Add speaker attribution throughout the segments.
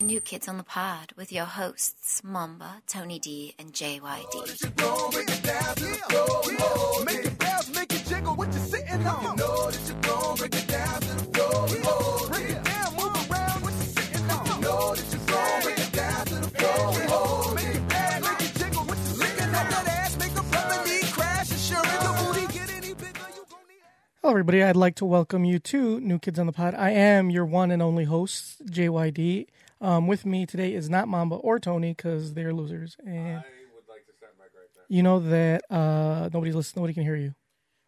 Speaker 1: New Kids on the Pod with your hosts, Mumba, Tony D, and JYD.
Speaker 2: Hello, everybody. I'd like to welcome you to New Kids on the Pod. I am your one and only host, JYD. Um, with me today is not Mamba or Tony because they're losers, and you know that uh, nobody's listening. Nobody can hear you.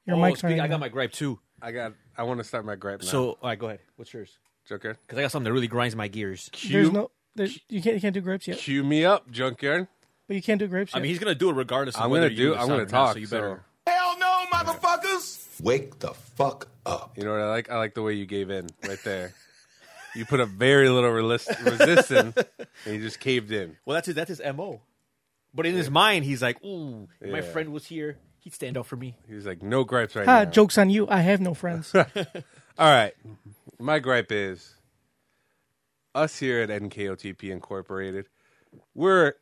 Speaker 2: Your
Speaker 3: Oh,
Speaker 2: mic's
Speaker 3: speak-
Speaker 2: turning.
Speaker 3: I got
Speaker 2: down.
Speaker 3: my gripe too.
Speaker 4: I got. I want to start my gripe now.
Speaker 3: So, all right, go ahead. What's yours?
Speaker 4: Junkyard,
Speaker 3: Because I got something that really grinds my gears.
Speaker 2: There's
Speaker 4: cue,
Speaker 2: no. There's, you can't. You can't do grapes yet.
Speaker 4: cue me up, Junkyard.
Speaker 2: But you can't do grapes yet.
Speaker 3: I mean, he's gonna do it regardless. Of
Speaker 4: I'm
Speaker 3: whether
Speaker 4: gonna
Speaker 3: you
Speaker 4: do.
Speaker 3: this
Speaker 4: I'm
Speaker 3: out
Speaker 4: gonna
Speaker 3: or not,
Speaker 4: talk.
Speaker 3: so you better.
Speaker 5: Hell no, motherfuckers!
Speaker 6: Wake the fuck up.
Speaker 4: you know what I like? I like the way you gave in right there. you put up very little relis- resistance, and you just caved in.
Speaker 3: Well, that's his, that's his mo. But in his mind, he's like, "Ooh, if my
Speaker 4: Yeah.
Speaker 3: friend was here. He'd stand up for me."
Speaker 4: He's like, no gripes right
Speaker 2: ha,
Speaker 4: now.
Speaker 2: jokes on you. I have no friends.
Speaker 4: All right, my gripe is us here at NKOTP Incorporated. We're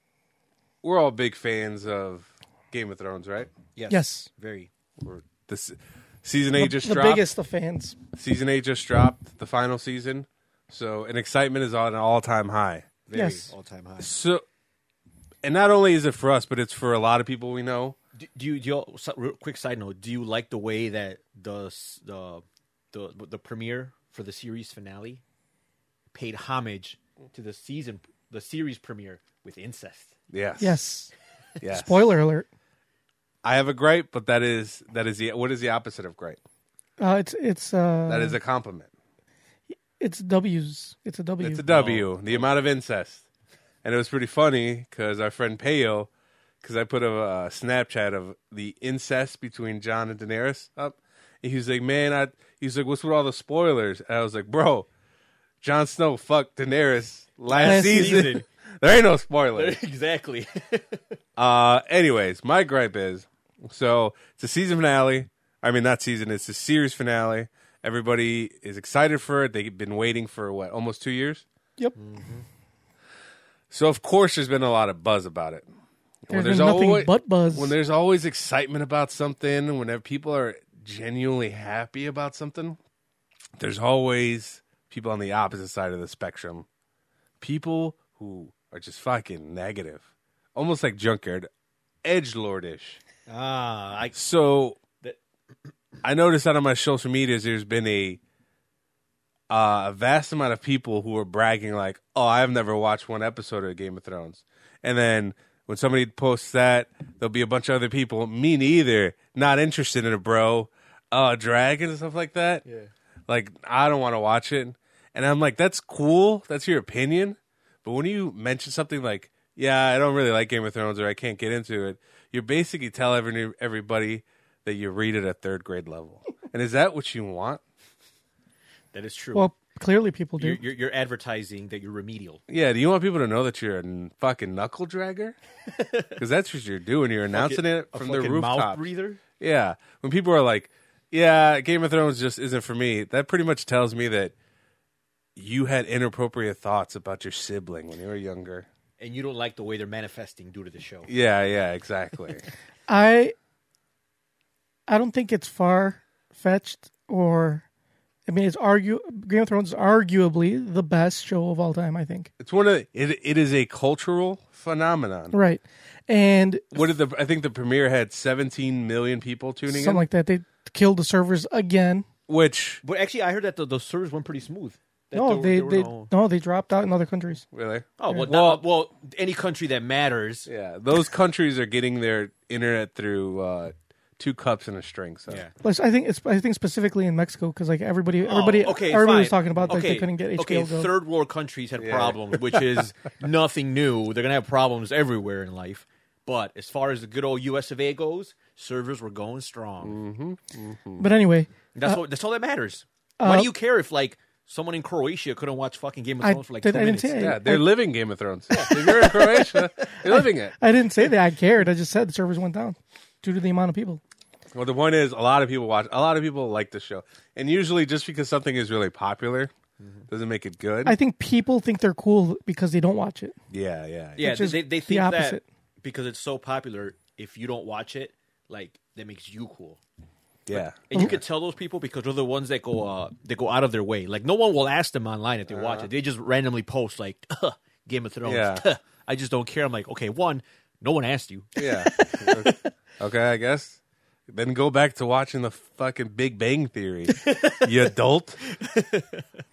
Speaker 4: we're all big fans of Game of Thrones, right?
Speaker 2: yes,
Speaker 3: very.
Speaker 4: We're the se- season eight just
Speaker 2: the
Speaker 4: dropped.
Speaker 2: biggest of fans.
Speaker 4: Season eight just dropped, the final season. So, and excitement is on an all time high.
Speaker 3: Very
Speaker 2: Yes.
Speaker 3: all-time high.
Speaker 4: So, and not only is it for us, but it's for a lot of people we know.
Speaker 3: Do, do you? Do you all, so, real quick side note: Do you like the way that the s- the the the premiere for the series finale paid homage to the season the series premiere with incest?
Speaker 4: Yes.
Speaker 2: Yes.
Speaker 4: Yes.
Speaker 2: Spoiler alert.
Speaker 4: I have a gripe, but that is that is the what is the opposite of gripe?
Speaker 2: Uh, it's it's uh
Speaker 4: That is a compliment.
Speaker 2: it's W's. It's a W.
Speaker 4: It's a W. The amount of incest, and it was pretty funny because our friend Payo, because I put a, uh Snapchat of the incest between John and Daenerys up, and he was like, "Man, I." He's like, "What's with all the spoilers?" And I was like, "Bro, Jon Snow fucked Daenerys last,
Speaker 2: Last
Speaker 4: season.
Speaker 3: season.
Speaker 4: there ain't no spoilers."
Speaker 3: exactly.
Speaker 4: Uh, anyways, my gripe is so it's a season finale. I mean, not season, it's a series finale. Everybody is excited for it. They've been waiting for what, almost two years?
Speaker 2: Yep.
Speaker 4: So, of course, there's been a lot of buzz about it.
Speaker 2: There's been nothing
Speaker 4: alwa-
Speaker 2: but buzz.
Speaker 4: When there's always excitement about something, whenever people are genuinely happy about something, there's always people on the opposite side of the spectrum. People who are just fucking negative, almost like Junkyard, edge lordish.
Speaker 3: ah, I
Speaker 4: So
Speaker 3: That-
Speaker 4: I noticed out on my social medias, there's been a uh, a vast amount of people who are bragging like, "Oh, I've never watched one episode of Game of Thrones," and then when somebody posts that, there'll be a bunch of other people, me neither, not interested in it, bro. Uh, dragons and stuff like that. Yeah, like I don't want to watch it, and I'm like, that's cool, that's your opinion, but when you mention something like, "Yeah, I don't really like Game of Thrones," or "I can't get into it," you're basically telling every, everybody that you read at a third grade level. and is that what you want?
Speaker 3: that is true.
Speaker 2: Well, clearly people do.
Speaker 3: you're, you're, you're advertising that you're remedial.
Speaker 4: Yeah, do you want people to know that you're a n- fucking knuckle dragger? Because that's what you're doing. You're announcing it
Speaker 3: A
Speaker 4: from the
Speaker 3: fucking
Speaker 4: rooftop.
Speaker 3: Mouth breather.
Speaker 4: Yeah, when people are like, "Yeah, Game of Thrones just isn't for me," that pretty much tells me that you had inappropriate thoughts about your sibling when you were younger.
Speaker 3: and you don't like the way they're manifesting due to the show.
Speaker 4: Yeah, yeah, exactly.
Speaker 2: I I don't think it's far fetched or I mean it's argu Game of Thrones is arguably the best show of all time, I think.
Speaker 4: It's one of the, it. It is a cultural phenomenon.
Speaker 2: Right. And
Speaker 4: What did the? I think the premiere had 17 million people tuning
Speaker 2: something
Speaker 4: in,
Speaker 2: like that. They killed the servers again.
Speaker 4: which
Speaker 3: But actually, I heard that the, the servers went pretty smooth. That
Speaker 2: No,
Speaker 3: there-
Speaker 2: they,
Speaker 3: there were
Speaker 2: they
Speaker 3: no-
Speaker 2: no, they dropped out in other countries.
Speaker 4: really,
Speaker 3: oh well,
Speaker 4: Well-
Speaker 3: not- well, any country that matters.
Speaker 4: yeah, those countries are getting their internet through uh, two cups and a string. So
Speaker 3: Yeah.
Speaker 2: Plus, I think it's I think specifically in Mexico because like everybody everybody
Speaker 3: Oh, okay,
Speaker 2: everybody was
Speaker 3: fine.
Speaker 2: talking about like
Speaker 3: Okay,
Speaker 2: they couldn't get HBO
Speaker 3: Okay,
Speaker 2: Go.
Speaker 3: third world countries had problems, which is nothing new. They're gonna have problems everywhere in life. But as far as the good old U.S. of A goes, servers were going strong.
Speaker 2: but anyway,
Speaker 3: That's what. That's all that matters.
Speaker 2: uh,
Speaker 3: Why do you care if like someone in Croatia couldn't watch fucking Game of
Speaker 2: I
Speaker 3: Thrones for like
Speaker 2: did-
Speaker 3: two
Speaker 2: I didn't
Speaker 3: minutes?
Speaker 2: say I-
Speaker 4: yeah, they're living Game of Thrones. if you're in Croatia, you're living it.
Speaker 2: I didn't say that I cared. I just said the servers went down due to the amount of people.
Speaker 4: Well, the point is, a lot of people watch. A lot of people like the show, and usually, just because something is really popular,
Speaker 3: Mm-hmm.
Speaker 4: Doesn't make it good.
Speaker 2: I think people think they're cool because they don't watch it.
Speaker 4: yeah, yeah,
Speaker 3: Yeah,
Speaker 2: Which
Speaker 3: they-
Speaker 2: is
Speaker 3: they, they
Speaker 2: the
Speaker 3: think that
Speaker 2: opposite.
Speaker 3: because it's so popular, if you don't watch it, like that makes you cool.
Speaker 4: yeah.
Speaker 3: And you could tell those people because they're the ones that go uh they go out of their way. Like no one will ask them online if they watch
Speaker 2: Uh.
Speaker 3: it. They just randomly post like Game of Thrones.
Speaker 4: Yeah.
Speaker 3: I just don't care. I'm like, okay, one, no one asked you.
Speaker 4: Yeah. okay, I guess. Then go back to watching the fucking Big Bang Theory, you adult.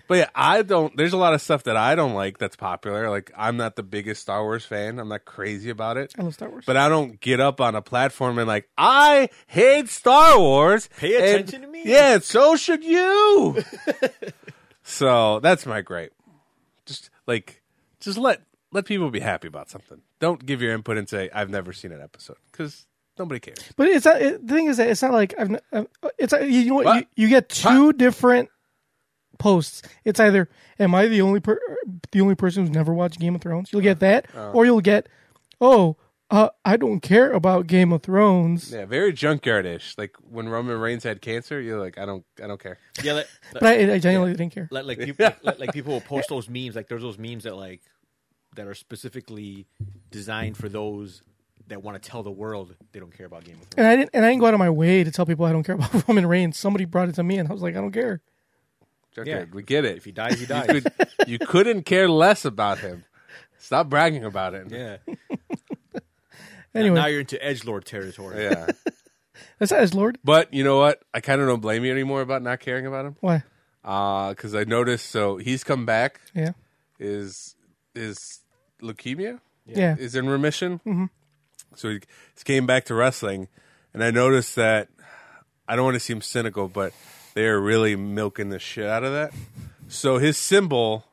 Speaker 4: but yeah, I don't. There's a lot of stuff that I don't like that's popular. Like I'm not the biggest Star Wars fan. I'm not crazy about it.
Speaker 2: I love Star Wars.
Speaker 4: But I don't get up on a platform and like I hate Star Wars.
Speaker 3: Pay
Speaker 4: and-
Speaker 3: attention to me.
Speaker 4: Yeah, and so should you. so that's my gripe. Just like, just let let people be happy about something. Don't give your input and say I've never seen an episode because nobody cares.
Speaker 2: But it's not, it, the thing is that it's not like I've. n- uh, It's uh, you know what,
Speaker 4: What?
Speaker 2: You, you get two different posts. It's either am I the only per, the only person who's never watched Game of Thrones? You'll
Speaker 4: Uh,
Speaker 2: get that, or you'll get oh uh, I don't care about Game of Thrones,
Speaker 4: Yeah, very junkyardish. Like when Roman Reigns had cancer, you're like, I don't, I don't care.
Speaker 3: Yeah, like,
Speaker 2: but I, I genuinely didn't care.
Speaker 3: like, like, people, like, like people will post those memes. Like there's those memes that like that are specifically designed for those that want to tell the world they don't care about Game of Thrones.
Speaker 2: And I didn't and I didn't go out of my way to tell people I don't care about Roman Reigns. Somebody brought it to me, and I was like, I don't care.
Speaker 4: Junkyard,
Speaker 3: Yeah.
Speaker 4: we get it.
Speaker 3: If he dies, he dies.
Speaker 4: you, could, you couldn't care less about him. Stop bragging about it.
Speaker 3: Yeah.
Speaker 2: Anyway.
Speaker 3: now you're into edge lord territory.
Speaker 4: yeah.
Speaker 2: That's as Lord.
Speaker 4: But you know what? I kind of don't blame you anymore about not caring about him.
Speaker 2: Why?
Speaker 4: Because I noticed, so he's come back.
Speaker 2: Yeah.
Speaker 4: Is is leukemia?
Speaker 2: Yeah.
Speaker 4: Is in remission. Mm-hmm. So he he's came back to wrestling, and I noticed that I don't want to seem cynical, but they are really milking the shit out of that. So his symbol,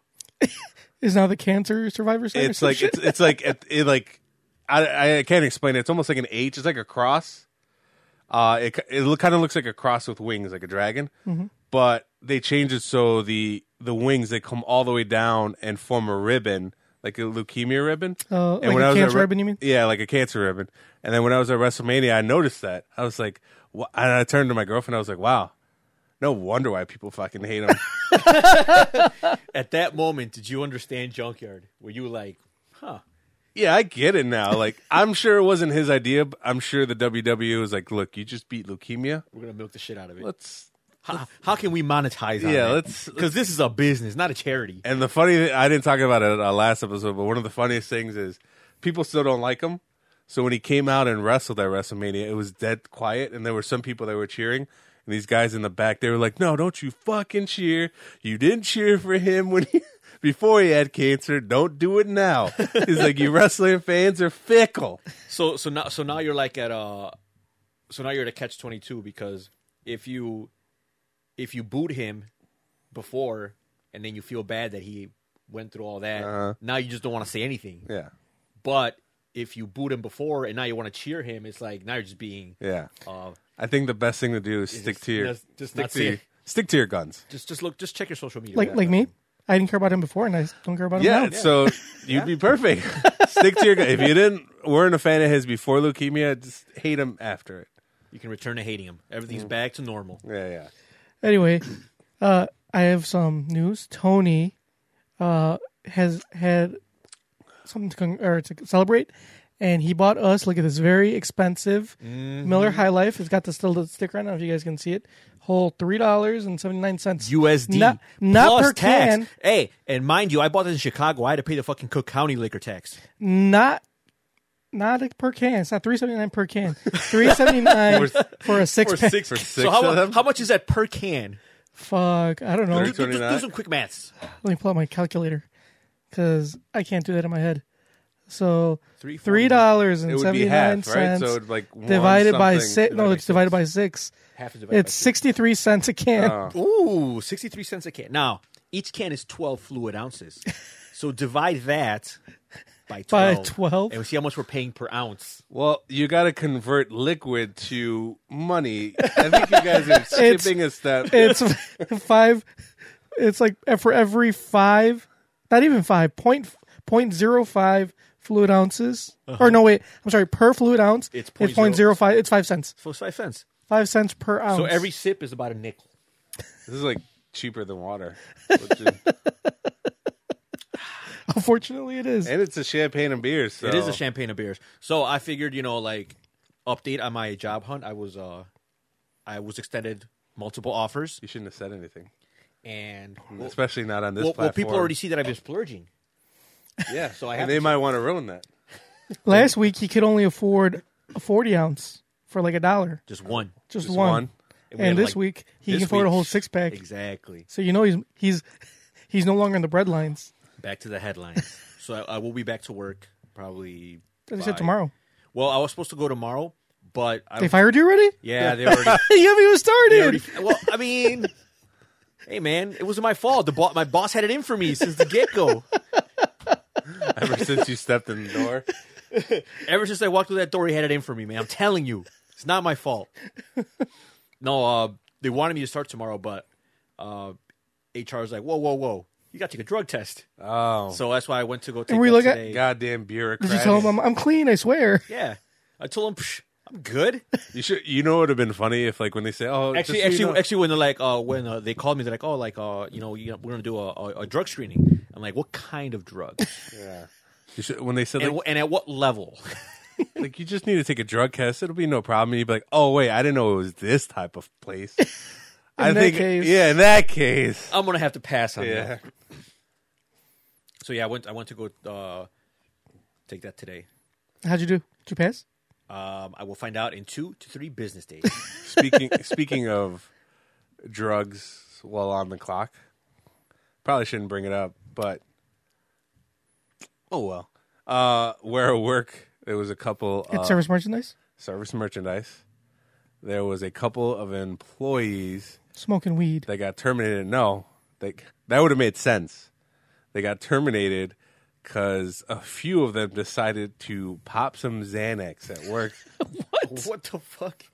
Speaker 2: Is now the cancer survivor site or
Speaker 4: it's
Speaker 2: some
Speaker 4: like
Speaker 2: shit?
Speaker 4: it's, it's like it, it like I, I can't explain it. It's almost like an H. It's like a cross. Uh, it it look, kind of looks like a cross with wings, like a dragon.
Speaker 2: Mm-hmm.
Speaker 4: But they change it so the the wings they come all the way down and form a ribbon, like a leukemia ribbon.
Speaker 2: Oh, like a
Speaker 4: at
Speaker 2: cancer
Speaker 4: Re-
Speaker 2: ribbon, you mean?
Speaker 4: Yeah, like a cancer ribbon. And then when I was at WrestleMania, I noticed that. I was like, wha- and I turned to my girlfriend. I was like, wow, no wonder why people fucking hate him.
Speaker 3: At that moment, did you understand Junkyard? Were you like, huh?
Speaker 4: Yeah, I get it now. Like, I'm sure it wasn't his idea. But I'm sure the WWE was like, "Look, you just beat leukemia.
Speaker 3: We're gonna milk the shit out of it.
Speaker 4: Let's."
Speaker 3: how, how can we monetize?
Speaker 4: Yeah,
Speaker 3: on
Speaker 4: let's-
Speaker 3: because this is a business, not a charity.
Speaker 4: And the funny, thing, I didn't talk about it uh, last episode, but one of the funniest things is people still don't like him. So when he came out and wrestled at WrestleMania, it was dead quiet, and there were some people that were cheering. And these guys in the back, they were like, "No, don't you fucking cheer! You didn't cheer for him when he." Before he had cancer, don't do it now. He's like, you wrestling fans are fickle.
Speaker 3: So, so now, so now you're like at uh, so now you're at a catch twenty two because if you, if you boot him before, and then you feel bad that he went through all that, now you just don't want to say anything.
Speaker 4: Yeah,
Speaker 3: But if you boot him before, and now you want to cheer him, it's like now you're just being
Speaker 4: yeah.
Speaker 3: uh,
Speaker 4: I think the best thing to do is stick
Speaker 3: just-
Speaker 4: to your
Speaker 3: just- just
Speaker 4: stick
Speaker 3: not
Speaker 4: to your,
Speaker 3: see
Speaker 4: stick to your guns.
Speaker 3: just just look, just check your social media.
Speaker 2: like like me. I didn't care about him before, and I don't care about him
Speaker 4: Yeah,
Speaker 2: now.
Speaker 4: so you'd be perfect. stick to your guns. If you didn't weren't a fan of his before leukemia, just hate him after it.
Speaker 3: You can return to hating him. Everything's back to normal.
Speaker 4: Yeah, yeah.
Speaker 2: Anyway, uh, I have some news. Tony uh, has had something to, con- or to celebrate, and he bought us. Look at this very expensive Miller High Life. It's got the still the sticker on. it. I don't know if you guys can see it. Whole three dollars and seventy nine cents
Speaker 3: USD
Speaker 2: Not, not
Speaker 3: plus
Speaker 2: per
Speaker 3: tax.
Speaker 2: can.
Speaker 3: Hey, and mind you, I bought this in Chicago. I had to pay the fucking Cook County liquor tax.
Speaker 2: Not. Not a- per can. It's not three seventy nine per can. Three seventy nine for a six pack.
Speaker 4: For six
Speaker 3: so how,
Speaker 4: of them?
Speaker 3: how much is that per can?
Speaker 2: Fuck. I don't know.
Speaker 4: Thirty-
Speaker 3: Do, do- do
Speaker 4: 29.
Speaker 3: some quick maths.
Speaker 2: Let me pull out my calculator because I can't do that in my head. So
Speaker 3: Three, four,
Speaker 2: three dollars and
Speaker 4: It would
Speaker 2: seventy
Speaker 4: be
Speaker 2: nine
Speaker 4: half, right?
Speaker 2: cents
Speaker 4: So it'd like one
Speaker 2: divided by
Speaker 4: something-
Speaker 2: six. No,
Speaker 4: Like,
Speaker 2: it's divided by six.
Speaker 3: Half is divided
Speaker 2: It's sixty three cents a can.
Speaker 4: Oh.
Speaker 3: Ooh, 63 cents a can. Now, each can is 12 fluid ounces. so divide that by 12.
Speaker 2: By 12?
Speaker 3: And we see how much we're paying per ounce.
Speaker 4: Well, you got to convert liquid to money. I think you guys are skipping a step.
Speaker 2: It's five. It's like e-, for every five, not even five point point zero five fluid ounces.
Speaker 4: Uh-huh.
Speaker 2: Or no, wait, I'm sorry. Per fluid ounce,
Speaker 3: It's
Speaker 2: it's point zero five. It's five cents.
Speaker 3: So it's five cents.
Speaker 2: Five cents per ounce.
Speaker 3: So every sip is about a nickel.
Speaker 4: This is like cheaper than water, which is,
Speaker 2: Unfortunately, it is.
Speaker 4: and it's a champagne and beer. So
Speaker 3: It is a champagne of beers. So I figured, you know, like update on my job hunt. I was uh I was extended multiple offers
Speaker 4: You shouldn't have said anything,
Speaker 3: and
Speaker 4: especially not on this
Speaker 3: well, well,
Speaker 4: platform.
Speaker 3: people already see that I've been splurging. Yeah, so I have
Speaker 4: and they
Speaker 3: to-
Speaker 4: might want to ruin that.
Speaker 2: Last week, he could only afford a 40 ounce for like a dollar,
Speaker 3: just one.
Speaker 2: just,
Speaker 4: Just
Speaker 2: one.
Speaker 4: one.
Speaker 3: we
Speaker 2: And
Speaker 3: had,
Speaker 2: this
Speaker 3: like,
Speaker 2: week, he
Speaker 3: this
Speaker 2: can afford a
Speaker 3: week-
Speaker 2: whole six pack.
Speaker 3: Exactly.
Speaker 2: So you know he's he's he's no longer in the bread lines.
Speaker 3: Back to the headlines. so I, I will be back to work probably.
Speaker 2: As I said
Speaker 3: by-
Speaker 2: tomorrow.
Speaker 3: Well, I was supposed to go tomorrow, but I
Speaker 2: They
Speaker 3: don't-
Speaker 2: fired you already?
Speaker 3: yeah, they already.
Speaker 2: you haven't even
Speaker 3: they
Speaker 2: started.
Speaker 3: already well, I mean, hey man, it wasn't my fault. The bo- my boss had it in for me since the get go.
Speaker 4: Ever since you stepped in the door,
Speaker 3: Ever since I walked through that door, he had it in for me, man. I'm telling you, it's not my fault. no, uh, they wanted me to start tomorrow, but uh, HR was like, "Whoa, whoa, whoa! You got to take a drug test."
Speaker 4: oh
Speaker 3: So that's why I went to go take.
Speaker 2: were you
Speaker 3: that
Speaker 2: like,
Speaker 3: today.
Speaker 4: goddamn bureaucrats!
Speaker 2: Did you tell him I'm, I'm clean? I swear.
Speaker 3: Yeah, I told him Psh, I'm good.
Speaker 4: You should. You know, it would have been funny if, like, when they say, "Oh,
Speaker 3: Actually,
Speaker 4: just so you
Speaker 3: actually,
Speaker 4: know-
Speaker 3: actually, when they're like, uh, when uh, they called me, they're like, "Oh, like, uh, you know, you know we're gonna do a, a, a drug screening." I'm like, "What kind of drug?
Speaker 4: you should- when they said,
Speaker 3: and,
Speaker 4: like,
Speaker 3: wh- and at what level?"
Speaker 4: like, you just need to take a drug test, it'll be no problem." And you'd be like, "Oh, wait, I didn't know it was this type of place." I
Speaker 2: that
Speaker 4: think,
Speaker 2: case.
Speaker 4: yeah, in that case,
Speaker 3: I'm gonna have to pass on that.
Speaker 4: yeah.
Speaker 3: So yeah, I went. I went to go uh, take that today.
Speaker 2: How'd you do? Did you pass?
Speaker 3: Um, I will find out in two to three business days.
Speaker 4: Speaking speaking of drugs, while on the clock, probably shouldn't bring it up, but oh well. Uh, where I work, there was a couple
Speaker 2: At
Speaker 4: uh,
Speaker 2: service merchandise?
Speaker 4: service merchandise. There was a couple of employees
Speaker 2: Smoking weed.
Speaker 4: they got terminated. No, they, that would have made sense. They got terminated because a few of them decided to pop some Xanax at work.
Speaker 3: what the fuck?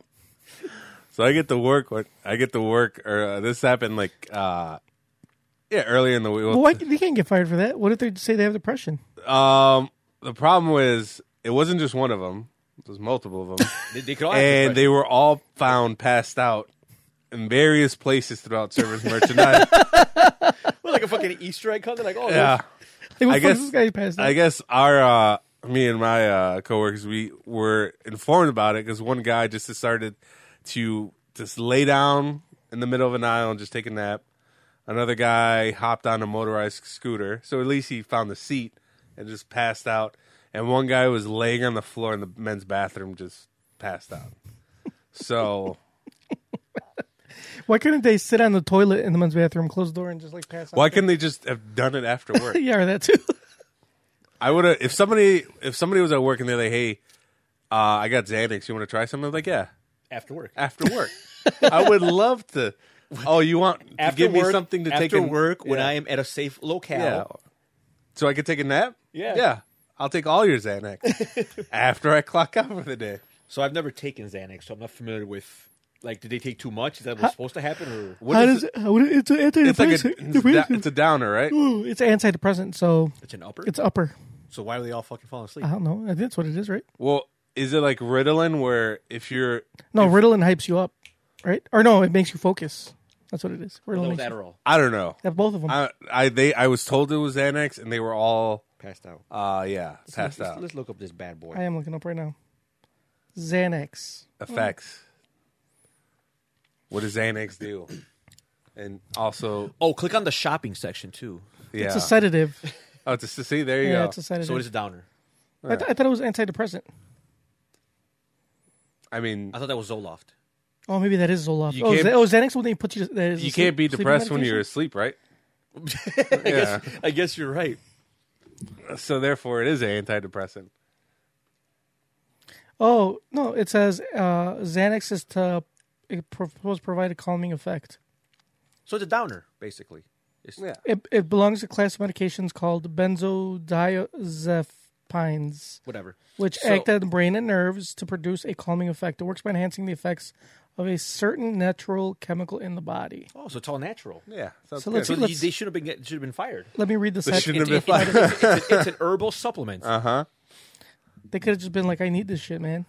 Speaker 4: so I get to work. What I get to work, or uh, this happened like, uh, yeah, earlier in the week.
Speaker 2: Well, why, they can't get fired for that. What if they say they have depression?
Speaker 4: Um, the problem was it wasn't just one of them; it was multiple of them,
Speaker 3: They, they could all have
Speaker 4: and
Speaker 3: depression.
Speaker 4: they were all found passed out in various places throughout service merchandise.
Speaker 3: Well, like a fucking Easter egg hunt. They're like, oh
Speaker 4: yeah.
Speaker 2: Like, what
Speaker 4: I
Speaker 2: the fuck
Speaker 4: guess-
Speaker 2: is this guy passed out?
Speaker 4: I guess our uh, me and my uh, coworkers we were informed about it because one guy just decided to just lay down in the middle of an aisle and just take a nap. Another guy hopped on a motorized scooter, so at least he found the seat and just passed out. And one guy was laying on the floor in the men's bathroom, just passed out. So
Speaker 2: why couldn't they sit on the toilet in the men's bathroom, close the door, and just like pass out?
Speaker 4: why couldn't they just have done it after work?
Speaker 2: Yeah, or that too.
Speaker 4: I would have if somebody if somebody was at work and they're like, "Hey, uh, I got Xanax. You want to try something?" I'm like, "Yeah."
Speaker 3: after work.
Speaker 4: after work. I would love to. Oh, you want to
Speaker 3: After
Speaker 4: give me
Speaker 3: work-
Speaker 4: something to
Speaker 3: after
Speaker 4: take in
Speaker 3: work when
Speaker 4: Yeah.
Speaker 3: I am at a safe locale.
Speaker 4: yeah. So I could take a nap.
Speaker 3: Yeah.
Speaker 4: yeah. I'll take all your Xanax after I clock out for the day.
Speaker 3: So I've never taken Xanax, so I'm not familiar with. Like, did they take too much? Is that what's supposed to happen? Or
Speaker 4: What
Speaker 2: How
Speaker 4: is
Speaker 2: does
Speaker 4: it?
Speaker 2: it, how would it, it's an
Speaker 4: It's like a,
Speaker 2: antidepressant.
Speaker 4: it's, da- it's a downer, right?
Speaker 2: Ooh, it's antidepressant, so
Speaker 3: it's an upper.
Speaker 2: it's upper.
Speaker 3: so why are they all fucking falling asleep?
Speaker 2: I don't know. I think that's what it is, right?
Speaker 4: Well, is it like Ritalin, where if you're
Speaker 2: No, Ritalin hypes you up, right? Or no, it makes you focus. That's what it is.
Speaker 3: That
Speaker 2: Ritalin.
Speaker 3: was
Speaker 2: makes you-
Speaker 3: Adderall.
Speaker 4: I don't know.
Speaker 2: Have both of them.
Speaker 4: I, I they I was told it was Xanax, and they were all
Speaker 3: Passed out.
Speaker 4: uh yeah passed
Speaker 3: let's,
Speaker 4: out
Speaker 3: Let's look up this bad boy.
Speaker 2: I am looking up right now. Xanax.
Speaker 4: effects. What does Xanax do? And also,
Speaker 3: oh, click on the shopping section too.
Speaker 4: yeah,
Speaker 2: It's a sedative.
Speaker 4: Oh, it's a, see, there you
Speaker 2: Yeah,
Speaker 4: go.
Speaker 2: it's a sedative.
Speaker 3: So it is a downer.
Speaker 2: I, th- I thought it was antidepressant.
Speaker 4: I mean,
Speaker 2: Uh,
Speaker 3: I thought that was Zoloft.
Speaker 2: Oh, maybe that is Zoloft.
Speaker 4: You
Speaker 2: Oh,
Speaker 4: can't-
Speaker 2: Xan- oh, Xanax when they put you. That is a
Speaker 4: you
Speaker 2: sleep-
Speaker 4: can't be
Speaker 2: sleeping
Speaker 4: depressed when you're
Speaker 2: medication?
Speaker 4: asleep, right?
Speaker 3: I
Speaker 4: Yeah.
Speaker 3: guess. I guess you're right.
Speaker 4: So therefore, it is an antidepressant.
Speaker 2: Oh no, it says uh, Xanax is to it pro- supposed to provide a calming effect.
Speaker 3: So it's a downer, basically. It's,
Speaker 4: Yeah.
Speaker 2: It it belongs to a class of medications called benzodiazepines.
Speaker 3: Whatever.
Speaker 2: which
Speaker 3: So-
Speaker 2: act on the brain and nerves to produce a calming effect. It works by enhancing the effects of a certain natural chemical in the body.
Speaker 3: Oh, so it's all natural.
Speaker 4: Yeah.
Speaker 2: So let's-
Speaker 3: So you- they should have been get- should have been fired.
Speaker 2: Let me read the
Speaker 4: This
Speaker 2: section.
Speaker 4: shouldn't
Speaker 3: It-
Speaker 4: have
Speaker 3: it-
Speaker 4: been
Speaker 3: it's- it's, it's, it's an herbal supplement.
Speaker 2: They could have just been like, I need this shit, man.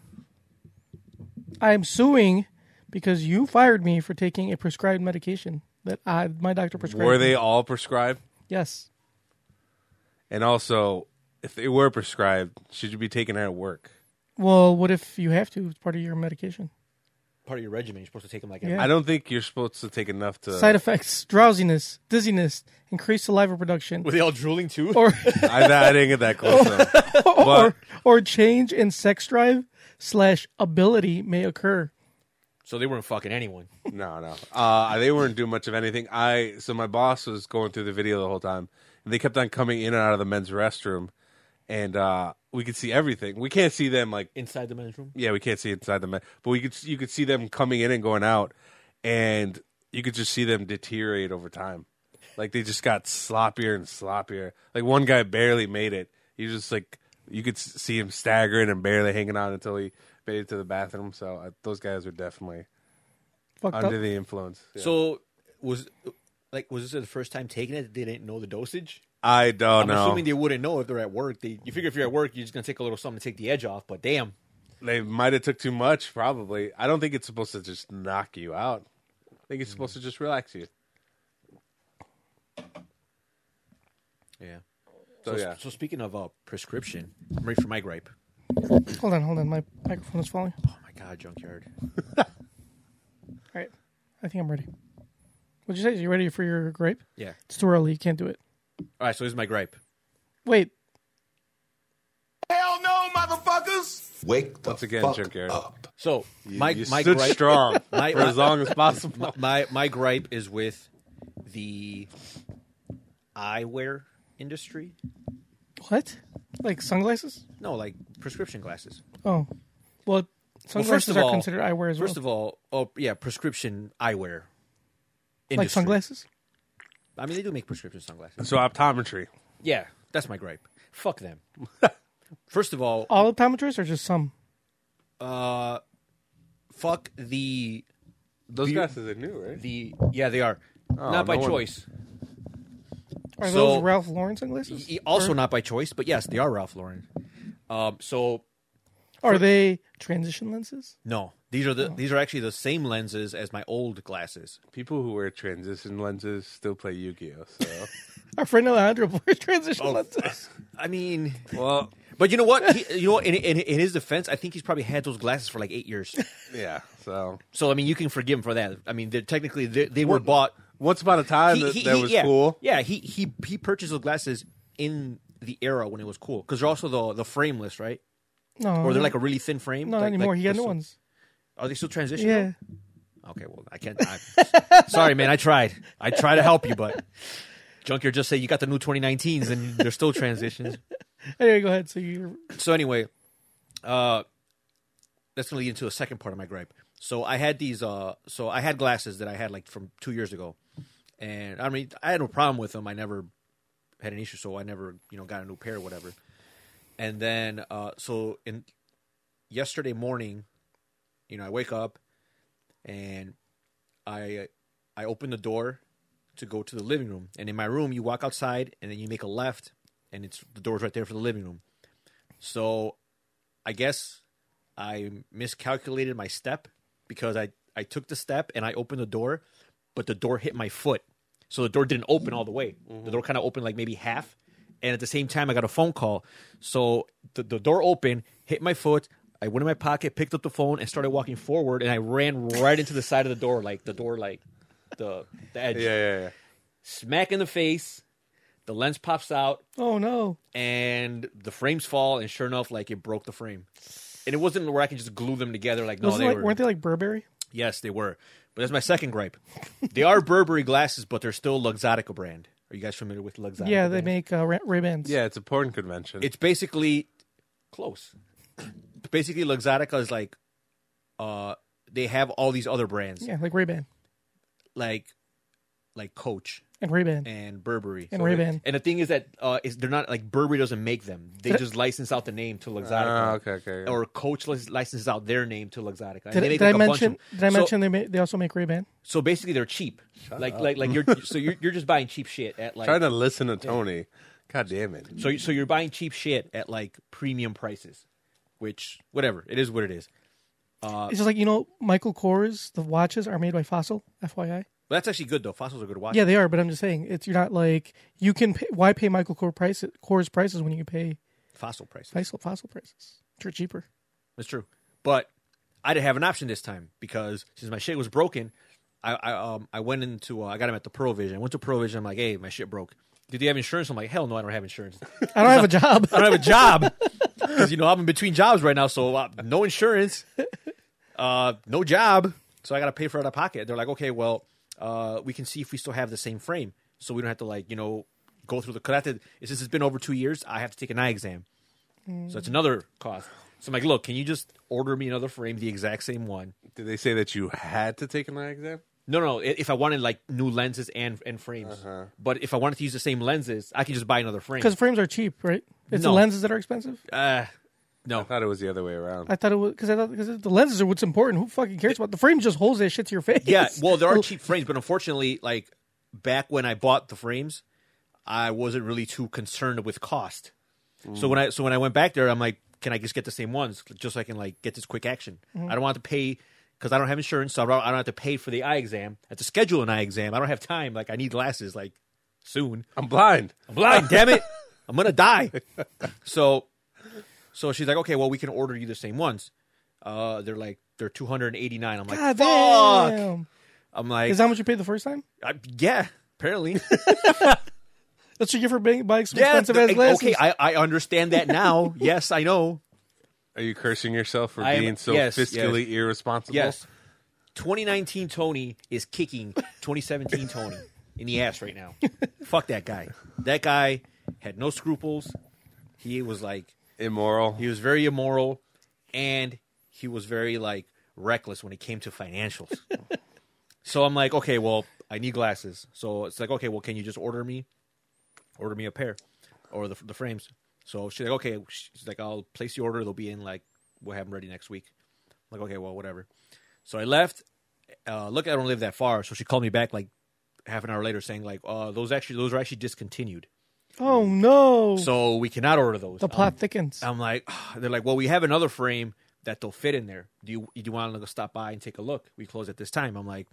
Speaker 2: I am suing because you fired me for taking a prescribed medication. that I my doctor prescribed.
Speaker 4: Were
Speaker 2: me.
Speaker 4: they all prescribed?
Speaker 2: Yes.
Speaker 4: And also, if they were prescribed, should you be taking that at work?
Speaker 2: Well, what if you have to? It's part of your medication.
Speaker 3: Part of your regimen, you're supposed to take them like
Speaker 2: Yeah.
Speaker 4: I don't think you're supposed to take enough to.
Speaker 2: Side effects: drowsiness, dizziness, increased saliva production,
Speaker 3: Were they all drooling too?
Speaker 2: or
Speaker 4: I, I didn't get that close. though. But
Speaker 2: or or change in sex drive slash ability may occur.
Speaker 3: so they weren't fucking anyone.
Speaker 4: No, no. Uh, they weren't doing much of anything. I so my boss was going through the video the whole time, and they kept on coming in and out of the men's restroom, and uh, we could see everything. We can't see them like
Speaker 3: Inside the men's room?
Speaker 4: yeah, we can't see inside the men, but we could you could see them coming in and going out, and you could just see them deteriorate over time. Like they just got sloppier and sloppier. Like one guy barely made it. He was just like you could s- see him staggering and barely hanging on until he made it to the bathroom. So uh, those guys were definitely
Speaker 2: Fucked
Speaker 4: under
Speaker 2: up.
Speaker 4: the influence. Yeah.
Speaker 3: So was like was this the first time taking it? They didn't know the dosage.
Speaker 4: I don't
Speaker 3: I'm
Speaker 4: know.
Speaker 3: assuming they wouldn't know if they're at work. They, you figure if you're at work, you're just gonna take a little something to take the edge off. But damn,
Speaker 4: they might have took too much, probably. I don't think it's supposed to just knock you out. I think it's supposed to just relax you.
Speaker 3: yeah.
Speaker 4: So,
Speaker 3: So,
Speaker 4: yeah.
Speaker 3: so speaking of uh, prescription, I'm ready for my gripe.
Speaker 2: Hold on, hold on. My microphone is falling.
Speaker 3: Oh my god, junkyard!
Speaker 2: All right, I think I'm ready. What'd you say? You ready for your grape?
Speaker 3: Yeah.
Speaker 2: It's too early. You can't do it.
Speaker 3: All right, so here's my gripe.
Speaker 2: Wait.
Speaker 5: Hell no, motherfuckers!
Speaker 6: Wake the
Speaker 4: Once again,
Speaker 6: fuck
Speaker 4: Junkyard.
Speaker 6: up.
Speaker 3: So my
Speaker 4: you
Speaker 3: my
Speaker 4: stood
Speaker 3: gripe,
Speaker 4: strong
Speaker 3: my-
Speaker 4: for as long as possible.
Speaker 3: my, my my gripe is with the eyewear industry.
Speaker 2: What? Like sunglasses?
Speaker 3: No, like prescription glasses.
Speaker 2: Oh, well,
Speaker 3: Well, first
Speaker 2: sunglasses
Speaker 3: of
Speaker 2: are
Speaker 3: all,
Speaker 2: considered eyewear as
Speaker 3: First
Speaker 2: well.
Speaker 3: of all, oh yeah, prescription eyewear.
Speaker 2: like
Speaker 3: industry.
Speaker 2: sunglasses.
Speaker 3: I mean, they do make prescription sunglasses.
Speaker 4: so optometry.
Speaker 3: Yeah, that's my gripe. Fuck them. First of all,
Speaker 2: All optometrists or just some?
Speaker 3: fuck the
Speaker 4: Those
Speaker 3: you-
Speaker 4: glasses are new, right?
Speaker 3: the yeah they are
Speaker 4: Oh, no
Speaker 3: not by
Speaker 4: one-
Speaker 3: choice.
Speaker 2: Are
Speaker 3: So-
Speaker 2: those Ralph Lauren sunglasses?
Speaker 3: E- Also not by choice, but yes, they are Ralph Lauren. Um, so
Speaker 2: Are they transition lenses?
Speaker 3: no, these are the
Speaker 4: Oh.
Speaker 3: these are actually the same lenses as my old glasses.
Speaker 4: People who wear transition lenses still play Yu-Gi-Oh. So,
Speaker 2: Our friend Alejandro wears
Speaker 3: Oh.
Speaker 2: transition lenses.
Speaker 3: I mean,
Speaker 4: well,
Speaker 3: but you know what? He, you know, what? in, in in his defense, I think he's probably had those glasses for like eight years.
Speaker 4: yeah. So
Speaker 3: So I mean, you can forgive him for that. I mean, they're technically they, they were bought.
Speaker 4: once upon a time,
Speaker 3: He-
Speaker 4: that,
Speaker 3: he-
Speaker 4: that
Speaker 3: he-
Speaker 4: was
Speaker 3: yeah,
Speaker 4: cool.
Speaker 3: Yeah, he he he purchased those glasses in the era when it was cool because they're also the the frameless, right?
Speaker 2: No,
Speaker 3: Or they're like a really thin frame.
Speaker 2: Uh-huh. not
Speaker 3: like-
Speaker 2: anymore.
Speaker 3: like
Speaker 2: he got
Speaker 3: the-
Speaker 2: new ones.
Speaker 3: Are they still transitional?
Speaker 2: Yeah,
Speaker 3: Okay, well, I can't. I, sorry, man. I tried. I tried to help you, but Junkyard just said you got the new 2019s and they're still transitions.
Speaker 2: anyway, go ahead. So you,
Speaker 3: So anyway, uh, that's gonna lead into a second part of my gripe. So I had these. Uh, so I had glasses that I had like from two years ago, and I mean I had no problem with them. I never had an issue, so I never you know got a new pair or whatever. And then uh, so in yesterday morning, you know I wake up and I I open the door to go to the living room, and in my room you walk outside and then you make a left, and it's the door's right there for the living room. So I guess I miscalculated my step because I, I took the step and I opened the door, but the door hit my foot. So the door didn't open all the way. The door kind of opened like maybe half. And at the same time, I got a phone call. So the, the door opened, hit my foot. I went in my pocket, picked up the phone, and started walking forward. And I ran right into the side of the door, like the door, like the, the edge.
Speaker 4: Yeah, yeah, yeah.
Speaker 3: Smack in the face. The lens pops out
Speaker 2: oh no,
Speaker 3: and the frames fall, and sure enough, like it broke the frame. And it wasn't where I could just glue them together. Like no,
Speaker 2: Those
Speaker 3: they
Speaker 2: are like,
Speaker 3: were.
Speaker 2: weren't they like Burberry?
Speaker 3: Yes, they were. But that's my second gripe. they are Burberry glasses, but they're still Luxottica brand. Are you guys familiar with Luxottica?
Speaker 2: Yeah, they
Speaker 3: brand?
Speaker 2: make uh, Ray Bans.
Speaker 4: Yeah, it's a porn convention.
Speaker 3: It's basically close. basically, Luxottica is like, uh, they have all these other brands
Speaker 2: yeah, like Ray Ban
Speaker 3: like, like Coach
Speaker 2: and Ray Ban.
Speaker 3: and Burberry
Speaker 2: And
Speaker 3: So they-
Speaker 2: Ray-Ban.
Speaker 3: And the thing is that uh, is they're not like Burberry doesn't make them. They just license out the name to Luxottica.
Speaker 4: Ah, okay, okay, yeah.
Speaker 3: Or Coach lic- licenses out their name to Luxottica. And
Speaker 2: Did,
Speaker 3: they make,
Speaker 2: did I
Speaker 3: like, a bunch
Speaker 2: mention?
Speaker 3: of-
Speaker 2: Did I
Speaker 3: So-
Speaker 2: mention they ma- they also make Ray Ban?
Speaker 3: So basically, they're cheap. like, like, like you're so you're, you're just buying cheap shit at like
Speaker 4: trying to listen to Tony. God damn it.
Speaker 3: so so you're buying cheap shit at like premium prices, which whatever it is, what it is. Uh,
Speaker 2: It's just like you know, Michael Kors. The watches are made by Fossil. FYI,
Speaker 3: But that's actually good though. Fossils are good to watch.
Speaker 2: Yeah, they are, but I'm just saying it's you're not like you can pay, why pay Michael Core prices Core's prices when you can pay
Speaker 3: fossil prices.
Speaker 2: fossil fossil prices. They're cheaper.
Speaker 3: That's true. But I didn't have an option this time because since my shit was broken, I I, um, I went into uh, I got him at the Pearl Vision. I went to Pearl Vision. I'm like, hey, my shit broke. Did they have insurance? I'm like, hell no, I don't have insurance.
Speaker 2: I don't have a job.
Speaker 3: I don't have a job because you know I'm in between jobs right now, so uh, no insurance, uh, no job. So I got to pay for it out of pocket. They're like, okay, well, uh, we can see if we still have the same frame, so we don't have to like you know go through the. Cause I have to, since it's been over two years, I have to take an eye exam, so that's another cost. So I'm like, look, can you just order me another frame, the exact same one?
Speaker 4: Did they say that you had to take an eye exam?
Speaker 3: No, no. i- If I wanted like new lenses and and frames, but if I wanted to use the same lenses, I can just buy another frame.
Speaker 2: Because frames are cheap, right? It's
Speaker 3: No.
Speaker 2: the lenses that are expensive.
Speaker 3: uh,
Speaker 4: I thought it was the other way around.
Speaker 2: I thought it was because I thought because the lenses are what's important. Who fucking cares about the frame? Just holds that shit to your face.
Speaker 3: Yeah, well, there are cheap frames, but unfortunately, like back when I bought the frames, I wasn't really too concerned with cost. So when I so when I went back there, I'm like, can I just get the same ones just so I can like get this quick action?
Speaker 2: Mm-hmm.
Speaker 3: I don't want to pay because I don't have insurance, so I don't, I don't have to pay for the eye exam. I have to schedule an eye exam. I don't have time. Like I need glasses like soon.
Speaker 4: I'm blind.
Speaker 3: I'm blind, damn it. I'm gonna die. So so she's like, okay, well, we can order you the same ones. Uh, they're like they're 289. I'm like,
Speaker 2: God
Speaker 3: fuck.
Speaker 2: damn.
Speaker 3: I'm like,
Speaker 2: Is that how much you paid the first time?
Speaker 3: I, Uh, yeah, apparently.
Speaker 2: That's what you get for buying, buying some
Speaker 3: yeah,
Speaker 2: expensive ass
Speaker 3: the-
Speaker 2: glasses.
Speaker 3: okay, I, I understand that now. yes, I know.
Speaker 4: Are you cursing yourself for
Speaker 3: I am-
Speaker 4: being so
Speaker 3: yes,
Speaker 4: fiscally irresponsible?
Speaker 3: Yes. 2019 Tony is kicking 2017 Tony in the ass right now. Fuck that guy. That guy had no scruples. He was like,
Speaker 4: Immoral.
Speaker 3: he was very immoral, and he was very like reckless when it came to financials. so I'm like, okay, well, I need glasses. So it's like, okay, well, can you just order me, order me a pair, or the the frames? So she's like, okay, she's like, I'll place the order. They'll be in like we'll have them ready next week. I'm like, okay, well, whatever. So I left. Uh, look, I don't live that far, so she called me back like half an hour later, saying like, uh, those actually those are actually discontinued,
Speaker 2: oh no!
Speaker 3: so we cannot order those.
Speaker 2: the
Speaker 3: Um, I'm
Speaker 2: plot thickens.
Speaker 3: I'm like, they're like, well, we have another frame that they'll fit in there. Do you do you want to go stop by and take a look? We close at this time. I'm like,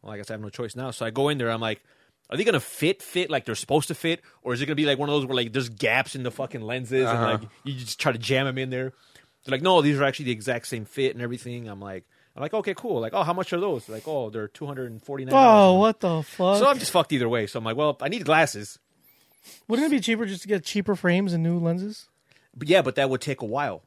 Speaker 3: well, I guess I have no choice now. So I go in there. I'm like, are they gonna fit fit like they're supposed to fit, or is it gonna be like one of those where like there's gaps in the fucking lenses and
Speaker 2: Uh-huh.
Speaker 3: like you just try to jam them in there? They're like, no, these are actually the exact same fit and everything. I'm like, I'm like, okay, cool. Like, oh, how much are those? Like, oh, they're two hundred and forty nine.
Speaker 2: oh, what the fuck?
Speaker 3: So I'm just fucked either way. So I'm like, well, I need glasses.
Speaker 2: Wouldn't it be cheaper just to get cheaper frames and new lenses?
Speaker 3: But yeah, but that would take a while.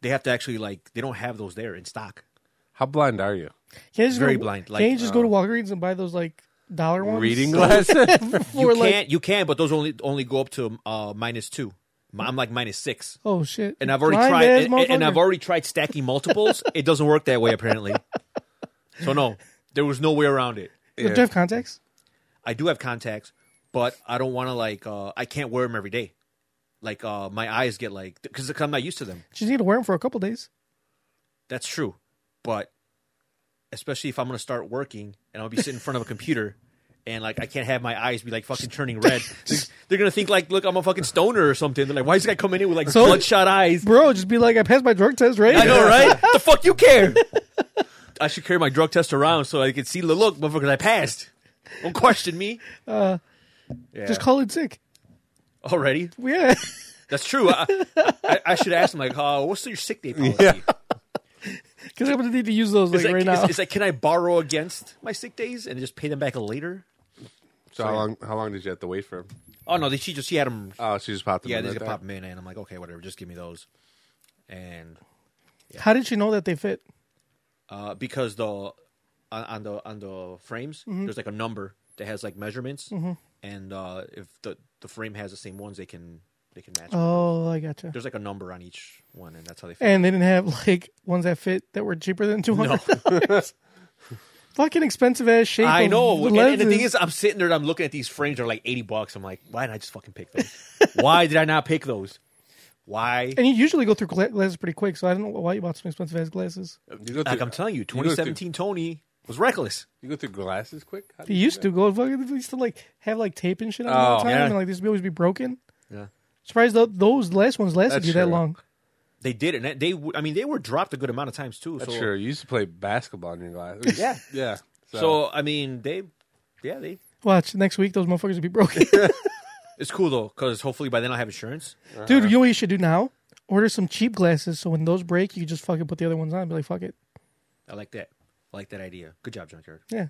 Speaker 3: They have to actually like they don't have those there in stock.
Speaker 4: How blind are you?
Speaker 2: Can you just
Speaker 3: Very
Speaker 2: go,
Speaker 3: blind, like, um,
Speaker 2: can you just go to Walgreens and buy those like dollar ones?
Speaker 4: Reading glasses?
Speaker 2: Or,
Speaker 3: you
Speaker 2: like-
Speaker 3: can't you can but those only only go up to uh minus two Mi- i'm like minus six
Speaker 2: Oh shit!
Speaker 3: and i've already
Speaker 2: Blind
Speaker 3: tried
Speaker 2: ass
Speaker 3: and, and- and
Speaker 2: motherfucker.
Speaker 3: i've already tried stacking multiples it doesn't work that way apparently so no there was no way around it
Speaker 2: Do you have contacts?
Speaker 3: i do have contacts but i don't want to like uh i can't wear them every day like uh my eyes get like because i'm not used to them
Speaker 2: You need to wear them for a couple days.
Speaker 3: that's true but especially if i'm gonna start working and i'll be sitting in front of a computer and like I can't have my eyes be like fucking turning red. They're, they're gonna think like, look, I'm a fucking stoner or something. They're like, why is this guy coming in with like
Speaker 2: So-
Speaker 3: bloodshot eyes?
Speaker 2: Bro, just be like, I passed my drug test, right?
Speaker 3: I know, right? the fuck you care? I should carry my drug test around so I can see the look, motherfuckers. I passed. Don't question me. yeah.
Speaker 2: Uh, Just call it sick.
Speaker 3: already.
Speaker 2: Yeah.
Speaker 3: That's true. I, I, I should ask them like, oh, what's your sick day policy?
Speaker 2: Because I'm going to need to use those like,
Speaker 3: It's like,
Speaker 2: right now.
Speaker 3: it's- it's like, can I borrow against my sick days and just pay them back later?
Speaker 4: So how long? How long did you have to wait for him?
Speaker 3: Oh no, they, she just she had them.
Speaker 4: Oh, she just popped him.
Speaker 3: yeah,
Speaker 4: in
Speaker 3: they
Speaker 4: right
Speaker 3: just
Speaker 4: there.
Speaker 3: pop them in, and I'm like, okay, whatever, just give me those. And
Speaker 2: How did you know that they fit?
Speaker 3: uh, because the on, on the on the frames
Speaker 2: Mm-hmm.
Speaker 3: there's like a number that has like measurements and uh, if the the frame has the same ones they can they can match them.
Speaker 2: Oh, I gotcha.
Speaker 3: there's like a number on each one and that's how they fit.
Speaker 2: And they didn't have like ones that fit that were cheaper than two hundred. Fucking expensive ass shape.
Speaker 3: I
Speaker 2: of
Speaker 3: know. And, and the thing
Speaker 2: lenses.
Speaker 3: is, I'm sitting there and I'm looking at these frames. They're like 80 bucks. I'm like, why didn't I just fucking pick those? why did I not pick those? Why?
Speaker 2: and you usually go through gla- glasses pretty quick, so I don't know why you bought some expensive ass glasses.
Speaker 4: You go through,
Speaker 3: Like I'm telling you,
Speaker 4: go through-
Speaker 3: 2017 Tony was reckless.
Speaker 4: You go through glasses quick. How do
Speaker 2: You
Speaker 4: do
Speaker 2: used
Speaker 4: that?
Speaker 2: to go fucking. They used to like have like tape and shit on
Speaker 4: Oh,
Speaker 2: all the time,
Speaker 3: yeah.
Speaker 2: and like these would always be broken.
Speaker 3: Yeah.
Speaker 2: Surprised tho- those last ones lasted
Speaker 4: That's
Speaker 2: you that
Speaker 4: true.
Speaker 2: long.
Speaker 3: They did, and that- they. w- I mean, they were dropped a good amount of times too. So,
Speaker 4: Sure, you used to play basketball in your glasses.
Speaker 3: Yeah.
Speaker 4: yeah.
Speaker 3: so I mean, they Yeah, they.
Speaker 2: Watch next week; those motherfuckers will be broken.
Speaker 3: It's cool though, because hopefully by then I'll have insurance.
Speaker 2: Dude, you know what you should do now? Order some cheap glasses so when those break, you just fucking put the other ones on and be like, fuck it.
Speaker 3: I like that. I like that idea. Good job, Junkyard.
Speaker 2: Yeah.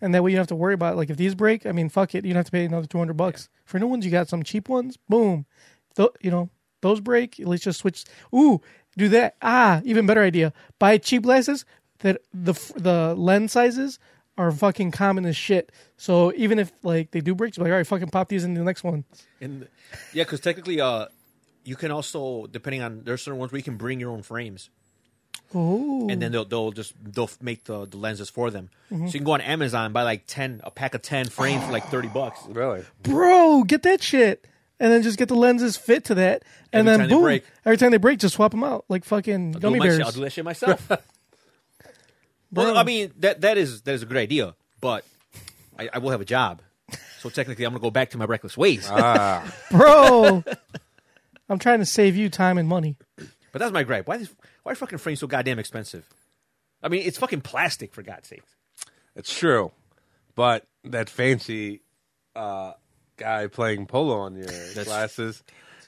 Speaker 2: And that way you don't have to worry about it. Like if these break, I mean, fuck it. You don't have to pay another 200 bucks. For new ones, you got some cheap ones. Boom. Tho- you know, those break. Let's just switch. Ooh, do that. Ah, even better idea. Buy cheap glasses that the f- the lens sizes are fucking common as shit. So even if like they do break, you're like, all right, fucking pop these into the next one.
Speaker 3: And yeah, because technically, uh, you can also depending on there's certain ones where you can bring your own frames.
Speaker 2: Oh.
Speaker 3: and then they'll they'll just they'll f- make the, the lenses for them. So you can go on Amazon buy like ten a pack of ten frames for like thirty bucks.
Speaker 4: Really?
Speaker 2: bro, get that shit. And then just get the lenses fit to that. And
Speaker 3: Every
Speaker 2: then
Speaker 3: time they
Speaker 2: boom.
Speaker 3: break.
Speaker 2: Every time they break, just swap them out like fucking
Speaker 3: I'll do,
Speaker 2: gummy
Speaker 3: my shit-
Speaker 2: bears.
Speaker 3: I'll do that shit myself. well,
Speaker 2: Bro.
Speaker 3: I mean that that is that is a good idea, but I, I will have a job, so technically I'm gonna go back to my reckless ways.
Speaker 4: Ah,
Speaker 2: Bro, I'm trying to save you time and money.
Speaker 3: but that's my gripe. Why this, why are fucking frames so goddamn expensive? I mean it's fucking plastic for God's sake.
Speaker 4: it's true. But that fancy uh, guy playing polo on your glasses,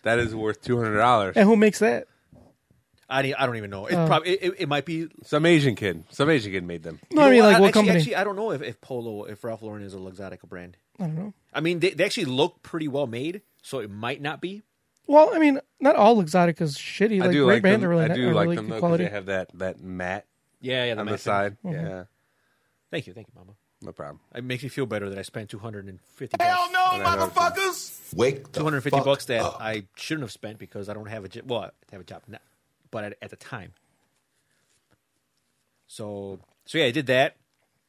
Speaker 4: that is worth two hundred dollars.
Speaker 2: And who makes that?
Speaker 3: I don't- I don't even know. It probably it, it, it might be.
Speaker 4: Some Asian kid. Some Asian kid made them.
Speaker 2: No, I mean,
Speaker 3: Well,
Speaker 2: like, what
Speaker 3: actually,
Speaker 2: company?
Speaker 3: Actually, I don't know if, if Polo if Ralph Lauren is a Luxottica brand.
Speaker 2: I don't know.
Speaker 3: I mean, they, they actually look pretty well made, so it might not be.
Speaker 2: Well, I mean, not all Exotica's shitty. Like,
Speaker 4: I do like
Speaker 2: Ray
Speaker 4: them.
Speaker 2: Band are really,
Speaker 4: I do
Speaker 2: are
Speaker 4: like
Speaker 2: really
Speaker 4: them
Speaker 2: good
Speaker 4: though 'cause
Speaker 2: quality. Mm-hmm.
Speaker 4: they have that that mat
Speaker 3: Yeah, yeah.
Speaker 4: on the side. Yeah,
Speaker 3: Thank you, thank you, Mama.
Speaker 4: no problem.
Speaker 3: It makes me feel better that I spent two hundred and fifty.
Speaker 5: Hell
Speaker 3: bucks.
Speaker 5: no,
Speaker 4: Whatever.
Speaker 5: motherfuckers!
Speaker 6: Wake the
Speaker 3: Two hundred and fifty
Speaker 6: fuck
Speaker 3: bucks that
Speaker 6: up.
Speaker 3: I shouldn't have spent because I don't have a job. Well, I have a job now, but at, at the time. So, so yeah, I did that.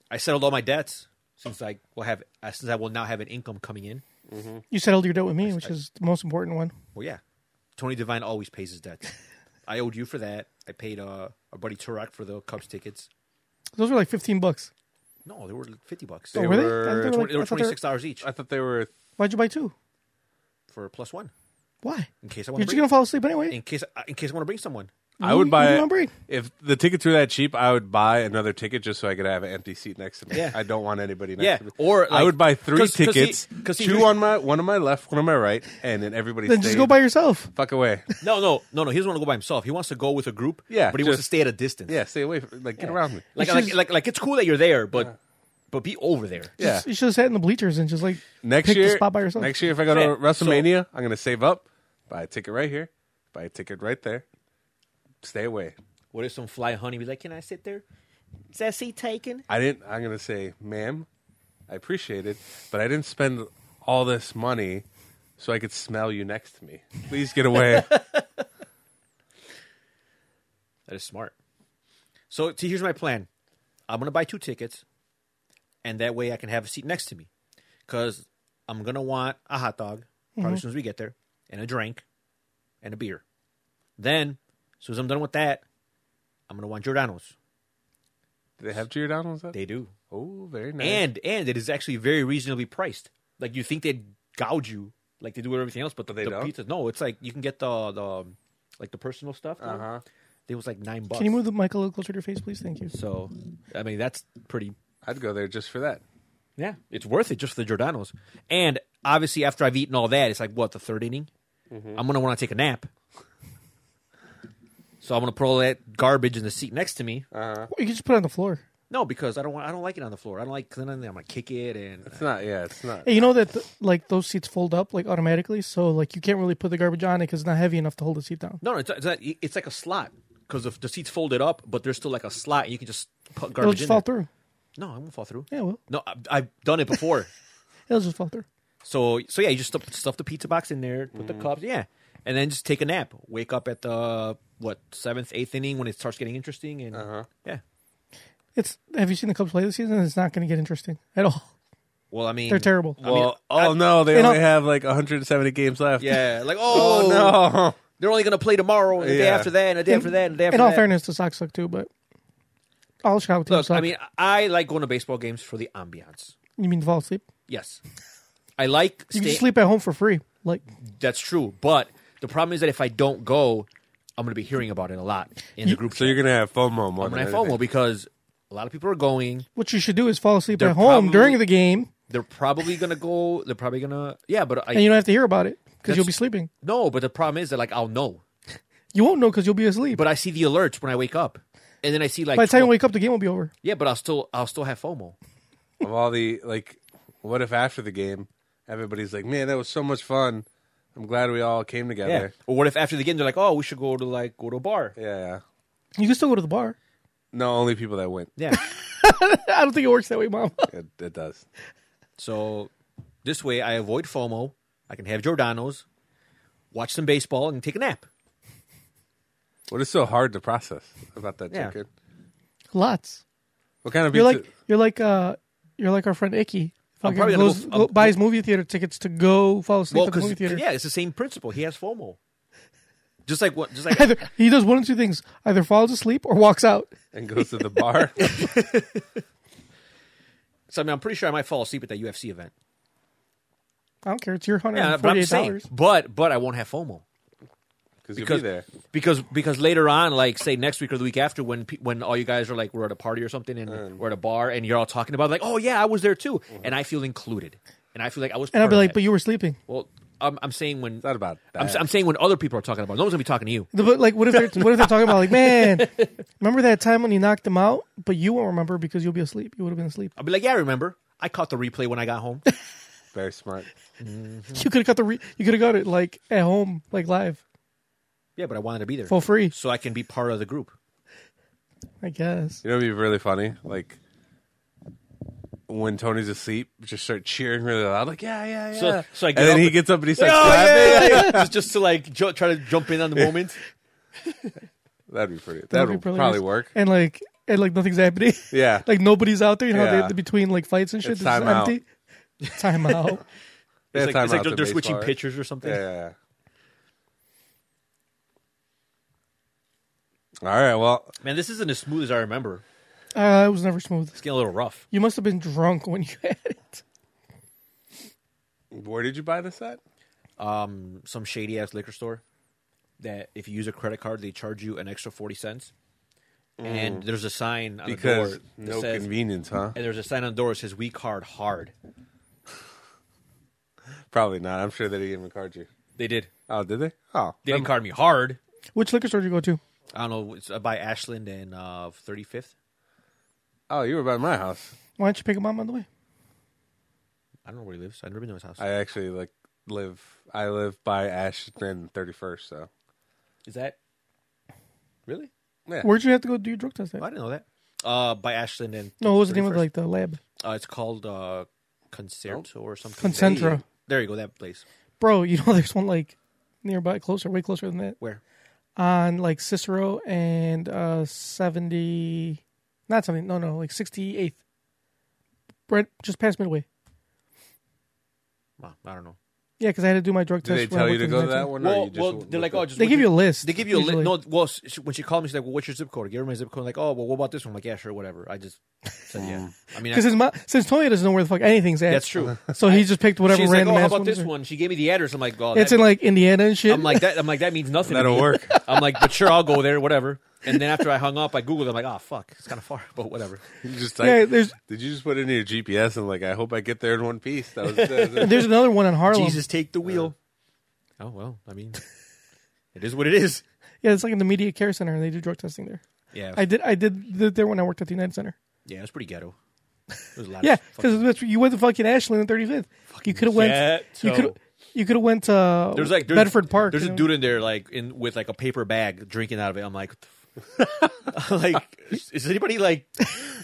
Speaker 3: I settled all my debts since I will have uh, since I will now have an income coming in.
Speaker 2: you settled your debt with me, which is the most important one.
Speaker 3: Well, yeah, Tony Divine always pays his debts. I owed you for that. I paid uh, our buddy Turek for the Cubs tickets.
Speaker 2: Those were like 15 bucks.
Speaker 3: No, they were like fifty bucks.
Speaker 2: Oh,
Speaker 3: They
Speaker 2: were they?
Speaker 4: were
Speaker 2: I thought they were, like-
Speaker 3: were, they were
Speaker 2: I thought
Speaker 3: twenty
Speaker 2: they were-
Speaker 3: six dollars each
Speaker 4: I thought they were.
Speaker 2: Why'd you buy two?
Speaker 3: for plus one.
Speaker 2: Why?
Speaker 3: In case I
Speaker 2: You're
Speaker 3: want
Speaker 2: just
Speaker 3: to
Speaker 2: going to fall asleep anyway.
Speaker 3: in case in case I want to bring someone.
Speaker 4: I would buy
Speaker 2: you
Speaker 4: it-
Speaker 2: don't break.
Speaker 4: if the tickets were that cheap. I would buy another ticket just so I could have an empty seat next to me.
Speaker 3: Yeah.
Speaker 4: I don't want anybody next
Speaker 3: Yeah,
Speaker 4: to me.
Speaker 3: or,
Speaker 4: I
Speaker 3: like-
Speaker 4: would buy three
Speaker 3: 'cause- 'cause he-
Speaker 4: tickets,
Speaker 3: 'cause he
Speaker 4: two
Speaker 3: usually-
Speaker 4: on my one on my left, one on my right, and then everybody.
Speaker 2: Then just
Speaker 4: stayed.
Speaker 2: go by yourself.
Speaker 4: Fuck away.
Speaker 3: No, no, no, no. He doesn't want to go by himself. He wants to go with a group.
Speaker 4: Yeah,
Speaker 3: but he wants to
Speaker 4: just-
Speaker 3: stay at a distance.
Speaker 4: Yeah, stay away. From, like get around me.
Speaker 3: like
Speaker 2: Which
Speaker 3: like,
Speaker 2: is-
Speaker 3: like like it's cool that you're there, but but be over there.
Speaker 4: Yeah.
Speaker 2: You should have sat in the bleachers and just like
Speaker 4: Next
Speaker 2: picked
Speaker 4: year,
Speaker 2: the spot by yourself.
Speaker 4: next year, if I go to
Speaker 3: Yeah, so-
Speaker 4: WrestleMania, I'm gonna save up, buy a ticket right here, buy a ticket right there. Stay away.
Speaker 3: What if some fly honey be like, "Can I sit there? Is that seat taken?"
Speaker 4: I didn't. I'm gonna say, ma'am, I appreciate it, but I didn't spend all this money so I could smell you next to me. Please get away.
Speaker 3: That is smart. So see, here's my plan. I'm gonna buy two tickets, and that way I can have a seat next to me, because I'm gonna want a hot dog probably as soon as we get there, and a drink, and a beer. Then, as soon as I'm done with that, I'm gonna want Giordano's.
Speaker 4: Do they have Giordano's? Up?
Speaker 3: They do.
Speaker 4: Oh, very nice.
Speaker 3: and and it is actually very reasonably priced. Like you think they'd gouge you like they do with everything else, but the,
Speaker 4: They
Speaker 3: the
Speaker 4: don't?
Speaker 3: pizza no, it's like you can get the the like the personal stuff. Uh
Speaker 4: Uh-huh.
Speaker 3: huh. It was like nine bucks.
Speaker 2: Can you move the mic a little closer to your face, please? Thank you.
Speaker 3: So I mean that's pretty.
Speaker 4: I'd go there just for that.
Speaker 3: Yeah, it's worth it just for the Giordano's. And obviously after I've eaten all that, it's like what the third inning.
Speaker 4: Mm-hmm.
Speaker 3: I'm gonna want to take a nap. So I'm gonna put all that garbage in the seat next to me.
Speaker 4: Uh.
Speaker 2: Or You can just put it on the floor.
Speaker 3: no, because I don't want. I don't like it on the floor. I don't like. 'cause Then I'm gonna kick it and
Speaker 4: It's not. Yeah, it's not.
Speaker 2: Hey, you know that th- like those seats fold up like automatically, so like you can't really put the garbage on it because it's not heavy enough to hold the seat down.
Speaker 3: No, no, it's it's, not, it's like a slot because if the seat's folded up, but there's still like a slot, you can just put
Speaker 2: It'll
Speaker 3: garbage
Speaker 2: just
Speaker 3: in.
Speaker 2: fall
Speaker 3: there.
Speaker 2: through.
Speaker 3: No, it won't fall through.
Speaker 2: Yeah, well,
Speaker 3: No, I, I've done it before.
Speaker 2: it'll just fall through.
Speaker 3: so, so yeah, you just stuff, stuff the pizza box in there, put
Speaker 4: Mm.
Speaker 3: the cups, yeah, and then just take a nap. Wake up at the what seventh, eighth inning when it starts getting interesting, and
Speaker 4: Uh-huh.
Speaker 3: yeah.
Speaker 2: It's have you seen the Cubs play this season? It's not going to get interesting at all.
Speaker 3: Well, I mean,
Speaker 2: They're terrible.
Speaker 3: I mean,
Speaker 4: Well, oh no, they
Speaker 2: you know-
Speaker 4: only have like 170 games left.
Speaker 3: yeah, like oh, no,
Speaker 4: Oh,
Speaker 3: they're only gonna play tomorrow, and the day
Speaker 4: Yeah.
Speaker 3: after that, and the day after that, and the day after
Speaker 2: in all
Speaker 3: that.
Speaker 2: fairness, the Sox suck too, but all Chicago teams
Speaker 3: Look,
Speaker 2: suck.
Speaker 3: I mean, I like going to baseball games for the ambiance.
Speaker 2: you mean fall asleep?
Speaker 3: Yes, I like.
Speaker 2: You can
Speaker 3: stay-
Speaker 2: just sleep at home for free. Like
Speaker 3: That's true. But the problem is that if I don't go, I'm going to be hearing about it a lot in the group.
Speaker 4: so you're
Speaker 3: chat.
Speaker 4: gonna have FOMO more
Speaker 3: I'm
Speaker 4: than
Speaker 3: going to have
Speaker 4: anything.
Speaker 3: FOMO because A lot of people are going.
Speaker 2: What you should do is fall asleep
Speaker 3: They're
Speaker 2: at home
Speaker 3: probably-
Speaker 2: during the game,
Speaker 3: They're probably gonna go. They're probably gonna. Yeah, but I
Speaker 2: and you don't have to hear about it because you'll
Speaker 3: That's-
Speaker 2: be sleeping.
Speaker 3: no. But the problem is that like I'll know.
Speaker 2: You won't know because you'll be asleep.
Speaker 3: But I see the alerts when I wake up, and then I see like.
Speaker 2: By the time you
Speaker 3: 12
Speaker 2: wake up, the game will be over.
Speaker 3: yeah, but I'll still I'll still have FOMO.
Speaker 4: of all the like what if after the game everybody's like man that was so much fun i'm glad we all came together
Speaker 3: Or what if after the game they're like, oh, we should go to like go to a bar.
Speaker 4: yeah, yeah.
Speaker 2: You can still go to the bar.
Speaker 4: no only people that went
Speaker 3: Yeah.
Speaker 2: I don't think it works that way, mom.
Speaker 4: it, it does
Speaker 3: so this way I avoid FOMO. I can have Giordano's, watch some baseball, and take a nap.
Speaker 4: what is so hard to process about that
Speaker 3: Yeah.
Speaker 4: chicken
Speaker 2: Lots.
Speaker 4: what kind of
Speaker 2: You're
Speaker 4: pizza
Speaker 2: like you're like uh you're like our friend Icky.
Speaker 3: I'm
Speaker 2: Fucking
Speaker 3: probably gonna go
Speaker 2: goes-
Speaker 3: f-
Speaker 2: go-
Speaker 3: I'm-
Speaker 2: buys movie theater tickets to go fall asleep at
Speaker 3: Well,
Speaker 2: the
Speaker 3: 'cause-
Speaker 2: movie theater.
Speaker 3: yeah, it's the same principle. He has FOMO. Just like what? Just like
Speaker 2: Either, he does one of two things: either falls asleep or walks out.
Speaker 4: and goes to the bar
Speaker 3: so. I mean, I'm pretty sure I might fall asleep at that UFC event.
Speaker 2: I don't care. It's your hundred
Speaker 3: Yeah,
Speaker 2: and
Speaker 3: but I'm
Speaker 2: forty-eight
Speaker 3: saying,
Speaker 2: dollars.
Speaker 3: but but I won't have FOMO
Speaker 4: because you'll be
Speaker 3: because
Speaker 4: there
Speaker 3: because because later on, like say next week or the week after, when pe- when all you guys are like we're at a party or something and
Speaker 4: Mm.
Speaker 3: we're at a bar and you're all talking about it, like oh yeah I was there too
Speaker 4: Mm-hmm.
Speaker 3: and I feel included and I feel like I was
Speaker 2: And I'll
Speaker 3: part
Speaker 2: be
Speaker 3: of
Speaker 2: like,
Speaker 3: that.
Speaker 2: "But you were sleeping."
Speaker 3: well I'm, I'm saying when
Speaker 4: not about that
Speaker 3: I'm, s- I'm saying when other people are talking about it, no one's gonna be talking to you
Speaker 2: The- But like, what if they're what if they're talking about like, man, remember that time when you knocked him out? But you won't remember because you'll be asleep. You would have been asleep.
Speaker 3: I'll be like yeah I remember I caught the replay when I got home
Speaker 4: very smart
Speaker 2: You could have got the re- you could have got it like at home, like live
Speaker 3: yeah but I wanted to be there
Speaker 2: for free.
Speaker 3: so I can be part of the group
Speaker 2: I guess.
Speaker 4: you know what'd be really funny like when Tony's asleep, just start cheering really loud, like yeah, yeah, yeah.
Speaker 3: So- so I get
Speaker 4: and then
Speaker 3: up
Speaker 4: he
Speaker 3: and-
Speaker 4: gets up and he starts
Speaker 3: Oh,
Speaker 4: clapping.
Speaker 3: yeah, yeah, yeah. just, just to like ju- try to jump in on the moment
Speaker 4: That'd be pretty.
Speaker 2: That
Speaker 4: That
Speaker 2: would
Speaker 4: would
Speaker 2: be
Speaker 4: probably,
Speaker 2: nice.
Speaker 4: work.
Speaker 2: And like and like nothing's happening.
Speaker 4: Yeah.
Speaker 2: like nobody's out there. You know,
Speaker 4: Yeah.
Speaker 2: they, between like fights and shit,
Speaker 4: It's
Speaker 2: it's just
Speaker 4: time out.
Speaker 2: empty. Time out.
Speaker 4: They
Speaker 3: it's
Speaker 4: had
Speaker 3: like,
Speaker 4: time
Speaker 3: it's like
Speaker 4: out
Speaker 3: they're,
Speaker 4: to
Speaker 3: they're switching
Speaker 4: baseball, right?
Speaker 3: pictures or something
Speaker 4: Yeah, yeah, yeah. All right. Well,
Speaker 3: man this isn't as smooth as I remember
Speaker 2: Uh, it was never smooth.
Speaker 3: it's getting a little rough
Speaker 2: You must have been drunk when you had it.
Speaker 4: where did you buy this at?
Speaker 3: um, some shady ass liquor store that if you use a credit card, they charge you an extra forty cents. And there's a sign on
Speaker 4: Mm. Because
Speaker 3: the door that
Speaker 4: no
Speaker 3: says,
Speaker 4: convenience, huh?
Speaker 3: and there's a sign on the door that says "We card hard."
Speaker 4: Probably not. I'm sure they didn't even card you.
Speaker 3: They did.
Speaker 4: Oh, did they? Oh,
Speaker 3: They didn't card me hard.
Speaker 2: Which liquor store did you go to?
Speaker 3: I don't know. It's uh, by Ashland and uh, 35th.
Speaker 4: oh, you were by my house.
Speaker 2: Why don't you pick him up on the way?
Speaker 3: I don't know where he lives. I've never been to his house.
Speaker 4: I actually like live. I live by Ashton 31st. So
Speaker 3: Is that really?
Speaker 2: Where'd you have to go do your drug test at?
Speaker 3: Oh, I didn't know that. Uh, by Ashland and
Speaker 2: No, what was the name of
Speaker 3: 31st.
Speaker 2: like the lab?
Speaker 3: Uh, it's called uh, Concerto or something.
Speaker 2: Concentra.
Speaker 3: There you go. That place.
Speaker 2: Bro, you know there's one like nearby, closer, way closer than that,
Speaker 3: Where?
Speaker 2: on like Cicero and uh seventy, not something, no, no, like sixty eighth, right, just past Midway.
Speaker 3: Well, I don't know.
Speaker 2: Yeah, because I had to do my drug
Speaker 4: did
Speaker 2: test.
Speaker 4: they
Speaker 2: when I
Speaker 4: tell
Speaker 2: worked
Speaker 4: you to
Speaker 2: in
Speaker 4: go to
Speaker 2: Lansing.
Speaker 4: that one? or
Speaker 3: Well,
Speaker 4: you just
Speaker 3: well,
Speaker 4: looked
Speaker 3: they're like,
Speaker 4: at-
Speaker 3: oh, just
Speaker 2: They
Speaker 3: look
Speaker 2: give
Speaker 3: at-
Speaker 2: you a list.
Speaker 3: They give you a list.
Speaker 2: usually.
Speaker 3: No, well, she, when she called me, she's like, "Well, what's your zip code?" I gave her my zip code. I'm like, "Oh, well, what about this one?" I'm like, "Yeah, sure, whatever." I just said, "Yeah." I mean, I,
Speaker 2: Because his mo- since Tony doesn't know where the fuck anything's at,
Speaker 3: that's true.
Speaker 2: So he just picked whatever
Speaker 3: she's like,
Speaker 2: random
Speaker 3: "Oh, how
Speaker 2: ass
Speaker 3: about
Speaker 2: ones
Speaker 3: this
Speaker 2: are-
Speaker 3: one?" She gave me the address. I'm like, "Oh,
Speaker 2: It's
Speaker 3: that-
Speaker 2: in like Indiana and shit.
Speaker 3: I'm like that. I'm like that means nothing. to
Speaker 4: That'll
Speaker 3: me."
Speaker 4: work.
Speaker 3: I'm like, "But sure, I'll go there, whatever." And then after I hung up, I googled. I'm like, "Ah, fuck, it's kind of far, but whatever."
Speaker 2: Oh,
Speaker 4: you just
Speaker 2: Yeah,
Speaker 4: like,
Speaker 2: there's-
Speaker 4: did you just put in your GPS and like, I hope I get there in one piece? That was, that was it.
Speaker 2: there's another one in Harlem.
Speaker 3: Jesus, take the wheel. oh well, I mean, it is what it is.
Speaker 2: Yeah, it's like in the media care center, and they do drug testing there.
Speaker 3: Yeah,
Speaker 2: I did, I did th- there when I worked at the United Center.
Speaker 3: yeah, it's pretty ghetto. There's a lot.
Speaker 2: Yeah,
Speaker 3: of fucking-
Speaker 2: because you went to fucking Ashland in 35th. You could have went. You
Speaker 3: ghetto.
Speaker 2: could. You could have went to
Speaker 3: There's like there's,
Speaker 2: Bedford Park.
Speaker 3: There's
Speaker 2: you
Speaker 3: a
Speaker 2: know?
Speaker 3: dude in there like in with like a paper bag drinking out of it. I'm like, what the f- I'm like is- is anybody like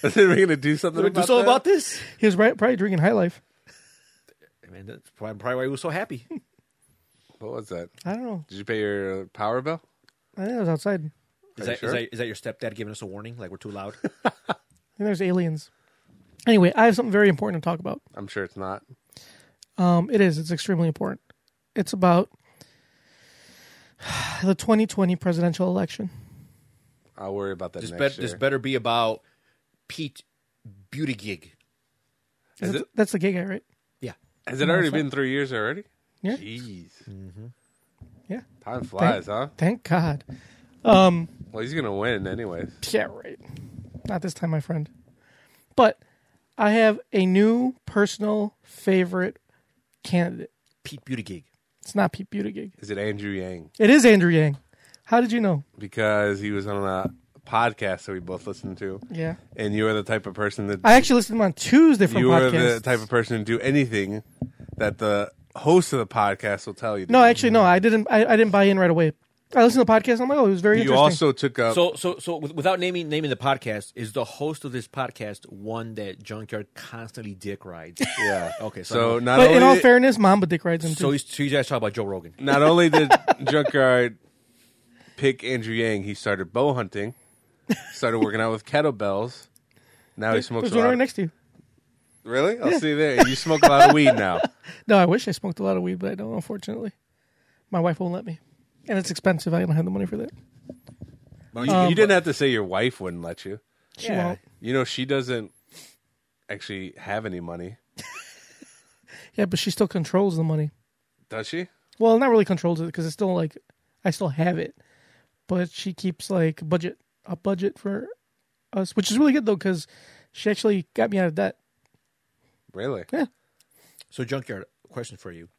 Speaker 4: Are they going to do something?
Speaker 3: do
Speaker 4: about
Speaker 3: something
Speaker 4: that?
Speaker 3: about this?
Speaker 2: He was right, probably drinking High Life.
Speaker 3: Man, that's probably, probably why he was so happy.
Speaker 4: What was that?
Speaker 2: I don't know.
Speaker 4: Did you pay your uh, power bill?
Speaker 2: I think I was outside. And
Speaker 3: Is
Speaker 4: you
Speaker 3: that,
Speaker 4: sure?
Speaker 3: is that is that your stepdad giving us a warning? Like we're too loud.
Speaker 2: there's aliens. Anyway, I have something very important to talk about.
Speaker 4: I'm sure it's not.
Speaker 2: Um, it is. It's extremely important. It's about the 2020 presidential election.
Speaker 4: I'll worry about that
Speaker 3: This bet
Speaker 4: next
Speaker 3: this
Speaker 4: year.
Speaker 3: better be about Pete Beauty Gig.
Speaker 2: Is
Speaker 4: Is
Speaker 2: that-
Speaker 4: it-
Speaker 2: That's the gay guy, right?
Speaker 3: Yeah,
Speaker 4: Has it already been three years already?
Speaker 2: Yeah.
Speaker 4: Jeez.
Speaker 3: Mm.
Speaker 2: Yeah.
Speaker 4: Time flies, huh?
Speaker 2: Thank God.
Speaker 4: Well, he's going to win anyways.
Speaker 2: Yeah, right. Not this time, my friend. But I have a new personal favorite candidate.
Speaker 3: Pete Buttigieg.
Speaker 2: It's not Pete Buttigieg.
Speaker 4: Is it Andrew Yang?
Speaker 2: It is Andrew Yang. How did you know?
Speaker 4: Because he was on a podcast that we both listened to,
Speaker 2: Yeah.
Speaker 4: and you are the type of person that
Speaker 2: I actually listened to him on Tuesday from
Speaker 4: you are
Speaker 2: podcast.
Speaker 4: the type of person to do anything that the host of the podcast will tell you. to
Speaker 2: no,
Speaker 4: do.
Speaker 2: actually, no. I didn't. I, I didn't buy in right away. I listened to the podcast. And I'm like, oh, it was very
Speaker 4: you
Speaker 2: interesting.
Speaker 4: also took up.
Speaker 3: So, so, so, with- without naming naming the podcast, is the host of this podcast one that Junkyard constantly dick rides?
Speaker 4: yeah.
Speaker 3: Okay, so,
Speaker 4: So not
Speaker 2: but
Speaker 4: only
Speaker 2: in all fairness, Mamba Dick rides him too.
Speaker 3: so, he's, so you guys talk about Joe Rogan.
Speaker 4: not only did Junkyard pick Andrew Yang, he started bow hunting, started working out with kettlebells. Now he smokes
Speaker 2: There's
Speaker 4: a
Speaker 2: one
Speaker 4: lot.
Speaker 2: right next to you.
Speaker 4: Really? I'll see you there. You smoke a lot of weed now.
Speaker 2: No, I wish I smoked a lot of weed, but I don't. Unfortunately, my wife won't let me, and it's expensive. I don't have the money for that.
Speaker 4: You,
Speaker 2: Um,
Speaker 4: you didn't have to say your wife wouldn't let you.
Speaker 2: She
Speaker 3: Yeah.
Speaker 2: won't.
Speaker 4: You know she doesn't actually have any money,
Speaker 2: Yeah, but she still controls the money.
Speaker 4: does she?
Speaker 2: Well, not really controls it because it's still like I still have it, but she keeps like budget a budget for us, which is really good though because she actually got me out of debt.
Speaker 4: Really?
Speaker 2: Yeah.
Speaker 3: So, Junkyard, question for you: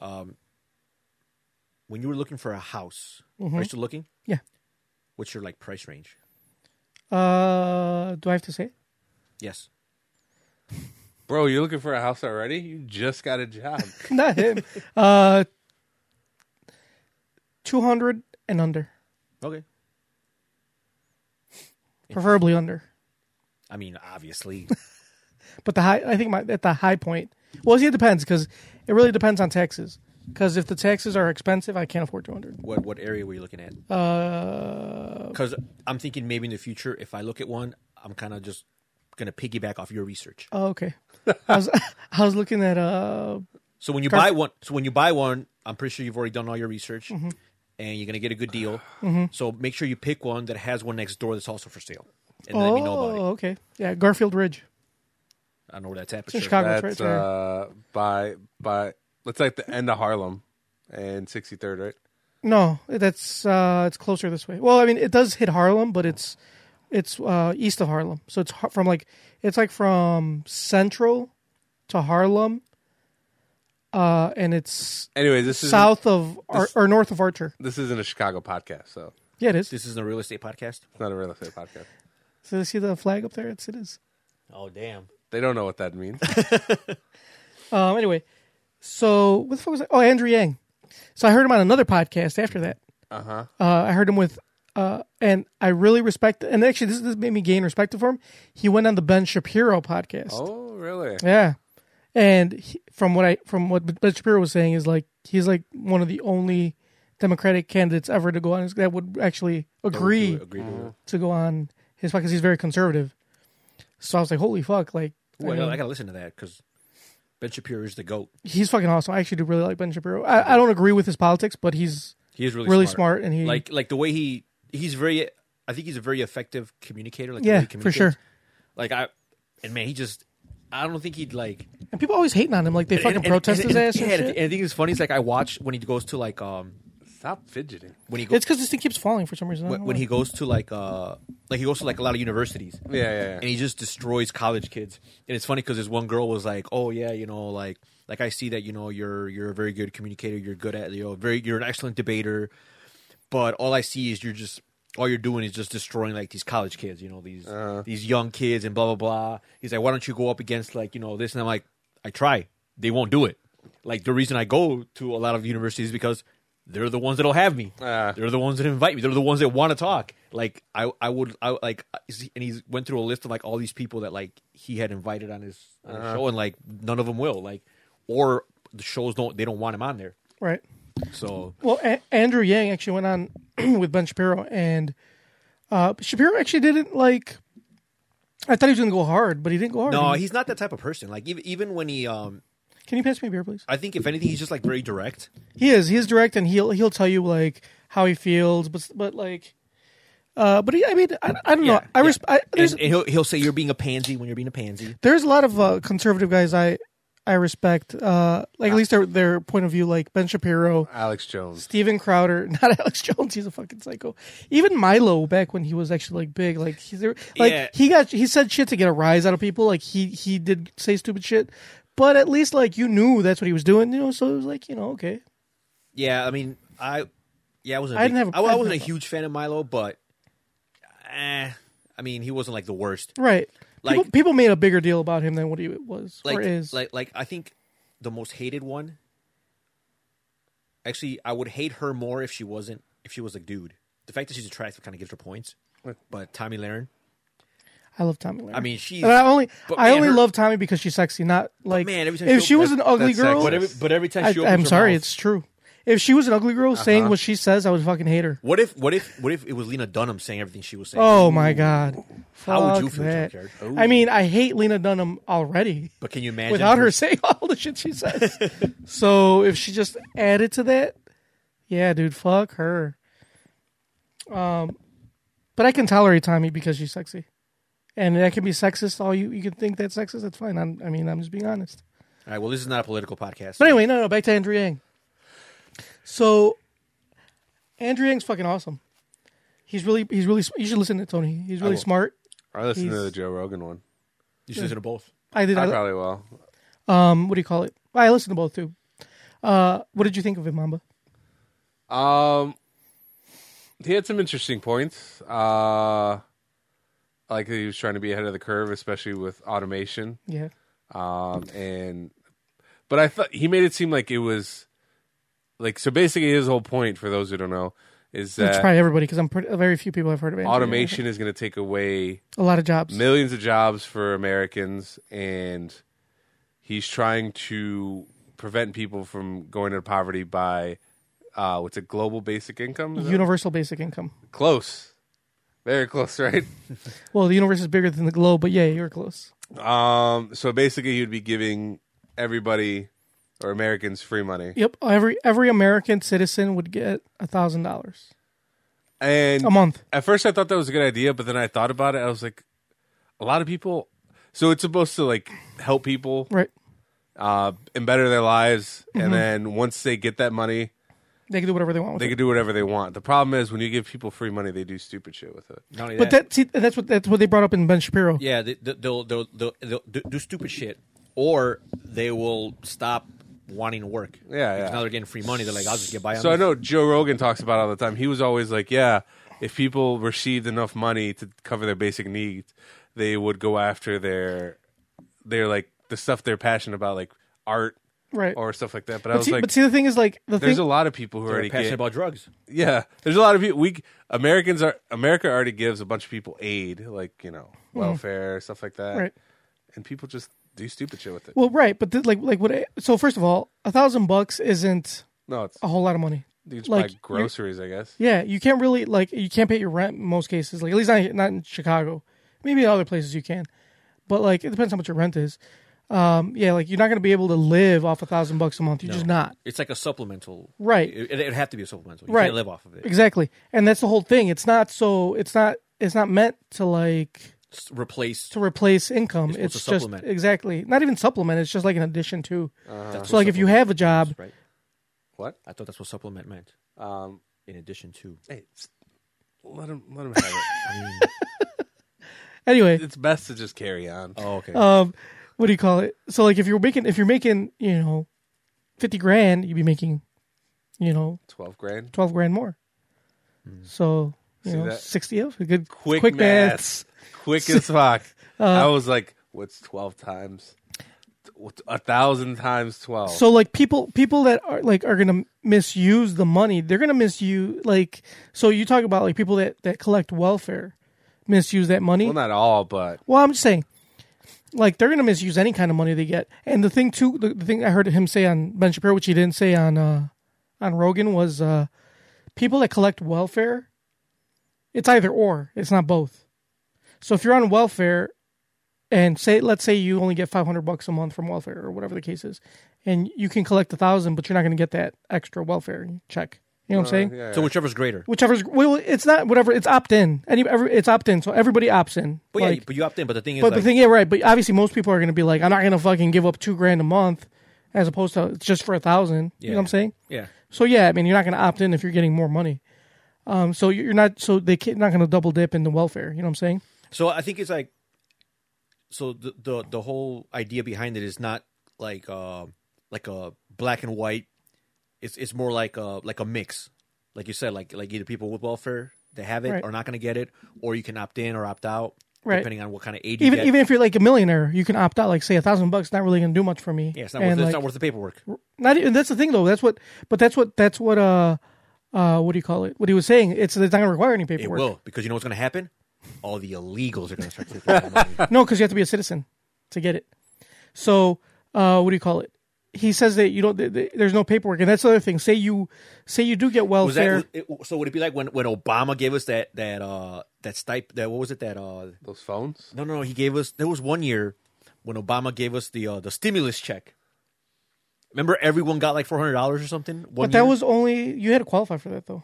Speaker 3: um, When you were looking for a house,
Speaker 2: Mm-hmm.
Speaker 3: are you still looking?
Speaker 2: Yeah.
Speaker 3: What's your like price range?
Speaker 2: Uh, do I have to say? it?
Speaker 3: Yes.
Speaker 4: Bro, you're looking for a house already? You just got a job.
Speaker 2: Not him. uh, two hundred and under,
Speaker 3: Okay.
Speaker 2: preferably under.
Speaker 3: I mean, obviously,
Speaker 2: But the high, I think my at the high point. Well, see, it depends because it really depends on taxes. Because if the taxes are expensive, I can't afford two hundred.
Speaker 3: what what area were you looking at?
Speaker 2: Uh,
Speaker 3: Because I'm thinking maybe in the future, if I look at one, I'm kind of just gonna piggyback off your research.
Speaker 2: oh, okay. I was I was looking at uh
Speaker 3: So when you buy one, so when you buy one, I'm pretty sure you've already done all your research,
Speaker 2: Mm-hmm.
Speaker 3: and you're gonna get a good deal. So make sure you pick one that has one next door that's also for sale, and let me know about
Speaker 2: oh
Speaker 3: it.
Speaker 2: okay yeah Garfield Ridge
Speaker 3: I don't know where that's at.
Speaker 2: It's
Speaker 3: But
Speaker 2: in
Speaker 3: sure.
Speaker 2: Chicago it's right
Speaker 4: That's
Speaker 2: there.
Speaker 4: uh by by let's like the end of Harlem and sixty third, right?
Speaker 2: no that's uh it's closer this way well I mean it does hit Harlem but it's it's uh east of Harlem so it's har- from like it's like from Central to Harlem uh and it's
Speaker 4: Anyways, this is
Speaker 2: south of Ar- or north of Archer
Speaker 4: this isn't a Chicago podcast, so
Speaker 2: yeah it is
Speaker 3: This isn't a real estate podcast.
Speaker 4: it's not a real estate podcast.
Speaker 2: So you see the flag up there? It's, it is.
Speaker 3: Oh damn!
Speaker 4: They don't know what that means.
Speaker 2: Um, anyway, so what the fuck was that? Oh, Andrew Yang. So I heard him on another podcast after that. Uh-huh. I heard him with, uh, and I really respect, and actually this, this made me gain respect for him. He went on the Ben Shapiro podcast.
Speaker 4: oh, really?
Speaker 2: Yeah. And he, from what I, from what Ben Shapiro was saying is like, he's like one of the only Democratic candidates ever to go on his- that would actually agree
Speaker 3: Agree.
Speaker 2: to go on his podcast. He's very conservative. So I was like, holy fuck. Like,
Speaker 3: Ooh, I, gotta, I gotta listen to that because Ben Shapiro is the goat.
Speaker 2: he's fucking awesome. I actually do really like Ben Shapiro. I, I don't agree with his politics, but he's
Speaker 3: He is really
Speaker 2: Really
Speaker 3: smart.
Speaker 2: smart, and he-
Speaker 3: like like the way he he's very. I think he's a very effective communicator. Like the way
Speaker 2: yeah
Speaker 3: he
Speaker 2: for sure.
Speaker 3: communicates. Like I and man, he just. I don't think he'd like.
Speaker 2: And people always hating on him, like they fucking protest
Speaker 3: and,
Speaker 2: his
Speaker 3: and-
Speaker 2: ass. And
Speaker 3: yeah,
Speaker 2: shit.
Speaker 3: and I think it's funny. It's like I watch when he goes to like um
Speaker 4: Stop fidgeting.
Speaker 3: when he goes
Speaker 2: it's because this thing keeps falling for some reason. I
Speaker 3: when,
Speaker 2: don't
Speaker 3: when
Speaker 2: know.
Speaker 3: he goes to like uh like he goes to like a lot of universities
Speaker 4: Yeah, yeah,
Speaker 3: and
Speaker 4: yeah.
Speaker 3: he just destroys college kids and it's funny because this one girl was like oh yeah you know like like i see that you know you're you're a very good communicator you're good at you know very you're an excellent debater but all i see is you're just all you're doing is just destroying like these college kids you know these these young kids and blah blah blah he's like why don't you go up against like you know this and i'm like i try they won't do it like the reason i go to a lot of universities is because they're the ones that'll have me
Speaker 4: Ah.
Speaker 3: they're the ones that invite me. They're the ones that want to talk. Like I, I would, I like, and he went through a list of like all these people that like he had invited on his, on his show, and like none of them will like, or the shows don't. They don't want him on there.
Speaker 2: right?
Speaker 3: So
Speaker 2: Well, a- Andrew Yang actually went on with Ben Shapiro, and uh, Shapiro actually didn't like. I thought he was gonna go hard, but he didn't go hard.
Speaker 3: no, he's not that type of person. Like even even when he, um,
Speaker 2: Can you pass me a beer, please?
Speaker 3: I think if anything, he's just like very direct.
Speaker 2: He is. He is direct, and he'll he'll tell you like how he feels, but but like, uh, but he, I mean, I, I don't know. I, resp- I
Speaker 3: And,
Speaker 2: there's
Speaker 3: and he'll he'll say you're being a pansy when you're being a pansy.
Speaker 2: there's a lot of uh, conservative guys I I respect. Uh, like at least their their point of view. Like Ben Shapiro,
Speaker 4: Alex Jones.
Speaker 2: Steven Crowder, not Alex Jones. He's a fucking psycho. Even Milo, back when he was actually like big, like he's there, like
Speaker 3: Yeah.
Speaker 2: he got he said shit to get a rise out of people. Like he he did say stupid shit, but at least like you knew that's what he was doing. You know, so it was like you know okay.
Speaker 3: Yeah, I mean, I yeah, I wasn't.
Speaker 2: I
Speaker 3: I
Speaker 2: didn't have-
Speaker 3: I,
Speaker 2: I didn't
Speaker 3: wasn't a
Speaker 2: have-
Speaker 3: huge fan of Milo, but eh, I mean, he wasn't like the worst.
Speaker 2: Right.
Speaker 3: Like-
Speaker 2: people, people made a bigger deal about him than what he was
Speaker 3: Like,
Speaker 2: or is.
Speaker 3: like, like I think the most hated one. Actually, I would hate her more if she wasn't if she was a dude. The fact that she's attractive kind of gives her points. But Tommy Lahren,
Speaker 2: I love Tommy. Lahren.
Speaker 3: I mean, she's-
Speaker 2: And I only
Speaker 3: but
Speaker 2: I
Speaker 3: man,
Speaker 2: only
Speaker 3: her-
Speaker 2: love Tommy because she's sexy. Not like
Speaker 3: man, every time
Speaker 2: if
Speaker 3: she
Speaker 2: she was
Speaker 4: opens-
Speaker 2: an ugly
Speaker 4: that's
Speaker 2: girl.
Speaker 4: sexist.
Speaker 3: but every but every time
Speaker 2: I,
Speaker 3: she opens
Speaker 2: I'm
Speaker 3: her
Speaker 2: sorry,
Speaker 3: mouth- Uh-huh.
Speaker 2: it's true. If she was an ugly girl saying what she says, I would fucking hate her.
Speaker 3: what if what if what if it was Lena Dunham saying everything she was saying?
Speaker 2: Oh my god.
Speaker 3: How would you
Speaker 2: Fuck
Speaker 3: feel,
Speaker 2: that.
Speaker 3: Junkyard?
Speaker 2: I mean, I hate Lena Dunham already
Speaker 3: but can you imagine
Speaker 2: without her saying all the shit she says. so if she just added to that, yeah, dude, fuck her. Um, but I can tolerate Tommy because she's sexy, and that can be sexist. All you you can think that's sexist. That's fine. I'm, I mean, I'm just being honest.
Speaker 3: All right, well, this is not a political podcast.
Speaker 2: But anyway, no, no, back to Andrew Yang. So, Andrew Yang's fucking awesome. He's really, he's really. You should listen to Tony. He's really
Speaker 3: will.
Speaker 2: smart.
Speaker 4: I listened to
Speaker 2: He's-
Speaker 4: the Joe Rogan one.
Speaker 3: you should listen to both.
Speaker 2: I did.
Speaker 4: I
Speaker 2: I,
Speaker 4: probably will.
Speaker 2: um, what do you call it? I listened to both too. Uh, what did you think of it, Mamba?
Speaker 4: Um, he had some interesting points. Uh, like he was trying to be ahead of the curve, especially with automation.
Speaker 2: Yeah.
Speaker 4: Um, and but I thought he made it seem like it was like so. Basically, his whole point for those who don't know is
Speaker 2: That's
Speaker 4: that
Speaker 2: probably everybody because I'm pretty, very few people have heard of it.
Speaker 4: automation is going to take away
Speaker 2: a lot of jobs.
Speaker 4: millions of jobs for Americans, and he's trying to prevent people from going into poverty by uh, what's it, global basic income? Is that-
Speaker 2: Universal basic income.
Speaker 4: close, very close, right?
Speaker 2: Well, the universe is bigger than the globe, but yeah, you're close.
Speaker 4: um, so basically, he would be giving everybody or Americans free money,
Speaker 2: Yep. Every every American citizen would get a thousand dollars
Speaker 4: and
Speaker 2: a month.
Speaker 4: At first, I thought that was a good idea, but then I thought about it. I was like, a lot of people. So it's supposed to like help people
Speaker 2: Right.
Speaker 4: uh, and better their lives,
Speaker 2: Mm-hmm.
Speaker 4: and then once they get that money,
Speaker 2: They can do whatever they want with
Speaker 4: they
Speaker 2: it.
Speaker 4: can do whatever they want. The problem is when you give people free money, they do stupid shit with it.
Speaker 3: Not only
Speaker 2: But
Speaker 3: that,
Speaker 2: that see, that's what that's what they brought up in Ben Shapiro.
Speaker 3: yeah, they, they- they'll, they'll, they'll, they'll do do stupid shit, or they will stop wanting to work.
Speaker 4: Yeah,
Speaker 3: because
Speaker 4: yeah.
Speaker 3: now they're getting free money. They're like, I'll just get by. On
Speaker 4: So I
Speaker 3: this.
Speaker 4: know Joe Rogan talks about it all the time. He was always like, "Yeah, if people received enough money to cover their basic needs, they would go after their their like the stuff they're passionate about, like art
Speaker 2: Right.
Speaker 4: or stuff like that." But, I
Speaker 2: but,
Speaker 4: was
Speaker 2: see,
Speaker 4: like,
Speaker 2: but see, the thing is, like the
Speaker 4: "There's
Speaker 2: thing.
Speaker 4: a lot of people who
Speaker 3: They're
Speaker 4: already
Speaker 3: passionate
Speaker 4: get
Speaker 3: about drugs.
Speaker 4: yeah. There's a lot of people. We Americans are America already gives a bunch of people aid, like you know welfare stuff like that,
Speaker 2: Mm-hmm. Right.
Speaker 4: and people just do stupid shit with it.
Speaker 2: Well, right, but th- like like what? I- So first of all, a thousand bucks isn't
Speaker 4: no, it's
Speaker 2: a whole lot of money.
Speaker 4: you just
Speaker 2: like,
Speaker 4: buy groceries, I guess.
Speaker 2: Yeah, you can't really like you can't pay your rent in most cases. Like at least not not in Chicago. Maybe in other places you can, but like it depends how much your rent is. Um, yeah, like you're not gonna be able to live off a thousand bucks a month. You're just not.
Speaker 3: It's like a supplemental,
Speaker 2: Right.
Speaker 3: It, it'd have to be a supplemental. You
Speaker 2: right.
Speaker 3: can't live off of it.
Speaker 2: Exactly, and that's the whole thing. It's not so. It's not. It's not meant to like
Speaker 3: It's replaced.
Speaker 2: to replace income.
Speaker 3: It's supposed
Speaker 2: It's,
Speaker 3: to
Speaker 2: just
Speaker 3: supplement.
Speaker 2: exactly not even supplement. It's just like an addition to.
Speaker 3: that's
Speaker 4: Uh-huh.
Speaker 2: so
Speaker 3: what
Speaker 2: like if you have a job,
Speaker 3: supplement- right?
Speaker 4: What?
Speaker 3: I thought that's what supplement meant.
Speaker 4: Um,
Speaker 3: In addition to,
Speaker 4: hey, s- let him let him have it.
Speaker 2: anyway,
Speaker 4: it's best to just carry on.
Speaker 3: oh okay,
Speaker 2: um, what do you call it? So like if you're making if you're making you know, fifty grand, you'd be making, you know,
Speaker 4: Twelve grand.
Speaker 2: twelve grand more. So you
Speaker 4: See
Speaker 2: know,
Speaker 4: that?
Speaker 2: sixty of a good
Speaker 4: Quick,
Speaker 2: quick
Speaker 4: maths.
Speaker 2: maths.
Speaker 4: Quick as fuck.
Speaker 2: Uh-huh.
Speaker 4: I was like, what's twelve times? What's A thousand times twelve.
Speaker 2: So like people people that are like are gonna misuse the money. They're gonna misuse like so you talk about like people that that collect welfare misuse that money.
Speaker 4: well, not all, but
Speaker 2: Well, I'm just saying, like they're gonna misuse any kind of money they get. And the thing too, the, the thing I heard him say on Ben Shapiro, which he didn't say on uh, on Rogan, was uh, people that collect welfare. It's either or. It's not both. So if you're on welfare, and say let's say you only get 500 bucks a month from welfare or whatever the case is, and you can collect a thousand, but you're not gonna get that extra welfare check. You know what I'm saying?
Speaker 4: Yeah,
Speaker 3: So whichever's greater.
Speaker 2: Whichever's well, it's not whatever. It's opt in. Any, every, it's opt in. So everybody opts in.
Speaker 3: But
Speaker 2: Like,
Speaker 3: yeah, but you opt in. But the thing is,
Speaker 2: But
Speaker 3: like,
Speaker 2: the thing, yeah, right. But obviously, most people are going to be like, I'm not going to fucking give up two grand a month, as opposed to it's just for a thousand. You know what I'm
Speaker 3: Yeah.
Speaker 2: saying?
Speaker 3: yeah,
Speaker 2: So yeah, I mean, you're not going to opt in if you're getting more money. Um, so you're not. So they can, not going to double dip into welfare. You know what I'm saying?
Speaker 3: So I think it's like, so the the, the whole idea behind it is not like uh, like a black and white. It's it's more like a like a mix, like you said, like like either people with welfare they have it
Speaker 2: Right.
Speaker 3: are not going to get it, or you can opt in or opt out
Speaker 2: Right.
Speaker 3: depending on what kind of aid you
Speaker 2: Even
Speaker 3: get.
Speaker 2: even if you're like a millionaire, you can opt out. Like say a thousand bucks, not really going to do much for me.
Speaker 3: yeah, it's not, worth,
Speaker 2: And,
Speaker 3: it's
Speaker 2: like,
Speaker 3: not worth the paperwork.
Speaker 2: not even that's the thing though that's what but that's what that's what uh uh what do you call it what he was saying it's it's not gonna require any
Speaker 3: It
Speaker 2: paperwork
Speaker 3: will because you know what's going to happen. All the illegals are going to start taking the money.
Speaker 2: no because you have to be a citizen to get it so uh what do you call it he says that you don't th- th- there's no paperwork and that's the other thing say you say you do get
Speaker 3: Was that
Speaker 2: welfare
Speaker 3: it- so? Would it be like when, when Obama gave us that that uh that stip that what was it that uh
Speaker 4: Those phones.
Speaker 3: No, no, no. He gave us. There was one year when Obama gave us the uh, the stimulus check. Remember, everyone got like four hundred dollars or something. one
Speaker 2: but that
Speaker 3: year?
Speaker 2: was only you had to qualify for that though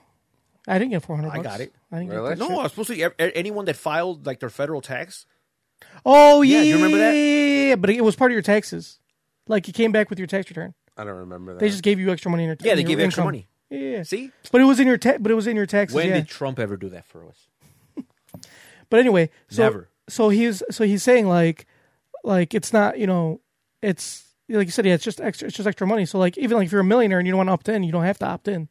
Speaker 2: i didn't get 400
Speaker 3: I
Speaker 2: bucks.
Speaker 3: got it.
Speaker 2: i didn't
Speaker 4: Really?
Speaker 2: get that
Speaker 3: no. I was supposed to ev- anyone that filed like their federal tax.
Speaker 2: shit. oh yeah,
Speaker 3: you remember that?
Speaker 2: yeah but it was part of your taxes like you came back with your tax return
Speaker 4: I don't remember that.
Speaker 2: they just gave you extra money in your
Speaker 3: Yeah,
Speaker 2: in
Speaker 3: they
Speaker 2: your
Speaker 3: gave you extra
Speaker 2: income.
Speaker 3: money.
Speaker 2: yeah
Speaker 3: See,
Speaker 2: But it was in your ta- but it was in your taxes.
Speaker 3: when
Speaker 2: yeah.
Speaker 3: did Trump ever do that for us?
Speaker 2: but anyway, so
Speaker 3: Never.
Speaker 2: so he's so he's saying like like it's not you know it's like you said yeah it's just extra it's just extra money. So like even like if you're a millionaire and you don't want to opt in, you don't have to opt in.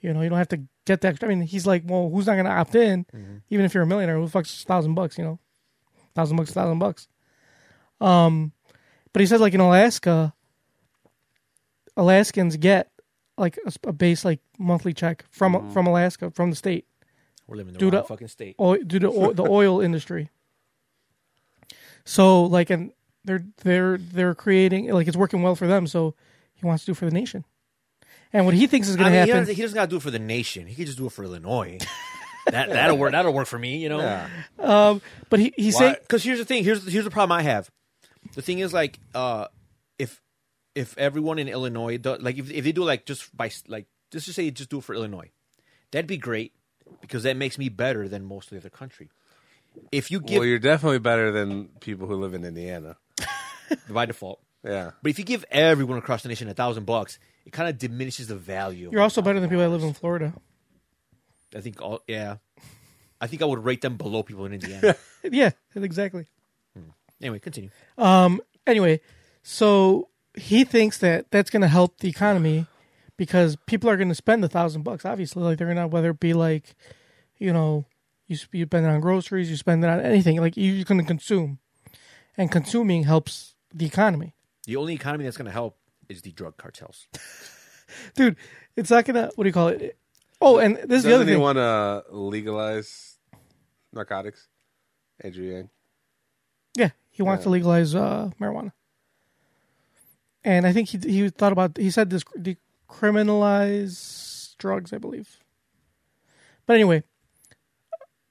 Speaker 2: You know you don't have to get that. I mean he's like well who's not going to opt in even if you're a millionaire who the fucks thousand bucks you know thousand bucks thousand bucks. Um, but he says like in Alaska, Alaskans get like a, s- a base like monthly check from from Alaska from the state
Speaker 3: We're living in the
Speaker 2: Dude,
Speaker 3: wrong
Speaker 2: uh,
Speaker 3: fucking state.
Speaker 2: oil, due to oil, the oil industry. So like, and they're they're they're creating like it's working well for them. So he wants to do for the nation, and what he thinks is
Speaker 3: I
Speaker 2: going
Speaker 3: mean,
Speaker 2: to
Speaker 3: he
Speaker 2: happen.
Speaker 3: doesn't, he doesn't got to do it for the nation. He could just do it for Illinois. that that'll work. That'll work for me. You know.
Speaker 2: but he he's saying
Speaker 3: because here's the thing here's here's the problem I have. The thing is like uh, if if everyone in Illinois does, like if if they do like just by s- like let's just say just do it for Illinois, that'd be great because that makes me better than most of the other country. If you give
Speaker 4: well, you're definitely better than people who live in Indiana.
Speaker 3: by default,
Speaker 4: Yeah.
Speaker 3: but if you give everyone across the nation a thousand bucks, it kind of diminishes the value. of
Speaker 2: you're
Speaker 3: a
Speaker 2: also better than
Speaker 3: thousand
Speaker 2: people that live in Florida.
Speaker 3: dollars. I think all yeah, I think I would rate them below people in Indiana.
Speaker 2: Yeah, exactly.
Speaker 3: anyway, continue.
Speaker 2: Anyway, so he thinks that that's going to help the economy because people are going to spend a thousand bucks. Obviously, like they're going to whether it be like, you know, you sp- you spend it on groceries, you spend it on anything. Like you're going to consume, and consuming helps the economy.
Speaker 3: The only economy that's going to help is the drug cartels.
Speaker 2: dude. It's not gonna. What do you call it? Oh, and this is the other
Speaker 4: Doesn't he
Speaker 2: thing.
Speaker 4: want to legalize narcotics? Andrew Yang.
Speaker 2: yeah, he wants to legalize uh, marijuana, and I think he he thought about. He said this decriminalize drugs, I believe. But anyway,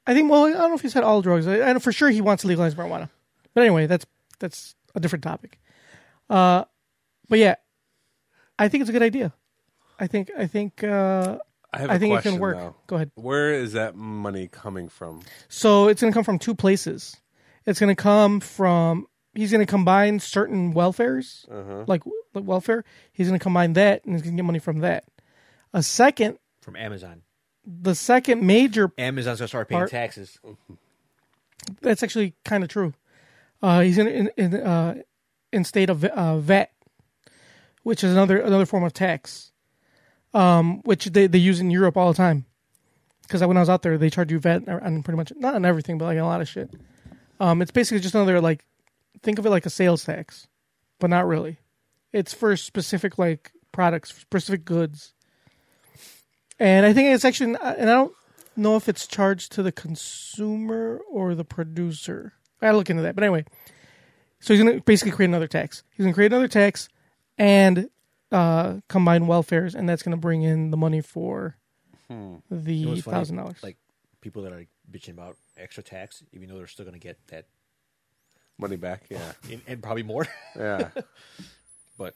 Speaker 2: I think. Well, I don't know if he said all drugs. I, I know for sure he wants to legalize marijuana. But anyway, that's that's a different topic. Uh, but yeah, I think it's a good idea. I think I think uh,
Speaker 4: I have. a
Speaker 2: I think it
Speaker 4: question,
Speaker 2: can work.
Speaker 4: though.
Speaker 2: Go ahead.
Speaker 4: Where is that money coming from?
Speaker 2: So it's going to come from two places. It's going to come from he's going to combine certain welfares, like, like welfare. He's going to combine that, and he's going to get money from that. A second,
Speaker 3: From Amazon,
Speaker 2: the second major
Speaker 3: Amazon's going to start paying
Speaker 2: Part-
Speaker 3: taxes.
Speaker 2: that's actually kind of true. Uh, he's in in, in uh, in state of uh, VAT, which is another another form of tax, um, which they they use in Europe all the time. Because when I was out there, they charge you VAT on pretty much not on everything, but like on a lot of shit. Um, it's basically just another like think of it like a sales tax, but not really. It's for specific like products, specific goods, and I think it's actually and I don't know if it's charged to the consumer or the producer. I gotta look into that. But anyway, so he's gonna basically create another tax. He's gonna create another tax and uh, combine welfares, and that's gonna bring in the money for
Speaker 3: You know
Speaker 2: the
Speaker 3: what's funny?
Speaker 2: thousand dollars.
Speaker 3: Like people that are bitching about extra tax, even though they're still going to get that
Speaker 4: Money back? Yeah.
Speaker 3: and, and probably more.
Speaker 4: Yeah.
Speaker 3: but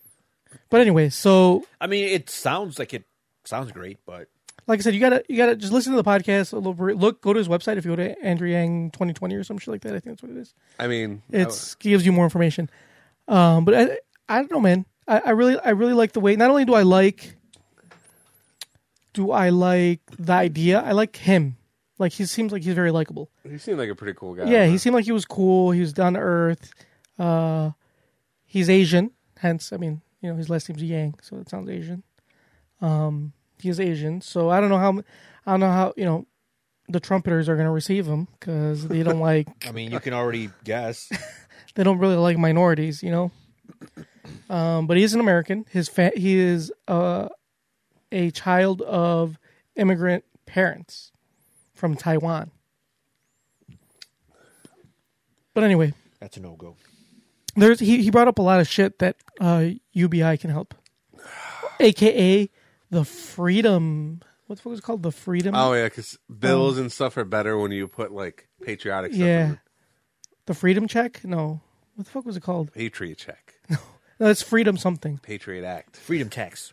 Speaker 2: But anyway, so
Speaker 3: I mean, it sounds like it sounds great, but
Speaker 2: like I said, you gotta you gotta just listen to the podcast. A little, bit. look, go to his website if you go to Andrew Yang twenty twenty or some shit like that. I think that's what it is.
Speaker 4: I mean, I-
Speaker 2: It's gives you more information. Um, but I, I don't know, man. I, I really I really like the way. Not only do I like, do I like the idea? I like him. Like he seems like he's very likable.
Speaker 4: he seemed like a pretty cool guy.
Speaker 2: Yeah, he seemed like he was cool. He was down to earth. Uh, he's Asian, hence, I mean, you know, his last name's Yang, so it sounds Asian. Um, he is Asian, so I don't know how, I don't know how you know, the trumpeters are gonna receive him because they don't like
Speaker 3: I mean, you can already guess.
Speaker 2: they don't really like minorities, you know. Um, but he is an American. His fa- he is uh, a child of immigrant parents from Taiwan. But anyway,
Speaker 3: That's a no go.
Speaker 2: there's he, he brought up a lot of shit that uh, UBI can help, aka the freedom. What the fuck is it called? The freedom.
Speaker 4: Oh yeah, because bills and stuff are better when you put like patriotic stuff.
Speaker 2: Um, yeah,
Speaker 4: in.
Speaker 2: the freedom check. No, what the fuck was it called?
Speaker 4: Patriot check,
Speaker 2: No, it's freedom something,
Speaker 4: Patriot Act.
Speaker 3: Freedom tax.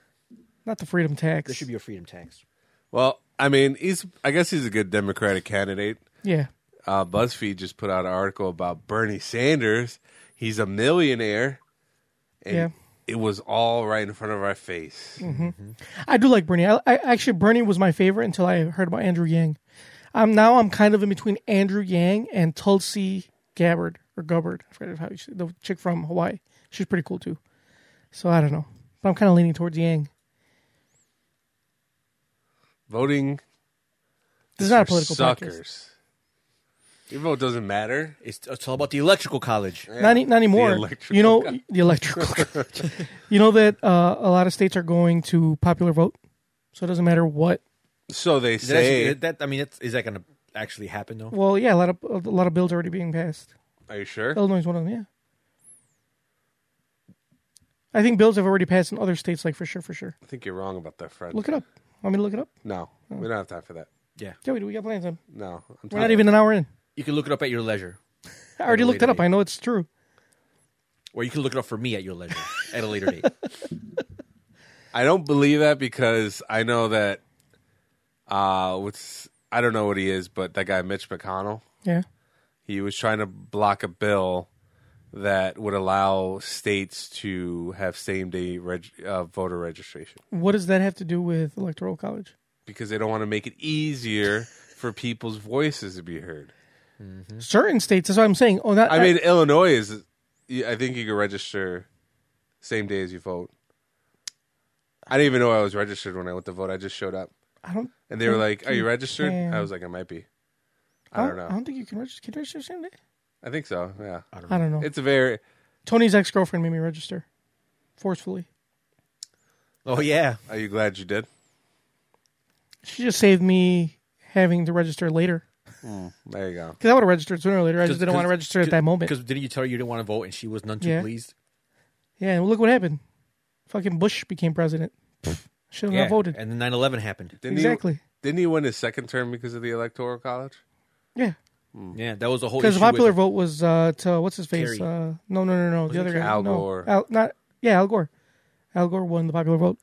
Speaker 2: not the freedom tax.
Speaker 3: There should be a freedom tax.
Speaker 4: Well, I mean, he's I guess he's a good Democratic candidate.
Speaker 2: yeah.
Speaker 4: Uh, BuzzFeed just put out an article about Bernie Sanders. He's a millionaire, and
Speaker 2: Yeah. Hmm.
Speaker 4: it was all right in front of our face.
Speaker 2: I do like Bernie. I, I actually Bernie was my favorite until I heard about Andrew Yang. I'm now I'm kind of in between Andrew Yang and Tulsi Gabbard or Gubbard. I forget how you say the chick from Hawaii. She's pretty cool too. So I don't know, but I'm kind of leaning towards Yang.
Speaker 4: Voting
Speaker 2: This is not a
Speaker 4: for
Speaker 2: political podcast.
Speaker 4: suckers. Your vote doesn't matter.
Speaker 3: It's, it's all about the electrical college.
Speaker 2: Not, any- not anymore.
Speaker 4: electrical
Speaker 2: you know the electrical. you know that uh, a lot of states are going to popular vote, so it doesn't matter what
Speaker 4: So they
Speaker 3: Is that, actually-
Speaker 4: say.
Speaker 3: that I mean, it's, is that going to actually happen though?
Speaker 2: Well, yeah, a lot of a lot of bills are already being passed.
Speaker 4: Are you sure?
Speaker 2: Illinois is one of them. Yeah, I think bills have already passed in other states, like for sure, for sure.
Speaker 4: I think you're wrong about that, friend.
Speaker 2: Look it up. Want me to look it up?
Speaker 4: No, we don't have time for that.
Speaker 3: Yeah,
Speaker 2: Yeah, we do. We got plans on.
Speaker 4: No, I'm
Speaker 2: We're not even an hour in.
Speaker 3: you can look it up at your leisure,
Speaker 2: I already
Speaker 3: a
Speaker 2: looked it
Speaker 3: later
Speaker 2: up. I know it's true.
Speaker 3: or you can look it up for me at your leisure at a later date.
Speaker 4: I don't believe that because I know that uh what's I don't know what he is, but that guy Mitch McConnell,
Speaker 2: Yeah,
Speaker 4: he was trying to block a bill that would allow states to have same day reg- uh, voter registration
Speaker 2: what does that have to do with electoral college?
Speaker 4: because they don't want to make it easier for people's voices to be heard.
Speaker 2: Certain states. That's what I'm saying. Oh, that,
Speaker 4: Mm-hmm. I mean, Illinois is I think you can register same day as you vote. I didn't even know I was registered when I went to vote. I just showed up.
Speaker 2: I don't.
Speaker 4: And they were like, "Are you registered?"
Speaker 2: can.
Speaker 4: I was like, "I might be."
Speaker 2: I
Speaker 4: I
Speaker 2: don't,
Speaker 4: don't know.
Speaker 2: I don't think you can register. Can you register same day?
Speaker 4: I think so. Yeah,
Speaker 2: I don't
Speaker 3: Oh.
Speaker 2: know.
Speaker 4: it's a very
Speaker 2: Tony's ex girlfriend made me register forcefully.
Speaker 3: Oh yeah,
Speaker 4: Are you glad you did?
Speaker 2: She just saved me having to register later.
Speaker 4: There you go.
Speaker 2: Because I would have registered sooner or later. I just
Speaker 3: Cause-
Speaker 2: didn't want to
Speaker 3: cause-
Speaker 2: register at that moment.
Speaker 3: Because didn't you tell her you didn't want to vote, and she was none too
Speaker 2: Yeah.
Speaker 3: pleased?
Speaker 2: Yeah, and look what happened. Fucking Bush became president. Should have not voted.
Speaker 3: And then 9-11 happened.
Speaker 4: Didn't
Speaker 2: Exactly.
Speaker 4: He, didn't he win his second term because of the electoral college?
Speaker 2: Yeah.
Speaker 3: Yeah, that was a whole
Speaker 2: Because
Speaker 3: issue
Speaker 2: the popular
Speaker 3: with-
Speaker 2: vote was uh, to, what's his face?
Speaker 3: Kerry.
Speaker 2: Uh, no, no, no, no. The other guy.
Speaker 4: Al
Speaker 2: no.
Speaker 4: Gore.
Speaker 2: Al, not, yeah, Al Gore. Al Gore won the popular vote.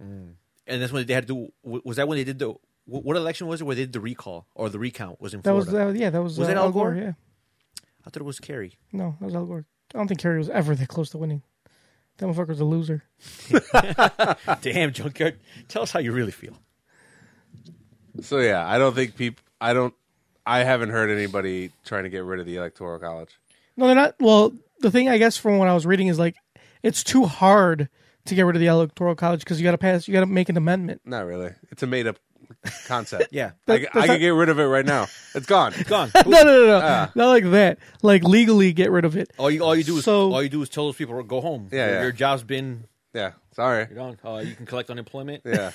Speaker 3: and that's when they had to do. Was that when they did the what what election was it? Where they did the recall or the recount was in
Speaker 2: That
Speaker 3: Florida?
Speaker 2: was, uh, yeah, that was,
Speaker 3: Was
Speaker 2: uh,
Speaker 3: it Al
Speaker 2: Gore?
Speaker 3: Gore?
Speaker 2: Yeah.
Speaker 3: I thought it was Kerry.
Speaker 2: No, that was Al Gore. I don't think Kerry was ever that close to winning. That motherfucker was a loser.
Speaker 3: Damn, junkyard! Tell us how you really feel.
Speaker 4: So yeah, I don't think people. I don't. I haven't heard anybody trying to get rid of the electoral college.
Speaker 2: No, they're not. Well, the thing I guess from what I was reading is like, it's too hard to get rid of the electoral college because you got to pass, you got to make an amendment.
Speaker 4: Not really. It's a made up concept.
Speaker 3: Yeah.
Speaker 4: I, c- I
Speaker 2: that's
Speaker 4: could
Speaker 2: not-
Speaker 4: get rid of it right now. It's gone.
Speaker 3: Gone.
Speaker 2: no, no, no, no. not like that. Like legally get rid of it.
Speaker 3: All you all you do is
Speaker 2: So-
Speaker 3: all you do is tell those people go home.
Speaker 4: Yeah,
Speaker 3: your,
Speaker 4: yeah.
Speaker 3: your job's been
Speaker 4: Yeah. Sorry.
Speaker 3: you're done. Uh, you can collect unemployment
Speaker 4: Yeah.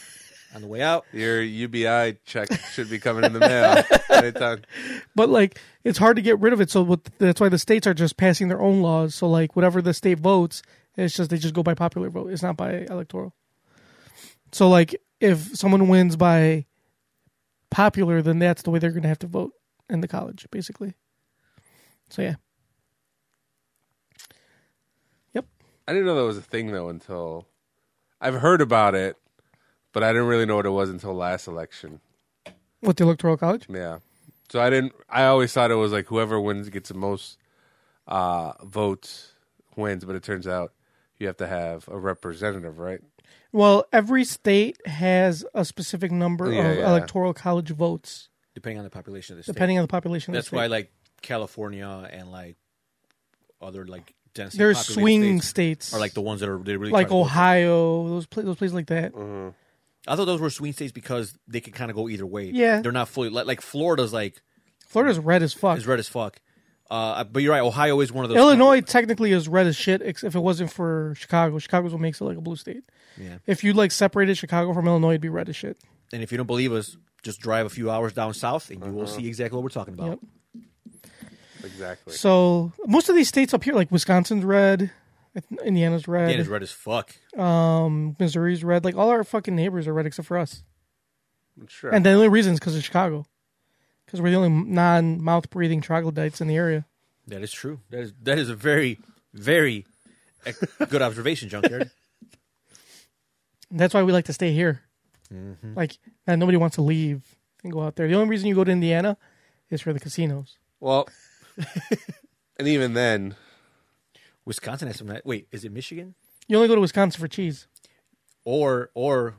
Speaker 3: on the way out.
Speaker 4: Your UBI check should be coming in the mail anytime.
Speaker 2: But like, it's hard to get rid of it. So what, that's why the states are just passing their own laws. So like, whatever the state votes, it's just they just go by popular vote. It's not by electoral. So like, if someone wins by popular, then that's the way they're going to have to vote in the college, basically. So yeah. Yep.
Speaker 4: I didn't know that was a thing though until I've heard about it, but I didn't really know what it was until last election.
Speaker 2: With the Electoral College?
Speaker 4: Yeah. So I didn't. I always thought it was like whoever wins gets the most uh, votes wins, but it turns out you have to have a representative, right?
Speaker 2: Well, every state has a specific number
Speaker 4: Yeah,
Speaker 2: of
Speaker 4: yeah.
Speaker 2: electoral college votes,
Speaker 3: depending on the population of the
Speaker 2: depending
Speaker 3: state.
Speaker 2: on the population. of the
Speaker 3: That's why
Speaker 2: state.
Speaker 3: like California and like other like densely
Speaker 2: there's
Speaker 3: populated
Speaker 2: swing
Speaker 3: states
Speaker 2: states,
Speaker 3: are like the ones that are they really try
Speaker 2: like
Speaker 3: to go for it. Mm-hmm.
Speaker 2: Ohio, those pla- those places like that.
Speaker 3: I thought those were swing states because they could kind of go either way.
Speaker 2: Yeah.
Speaker 3: they're not fully like, like Florida's like
Speaker 2: Florida's red as fuck.
Speaker 3: is red as fuck. Uh, but you're right. Ohio is one of those.
Speaker 2: Illinois technically is red as shit, ex- if it wasn't for Chicago. Chicago's what makes it like a blue state.
Speaker 3: Yeah.
Speaker 2: If you like separated Chicago from Illinois, it'd be red as shit.
Speaker 3: And if you don't believe us, just drive a few hours down south, and you will see exactly what we're talking about.
Speaker 4: Exactly.
Speaker 2: So most of these states up here, like Wisconsin's red, Indiana's red,
Speaker 3: Indiana's red as fuck.
Speaker 2: Missouri's red. Like all our fucking neighbors are red except for us.
Speaker 4: sure.
Speaker 2: And the only reason is because of Chicago, because we're the only non-mouth breathing troglodytes in the area.
Speaker 3: That is true. That is that is a very very ec- good observation, Junkyard.
Speaker 2: And that's why we like to stay here.
Speaker 3: Mm-hmm.
Speaker 2: Like and nobody wants to leave and go out there. The only reason you go to Indiana is for the casinos.
Speaker 4: well, and even then,
Speaker 3: Wisconsin has some. ni- Wait, is it Michigan
Speaker 2: You only go to Wisconsin for cheese.
Speaker 3: or or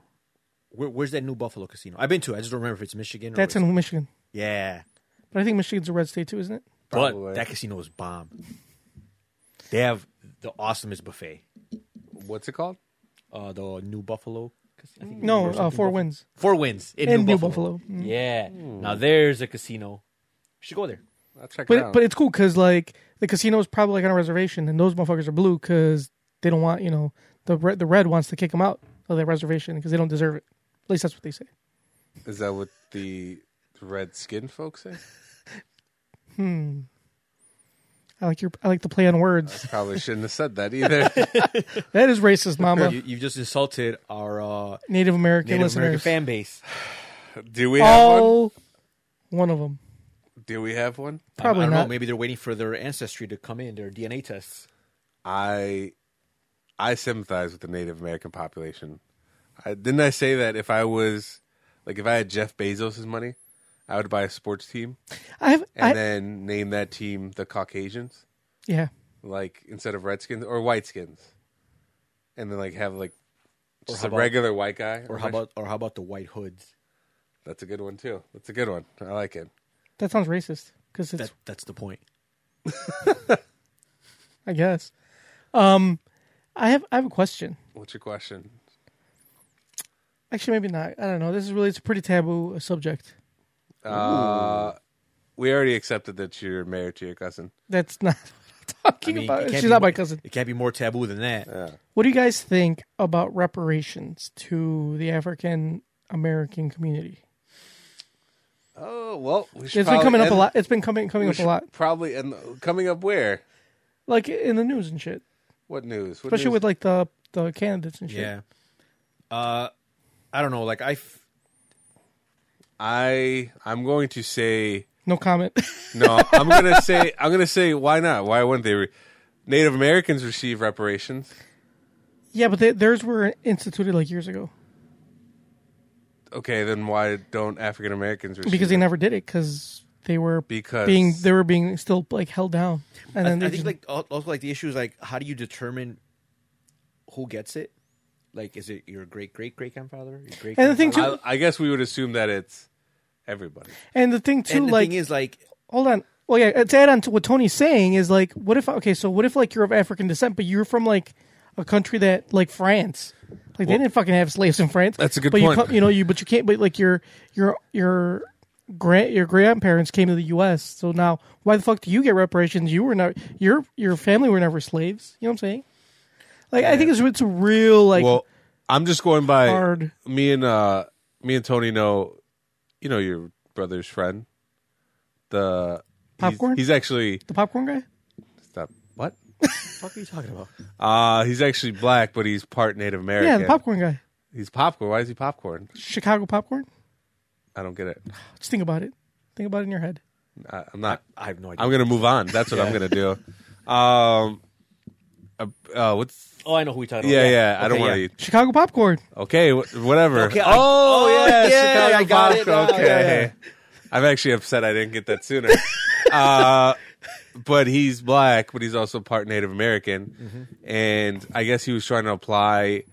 Speaker 3: where, where's that new Buffalo casino? I've been to. it. I just don't remember if it's Michigan. Or
Speaker 2: That's
Speaker 3: Wis-
Speaker 2: in Michigan,
Speaker 3: yeah.
Speaker 2: but I think Michigan's a red state too, isn't it?
Speaker 3: But
Speaker 4: Probably.
Speaker 3: that casino is bomb. They have the awesomest buffet.
Speaker 4: what's it called?
Speaker 3: Uh, the New Buffalo. cas- I think
Speaker 2: No,
Speaker 3: or
Speaker 2: uh,
Speaker 3: something
Speaker 2: four
Speaker 3: Buffalo.
Speaker 2: wins.
Speaker 3: Four wins in,
Speaker 2: In
Speaker 3: New,
Speaker 2: New
Speaker 3: Buffalo.
Speaker 2: Buffalo. Mm.
Speaker 3: Yeah. Now there's a casino. You should go there.
Speaker 4: I'll check
Speaker 2: But
Speaker 3: Oh.
Speaker 4: it out.
Speaker 2: but it's cool because like the casino's probably like on a reservation, and those motherfuckers are blue because they don't want you know the red, the red wants to kick them out of their reservation because they don't deserve it. At least that's what they say.
Speaker 4: Is that what the red skin folks say?
Speaker 2: I like your I like to play on words.
Speaker 4: Probably shouldn't have said that either.
Speaker 2: That is racist, Mama.
Speaker 3: Uh, You, you've just insulted our uh,
Speaker 2: Native American
Speaker 3: Native
Speaker 2: listeners.
Speaker 3: American fan base.
Speaker 4: Do we have one?
Speaker 2: All one of them.
Speaker 4: Do we have one?
Speaker 2: Probably
Speaker 3: I don't
Speaker 2: not.
Speaker 3: know. Maybe they're waiting for their ancestry to come in, their DNA tests.
Speaker 4: I I sympathize with the Native American population. I, didn't I say that if I was like if I had Jeff Bezos' money, I would buy a sports team
Speaker 2: I have.
Speaker 4: and
Speaker 2: I,
Speaker 4: then name that team the Caucasians,
Speaker 2: yeah.
Speaker 4: like instead of Redskins or Whiteskins, and then like have like just
Speaker 3: how
Speaker 4: a
Speaker 3: about-
Speaker 4: regular white guy.
Speaker 3: Or how about or how about the White Hoods?
Speaker 4: that's a good one too. That's a good one. I like it.
Speaker 2: That sounds racist because it's.
Speaker 3: That that's the point.
Speaker 2: I guess. Um, I have. I have a question.
Speaker 4: What's your question?
Speaker 2: Actually, maybe not. I don't know. This is really. It's a pretty taboo uh, subject.
Speaker 4: We already accepted that you're married to your cousin.
Speaker 2: That's not what I'm
Speaker 3: I
Speaker 2: talking
Speaker 3: mean, it
Speaker 2: about.
Speaker 3: can't
Speaker 2: She's
Speaker 3: be
Speaker 2: not
Speaker 3: more-
Speaker 2: my cousin.
Speaker 3: It can't be more taboo than that.
Speaker 2: What do you guys think about reparations to the African American community?
Speaker 4: Oh well, we should
Speaker 2: It's been
Speaker 4: probably
Speaker 2: coming up a
Speaker 4: end-
Speaker 2: lot. It's been coming
Speaker 4: we
Speaker 2: coming up a
Speaker 4: should
Speaker 2: lot,
Speaker 4: Probably and coming up where?
Speaker 2: like in the news and shit,
Speaker 4: What news? What
Speaker 2: especially
Speaker 4: news?
Speaker 2: with like the the candidates and shit.
Speaker 3: Yeah. Uh, I don't know. Like I, f-
Speaker 4: I I'm going to say
Speaker 2: No comment.
Speaker 4: no. I'm going to say I'm going to say why not? Why wouldn't they? Re- Native Americans receive reparations.
Speaker 2: yeah, but they, theirs were instituted like years ago
Speaker 4: Okay, then why don't African Americans receive?
Speaker 2: because they
Speaker 4: it?
Speaker 2: never did it because they were
Speaker 4: Because-
Speaker 2: being they were being still like held down, and
Speaker 3: I,
Speaker 2: then
Speaker 3: I
Speaker 2: they
Speaker 3: think
Speaker 2: just,
Speaker 3: like al- also like the issue is like how do you determine who gets it? Like, is it your great great great grandfather? Your great
Speaker 2: and the thing too,
Speaker 4: I, I guess we would assume that it's everybody.
Speaker 2: and the thing too,
Speaker 3: and the
Speaker 2: like
Speaker 3: thing is like
Speaker 2: hold on. Well, yeah, to add on to what Tony's saying is like, what if okay, so what if like you're of African descent, but you're from like a country that like France, like they didn't fucking have slaves in France.
Speaker 4: That's a good
Speaker 2: but You,
Speaker 4: point.
Speaker 2: come- you know, you but you can't. But like your your your grand your grandparents came to the U.S. So now, why the fuck do you get reparations? You were not your your family were never slaves. You know what I'm saying? Like, I think it's it's a real like
Speaker 4: well, I'm just going by
Speaker 2: Hard.
Speaker 4: me and uh me and Tony know you know your brother's friend. The he's-
Speaker 2: Popcorn?
Speaker 4: He's, actually
Speaker 2: the popcorn guy.
Speaker 4: stop. What?
Speaker 3: fuck are you talking about?
Speaker 4: Uh he's actually black, but he's part Native American.
Speaker 2: Yeah, the popcorn guy.
Speaker 4: He's popcorn. Why is he popcorn?
Speaker 2: Chicago popcorn.
Speaker 4: I don't get it.
Speaker 2: Just think about it. Think about it in your head.
Speaker 4: I, I'm not.
Speaker 3: I have no idea.
Speaker 4: I'm gonna move on. That's what I'm gonna do. Um, Uh, uh, what's?
Speaker 3: Oh, I know who we talking
Speaker 4: Yeah,
Speaker 3: about.
Speaker 4: yeah. I don't
Speaker 3: Okay,
Speaker 4: want to
Speaker 3: yeah.
Speaker 4: eat.
Speaker 2: Chicago popcorn.
Speaker 4: Okay, wh- whatever.
Speaker 3: Okay, I-
Speaker 4: oh,
Speaker 3: oh,
Speaker 4: yeah,
Speaker 3: yeah,
Speaker 4: Chicago
Speaker 3: I got it
Speaker 4: vodka,
Speaker 3: now,
Speaker 4: Okay,
Speaker 3: yeah, yeah.
Speaker 4: I'm actually upset I didn't get that sooner. uh, but he's black, but he's also part Native American,
Speaker 3: Mm-hmm.
Speaker 4: and I guess he was trying to apply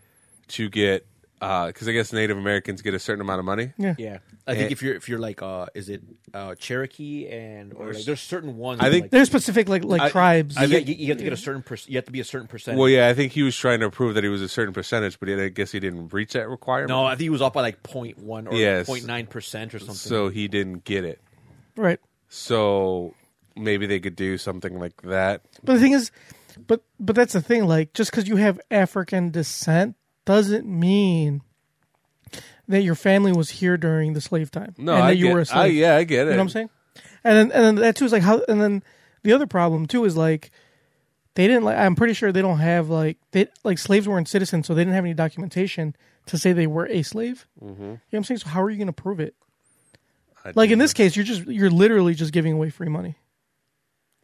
Speaker 4: to get because I guess Native Americans get a certain amount of money.
Speaker 2: Yeah.
Speaker 3: Yeah, I think
Speaker 4: Eh.
Speaker 3: if you're if you're like, uh, is it uh, Cherokee and or like, there's certain ones.
Speaker 4: I
Speaker 3: that,
Speaker 4: think
Speaker 3: like,
Speaker 2: There's specific like like
Speaker 4: I-
Speaker 2: tribes.
Speaker 4: I
Speaker 3: you,
Speaker 4: think-
Speaker 3: get, you have to get a certain per- you have to be a certain percent.
Speaker 4: Well, yeah, I think he was trying to prove that he was a certain percentage, but he- I guess he didn't reach that requirement.
Speaker 3: No, I think he was off by like 0.1 or
Speaker 4: Yes.
Speaker 3: 0.9 percent or something.
Speaker 4: so he didn't get it.
Speaker 2: right.
Speaker 4: So maybe they could do something like that.
Speaker 2: But the thing is, but but that's the thing. Like, just because you have African descent doesn't mean that your family was here during the slave time.
Speaker 4: No,
Speaker 2: and
Speaker 4: I
Speaker 2: that you
Speaker 4: get,
Speaker 2: were a slave.
Speaker 4: I, yeah, I get it.
Speaker 2: You know what I'm saying? And then and then that too is like how and then the other problem too is like they didn't like I'm pretty sure they don't have like they like slaves weren't citizens, so they didn't have any documentation to say they were a slave. You know what I'm saying? So how are you gonna prove it?
Speaker 4: I
Speaker 2: Like in
Speaker 4: do.
Speaker 2: this case, you're just you're literally just giving away free money.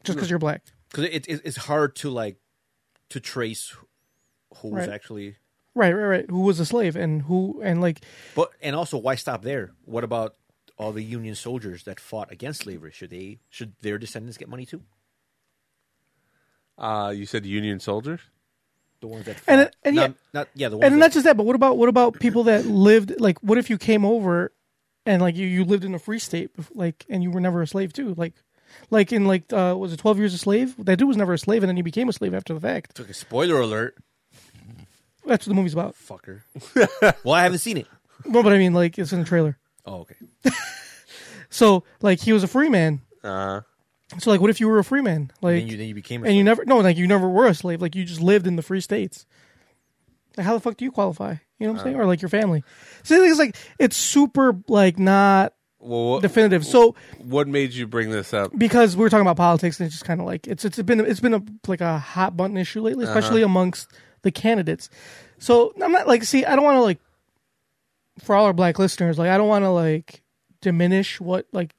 Speaker 2: Just because you're black.
Speaker 3: because it, it, it's hard to like to trace who was
Speaker 2: Right.
Speaker 3: actually.
Speaker 2: Right, right, right. Who was a slave and who and like
Speaker 3: But and also, why stop there? What about all the Union soldiers that fought against slavery? Should they should their descendants get money too?
Speaker 4: Uh, you said Union soldiers?
Speaker 3: The ones that fought.
Speaker 2: And- and
Speaker 3: not,
Speaker 2: yeah.
Speaker 3: not yeah, the ones
Speaker 2: and
Speaker 3: that,
Speaker 2: not just that, but what about what about people that lived like what if you came over and like you, you lived in a free state bef- like and you were never a slave too like like in like uh was it 12 years a slave that dude was never a slave and then he became a slave after the fact
Speaker 3: Okay, spoiler alert,
Speaker 2: that's what the movie's about
Speaker 3: fucker. well, I haven't seen it.
Speaker 2: no but i mean like it's in the trailer
Speaker 3: Oh, okay.
Speaker 2: so like he was a free man
Speaker 4: Uh,
Speaker 2: so like what if you were a free man like
Speaker 3: Then Uh-huh. you then you became a
Speaker 2: and you
Speaker 3: slave.
Speaker 2: never no like you never were a slave like you just lived in the free states like how the fuck do you qualify you know
Speaker 3: Uh-huh.
Speaker 2: what i'm saying or like your family so it's like it's super like not
Speaker 4: well, what,
Speaker 2: definitive so
Speaker 4: what made you bring this up?
Speaker 2: because we were talking about politics and it's just kind of like it's it's been it's been a like a hot button issue lately, especially amongst the candidates. So I'm not like see I don't want to like for all our black listeners like I don't want to like diminish what like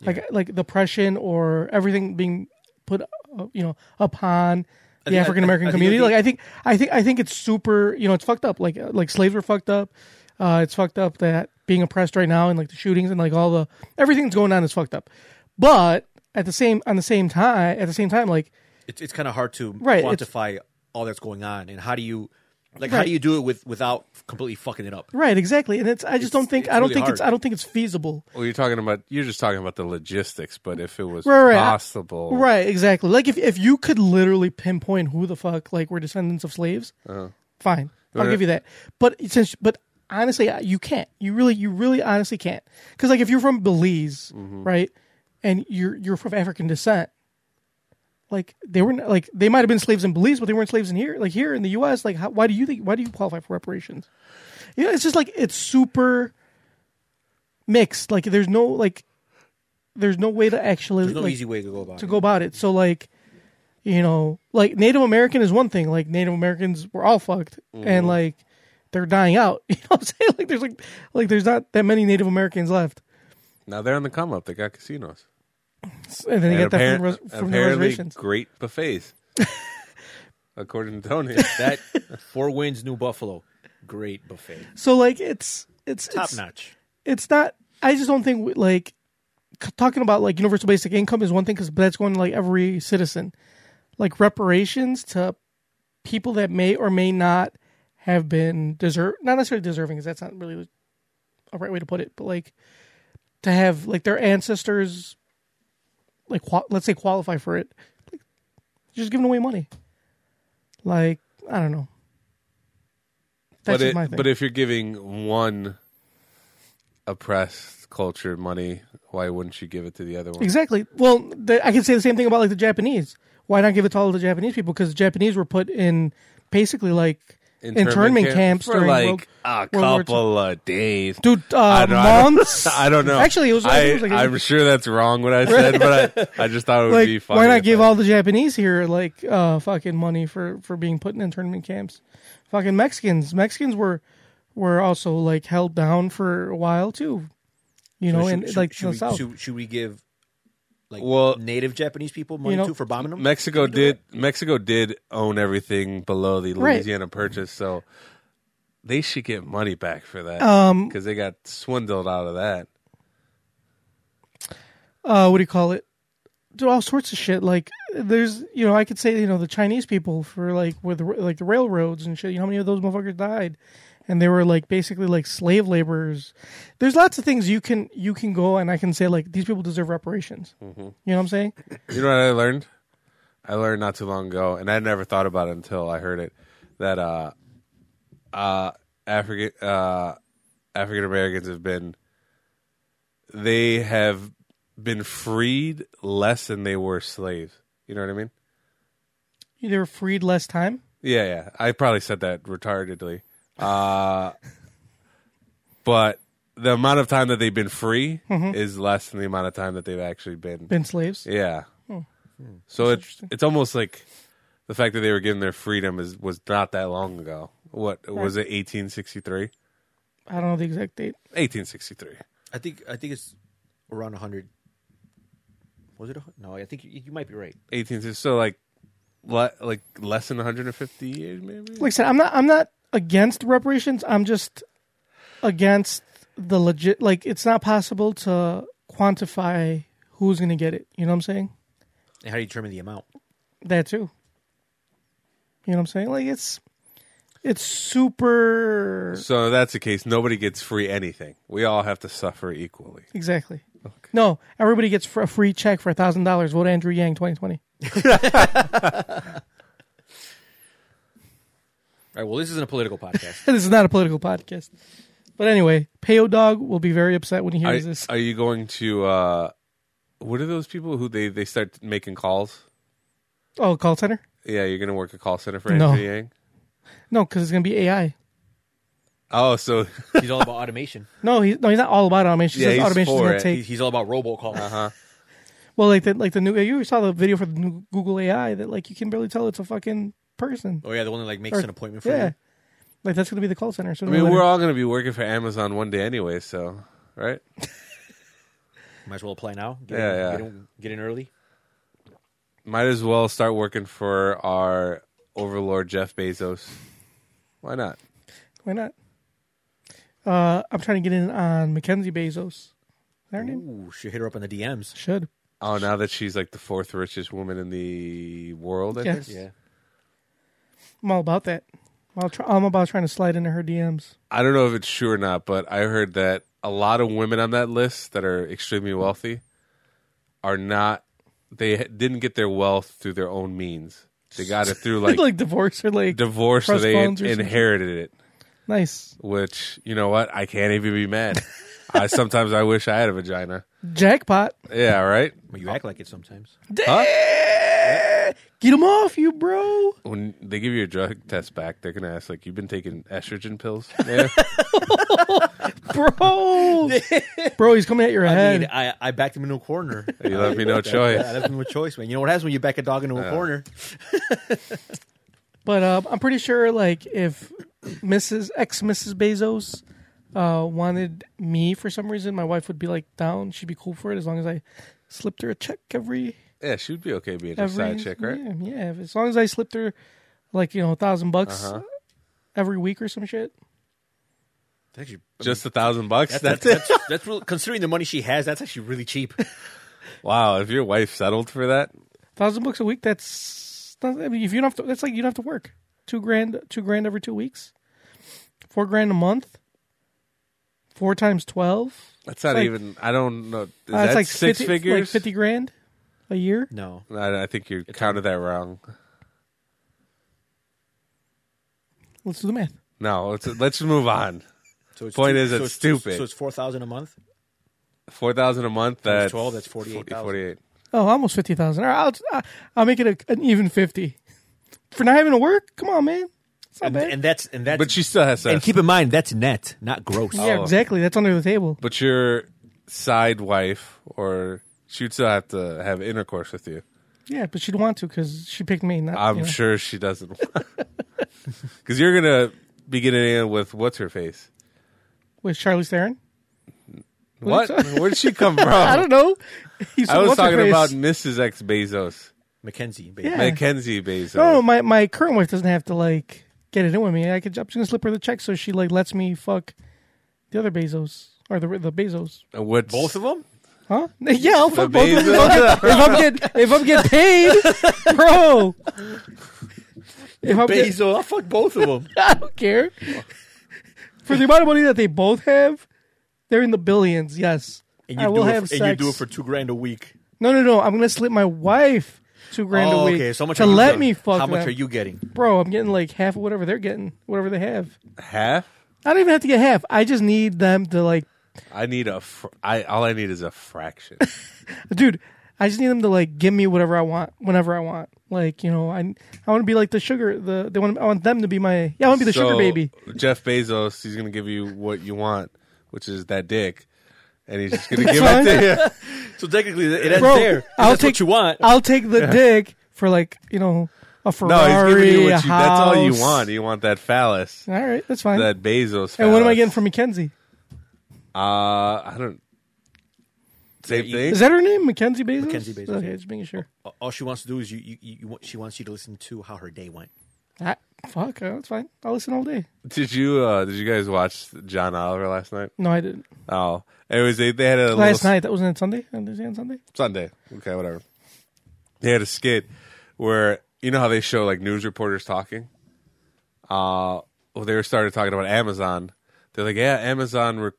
Speaker 2: like like the oppression or everything being put uh, you know upon the
Speaker 3: think- I-
Speaker 2: African American
Speaker 3: I- I think
Speaker 2: community. Like
Speaker 3: it'd be-
Speaker 2: I think I think I think it's super you know it's fucked up. Like uh, like slaves were fucked up. Uh, it's fucked up that being oppressed right now and like the shootings and like all the everything that's going on is fucked up. But at the same on the same time at the same time like
Speaker 3: It's it's kind of hard to
Speaker 2: Right, it's-
Speaker 3: quantify all that's going on, and how do you like how
Speaker 2: Right.
Speaker 3: do you do it with without completely fucking it up?
Speaker 2: right exactly and it's I just don't think
Speaker 3: it's
Speaker 2: I don't
Speaker 3: really
Speaker 2: think it's
Speaker 3: hard.
Speaker 2: I don't think it's feasible.
Speaker 4: Well, you're talking about you're just talking about the logistics, but if it was
Speaker 2: Right, right. I-
Speaker 4: possible,
Speaker 2: Right, exactly. Like if if you could literally pinpoint who the fuck like were descendants of slaves, fine, I'll
Speaker 4: Right.
Speaker 2: give you that. But since but honestly, I- you can't. You really you really honestly can't. Because like if you're from Belize, right, and you're you're from African descent, like they were not- like they might have been slaves in Belize, but they weren't slaves in here. Like here in the U.S., like how, why do you think why do you qualify for reparations? You know, it's just like it's super mixed. Like there's no like. There's no way to actually
Speaker 3: There's no
Speaker 2: like,
Speaker 3: easy way to go about
Speaker 2: to
Speaker 3: it.
Speaker 2: go about it. So like, you know, like Native American is one thing. Like Native Americans were all fucked, and like they're dying out. You know what I'm saying? Like there's like like there's not that many Native Americans left,
Speaker 4: now they're on the come up. They got casinos.
Speaker 2: and then they get that
Speaker 4: appar-
Speaker 2: from, res- from the
Speaker 4: apparently
Speaker 2: reservations.
Speaker 4: great buffets, according to Tony.
Speaker 3: that four wins, New Buffalo, great buffet,
Speaker 2: So like it's it's
Speaker 3: top
Speaker 2: it's,
Speaker 3: notch.
Speaker 2: it's not. I just don't think we- like c- talking about like universal basic income is one thing because that's going to like every citizen. Like reparations to people that may or may not have been deserve not necessarily deserving because that's not really a right way to put it, but like to have like their ancestors like qua- let's say qualify for it, like, just giving away money. Like I don't know. That's
Speaker 4: but,
Speaker 2: just
Speaker 4: it-
Speaker 2: my thing.
Speaker 4: but if you're giving one oppressed culture money, why wouldn't you give it to the other one?
Speaker 2: Exactly. Well, the, I can say the same thing about like the Japanese. Why not give it to all the Japanese people? Because Japanese were put in basically like internment, camps
Speaker 4: for
Speaker 2: during
Speaker 4: like ah,
Speaker 2: World,
Speaker 4: a
Speaker 2: World War II.
Speaker 4: couple of days.
Speaker 2: Dude, uh,
Speaker 4: I don't- I don't-
Speaker 2: months.
Speaker 4: I don't know.
Speaker 2: Actually, it was. I,
Speaker 4: I,
Speaker 2: think it was, like,
Speaker 4: am sure that's wrong what I said, but I, I just thought it would
Speaker 2: like,
Speaker 4: be funny.
Speaker 2: why
Speaker 4: if
Speaker 2: not give
Speaker 4: I-
Speaker 2: all the Japanese here like uh, fucking money for for being put in internment camps? Fucking Mexicans. Mexicans were were also like held down for a while too. You know,
Speaker 3: Should-
Speaker 2: and
Speaker 3: should-
Speaker 2: like
Speaker 3: should
Speaker 2: in the
Speaker 3: we,
Speaker 2: south.
Speaker 3: Should, should we give like
Speaker 4: Well-
Speaker 3: native Japanese people money
Speaker 2: You know,
Speaker 3: too for bombing them.
Speaker 4: Mexico did Mexico did own everything below the
Speaker 2: Right.
Speaker 4: Louisiana Purchase, so they should get money back for that
Speaker 2: Um,
Speaker 4: because they got swindled out of that.
Speaker 2: uh, what do you call it? Do all sorts of shit. Like there's, you know, I could say, you know, the Chinese people for like with like the railroads and shit. You know how many of those motherfuckers died, and they were like basically like slave laborers. There's lots of things you can you can go and I can say like these people deserve reparations. You know what I'm saying?
Speaker 4: You know what I learned? I learned not too long ago, and I never thought about it until I heard it that uh, uh, African uh, African Americans have been they have been freed less than they were slaves. You know what I mean?
Speaker 2: They were freed less time.
Speaker 4: Yeah, yeah. I probably said that retardedly. Uh, but the amount of time that they've been free is less than the amount of time that they've actually been.
Speaker 2: Been slaves.
Speaker 4: Yeah. So it's it's almost like the fact that they were given their freedom is was not that long ago. What was it? 1863.
Speaker 2: I don't know the exact date.
Speaker 4: 1863.
Speaker 3: I think I think it's around hundred. Was it? A, hun- no, I think you, you might be right.
Speaker 4: 18. So like, le- like less than 150 years, maybe.
Speaker 2: Like I said, I'm not I'm not against reparations. I'm just against the legit. Like it's not possible to quantify who's gonna get it. You know what I'm saying?
Speaker 3: And how do you determine the amount?
Speaker 2: That too. You know what I'm saying? Like it's it's super
Speaker 4: So if that's the case. Nobody gets free anything. We all have to suffer equally.
Speaker 2: exactly. No, everybody gets fr- a free check for a thousand dollars. Vote Andrew Yang 2020.
Speaker 3: All right. Well, this isn't a political podcast.
Speaker 2: This is not a political podcast, but anyway, Peo Dog will be very upset when he
Speaker 4: Are,
Speaker 2: hears this.
Speaker 4: are you going to? uh What are those people who they they start making calls?
Speaker 2: oh, call center?
Speaker 4: Yeah, you're going to work a call center for
Speaker 2: No.
Speaker 4: Andrew Yang.
Speaker 2: No, because it's gonna be AI.
Speaker 4: Oh, so
Speaker 3: he's all about automation.
Speaker 2: No, he's no, he's not all about automation. He
Speaker 4: Yeah,
Speaker 2: says
Speaker 4: he's
Speaker 2: automation's
Speaker 4: for
Speaker 2: gonna
Speaker 4: it.
Speaker 2: take
Speaker 3: He- He's all about robocalls. Uh-huh.
Speaker 2: well, like the like the new. You saw the video for the new Google AI that like you can barely tell it's a fucking person.
Speaker 3: Oh yeah, the one that like makes
Speaker 2: Or-
Speaker 3: an appointment for
Speaker 2: Yeah,
Speaker 3: you.
Speaker 2: like that's gonna be the call center. So
Speaker 4: I mean, we're all going to be working for Amazon one day anyway, so right?
Speaker 3: Might as well apply now. Get
Speaker 4: Yeah,
Speaker 3: in,
Speaker 4: yeah.
Speaker 3: Get in, get in early.
Speaker 4: Might as well start working for our overlord Jeff Bezos. Why not?
Speaker 2: Why not? Uh, I'm trying to get in on Mackenzie Bezos. Is that her name?
Speaker 3: Ooh, should hit her up on the DMs.
Speaker 2: Should.
Speaker 4: Oh, now that she's like the fourth richest woman in the world, I
Speaker 2: Yes.
Speaker 4: think.
Speaker 3: Yeah.
Speaker 2: I'm all about that. I'm, all try- I'm about trying to slide into her DMs.
Speaker 4: I don't know if it's true or not, but I heard that a lot of women on that list that are extremely wealthy are not. They ha- didn't get their wealth through their own means. They got it through
Speaker 2: Like,
Speaker 4: like,
Speaker 2: divorce or like
Speaker 4: divorce, so
Speaker 2: trust
Speaker 4: they
Speaker 2: funds or something.
Speaker 4: inherited it.
Speaker 2: nice.
Speaker 4: which you know what i can't even be mad i sometimes i wish i had a vagina
Speaker 2: Jackpot.
Speaker 4: yeah right
Speaker 3: Well, you act like it sometimes.
Speaker 2: Get him off you, bro.
Speaker 4: when they give you a drug test back they're gonna ask like you've been taking estrogen pills yeah
Speaker 2: Bro. bro, he's coming at your
Speaker 3: I
Speaker 2: head.
Speaker 3: mean, I, I backed him into a corner.
Speaker 4: you left me no choice
Speaker 3: I left him with choice, man. You know what happens when you back a dog into a corner?
Speaker 2: But uh, I'm pretty sure, like, if Mrs. ex Mrs. Bezos uh, wanted me for some reason, my wife would be like down. She'd be cool for it as long as I slipped her a check every
Speaker 4: yeah she'd be okay being a
Speaker 2: every
Speaker 4: side chick right
Speaker 2: Yeah, yeah. If, as long as I slipped her, like you know, a thousand bucks
Speaker 4: Uh-huh.
Speaker 2: every week or some shit.
Speaker 3: It's actually-
Speaker 4: just a thousand bucks
Speaker 3: that's,
Speaker 4: that's,
Speaker 3: that's, that's, that's real, considering the money she has. That's actually really cheap.
Speaker 4: it wow if your wife settled for that
Speaker 2: Thousand bucks a week. That's that's- I mean, if you don't have to. That's like you don't have to work. Two grand, two grand every two weeks. Four grand a month. Four times twelve.
Speaker 4: that's not
Speaker 2: like-
Speaker 4: even i don't know is
Speaker 2: Uh,
Speaker 4: that
Speaker 2: it's like
Speaker 4: six
Speaker 2: 50,
Speaker 4: figures
Speaker 2: like fifty grand a year.
Speaker 3: No,
Speaker 4: I, I think you counted that wrong
Speaker 2: Let's do the math.
Speaker 4: no let's let's move on
Speaker 3: so it's
Speaker 4: Point is, it's stupid.
Speaker 3: So it's four thousand a month.
Speaker 4: 4000 a month that's
Speaker 3: 12, that's 48,000.
Speaker 4: 48
Speaker 2: Oh, almost fifty thousand. I'll I'll- I'll make it a, an even fifty. For not having to work, come on, man. It's not
Speaker 3: And,
Speaker 2: bad.
Speaker 3: and that's and that's
Speaker 4: but she still has to
Speaker 3: and keep in mind that's net, not gross. Oh,
Speaker 2: yeah,
Speaker 4: Oh.
Speaker 2: exactly. That's under the table.
Speaker 4: But your side wife, or she'd still have to have intercourse with you.
Speaker 2: Yeah, but she'd want to because she picked me. Not,
Speaker 4: I'm
Speaker 2: you know.
Speaker 4: sure she doesn't. Because you're going to be getting in with what's her face?
Speaker 2: with Charlie Theron.
Speaker 4: What? Where did she come from?
Speaker 2: I don't know. He's
Speaker 4: I was talking about
Speaker 2: no,
Speaker 4: Mrs. X Bezos,
Speaker 3: Mackenzie. Baby.
Speaker 2: Yeah.
Speaker 4: Mackenzie Bezos.
Speaker 2: no, my my current wife doesn't have to like get it in with me. I could I'm just gonna slip her the check so she like lets me fuck the other Bezos or the the Bezos,
Speaker 4: And What's,
Speaker 3: Both of them?
Speaker 2: huh? Yeah, I'll fuck
Speaker 4: The
Speaker 2: both of them. if I'm getting if I'm getting paid, bro. If I'm getting,
Speaker 3: Basil. I'll fuck both of them.
Speaker 2: I don't care. For the amount of money that they both have, they're in the billions. Yes,
Speaker 3: And
Speaker 2: I
Speaker 3: you,
Speaker 2: will
Speaker 3: do it,
Speaker 2: have
Speaker 3: for-
Speaker 2: sex.
Speaker 3: and you do it for two grand a week.
Speaker 2: No, no, no. I'm gonna slip my wife two grand
Speaker 3: Oh,
Speaker 2: a week
Speaker 3: okay. So how much
Speaker 2: to
Speaker 3: are you
Speaker 2: let
Speaker 3: getting?
Speaker 2: me fuck.
Speaker 3: How much
Speaker 2: them.
Speaker 3: are you getting?
Speaker 2: bro? I'm getting like half of whatever they're getting, whatever they have.
Speaker 4: half.
Speaker 2: I don't even have to get half. I just need them to like,
Speaker 4: I need a. Fr- I all I need is a fraction.
Speaker 2: dude. I just need them to like give me whatever I want, whenever I want. Like you know, I I want to be like the sugar. The they want I want them to be my yeah. I want to be the sugar
Speaker 4: So,
Speaker 2: baby.
Speaker 4: Jeff Bezos, he's gonna give you what you want, which is that dick, and he's just gonna give it
Speaker 2: fine.
Speaker 4: to you.
Speaker 3: So technically, it ends
Speaker 2: Bro,
Speaker 3: there.
Speaker 2: I'll
Speaker 3: That's
Speaker 2: take
Speaker 3: what you want.
Speaker 2: I'll take the dick for like you know a Ferrari.
Speaker 4: No, he's giving you
Speaker 2: a
Speaker 4: what you. That's all you
Speaker 2: house.
Speaker 4: want. You want that phallus,
Speaker 2: All right, that's fine.
Speaker 4: that Bezos. Phallus.
Speaker 2: and what am I getting from Mackenzie?
Speaker 4: Uh, I don't. Same thing.
Speaker 2: Is that her name, Mackenzie Bezos?
Speaker 3: Mackenzie Bezos,
Speaker 2: Okay,
Speaker 3: yeah.
Speaker 2: just making sure.
Speaker 3: All she wants to do is you, you, you, you want- she wants you to listen to how her day went.
Speaker 2: Ah, fuck, uh, that's fine. I'll listen all day.
Speaker 4: Did you uh did you guys watch John Oliver last night?
Speaker 2: No, I didn't.
Speaker 4: Oh, it was they, they had a
Speaker 2: Last
Speaker 4: little
Speaker 2: night, that wasn't on Sunday. Is it on Sunday?
Speaker 4: Sunday. Okay, whatever. They had a skit where you know how they show like news reporters talking. Uh, well, they were started talking about Amazon. They're like, yeah, Amazon. Rec-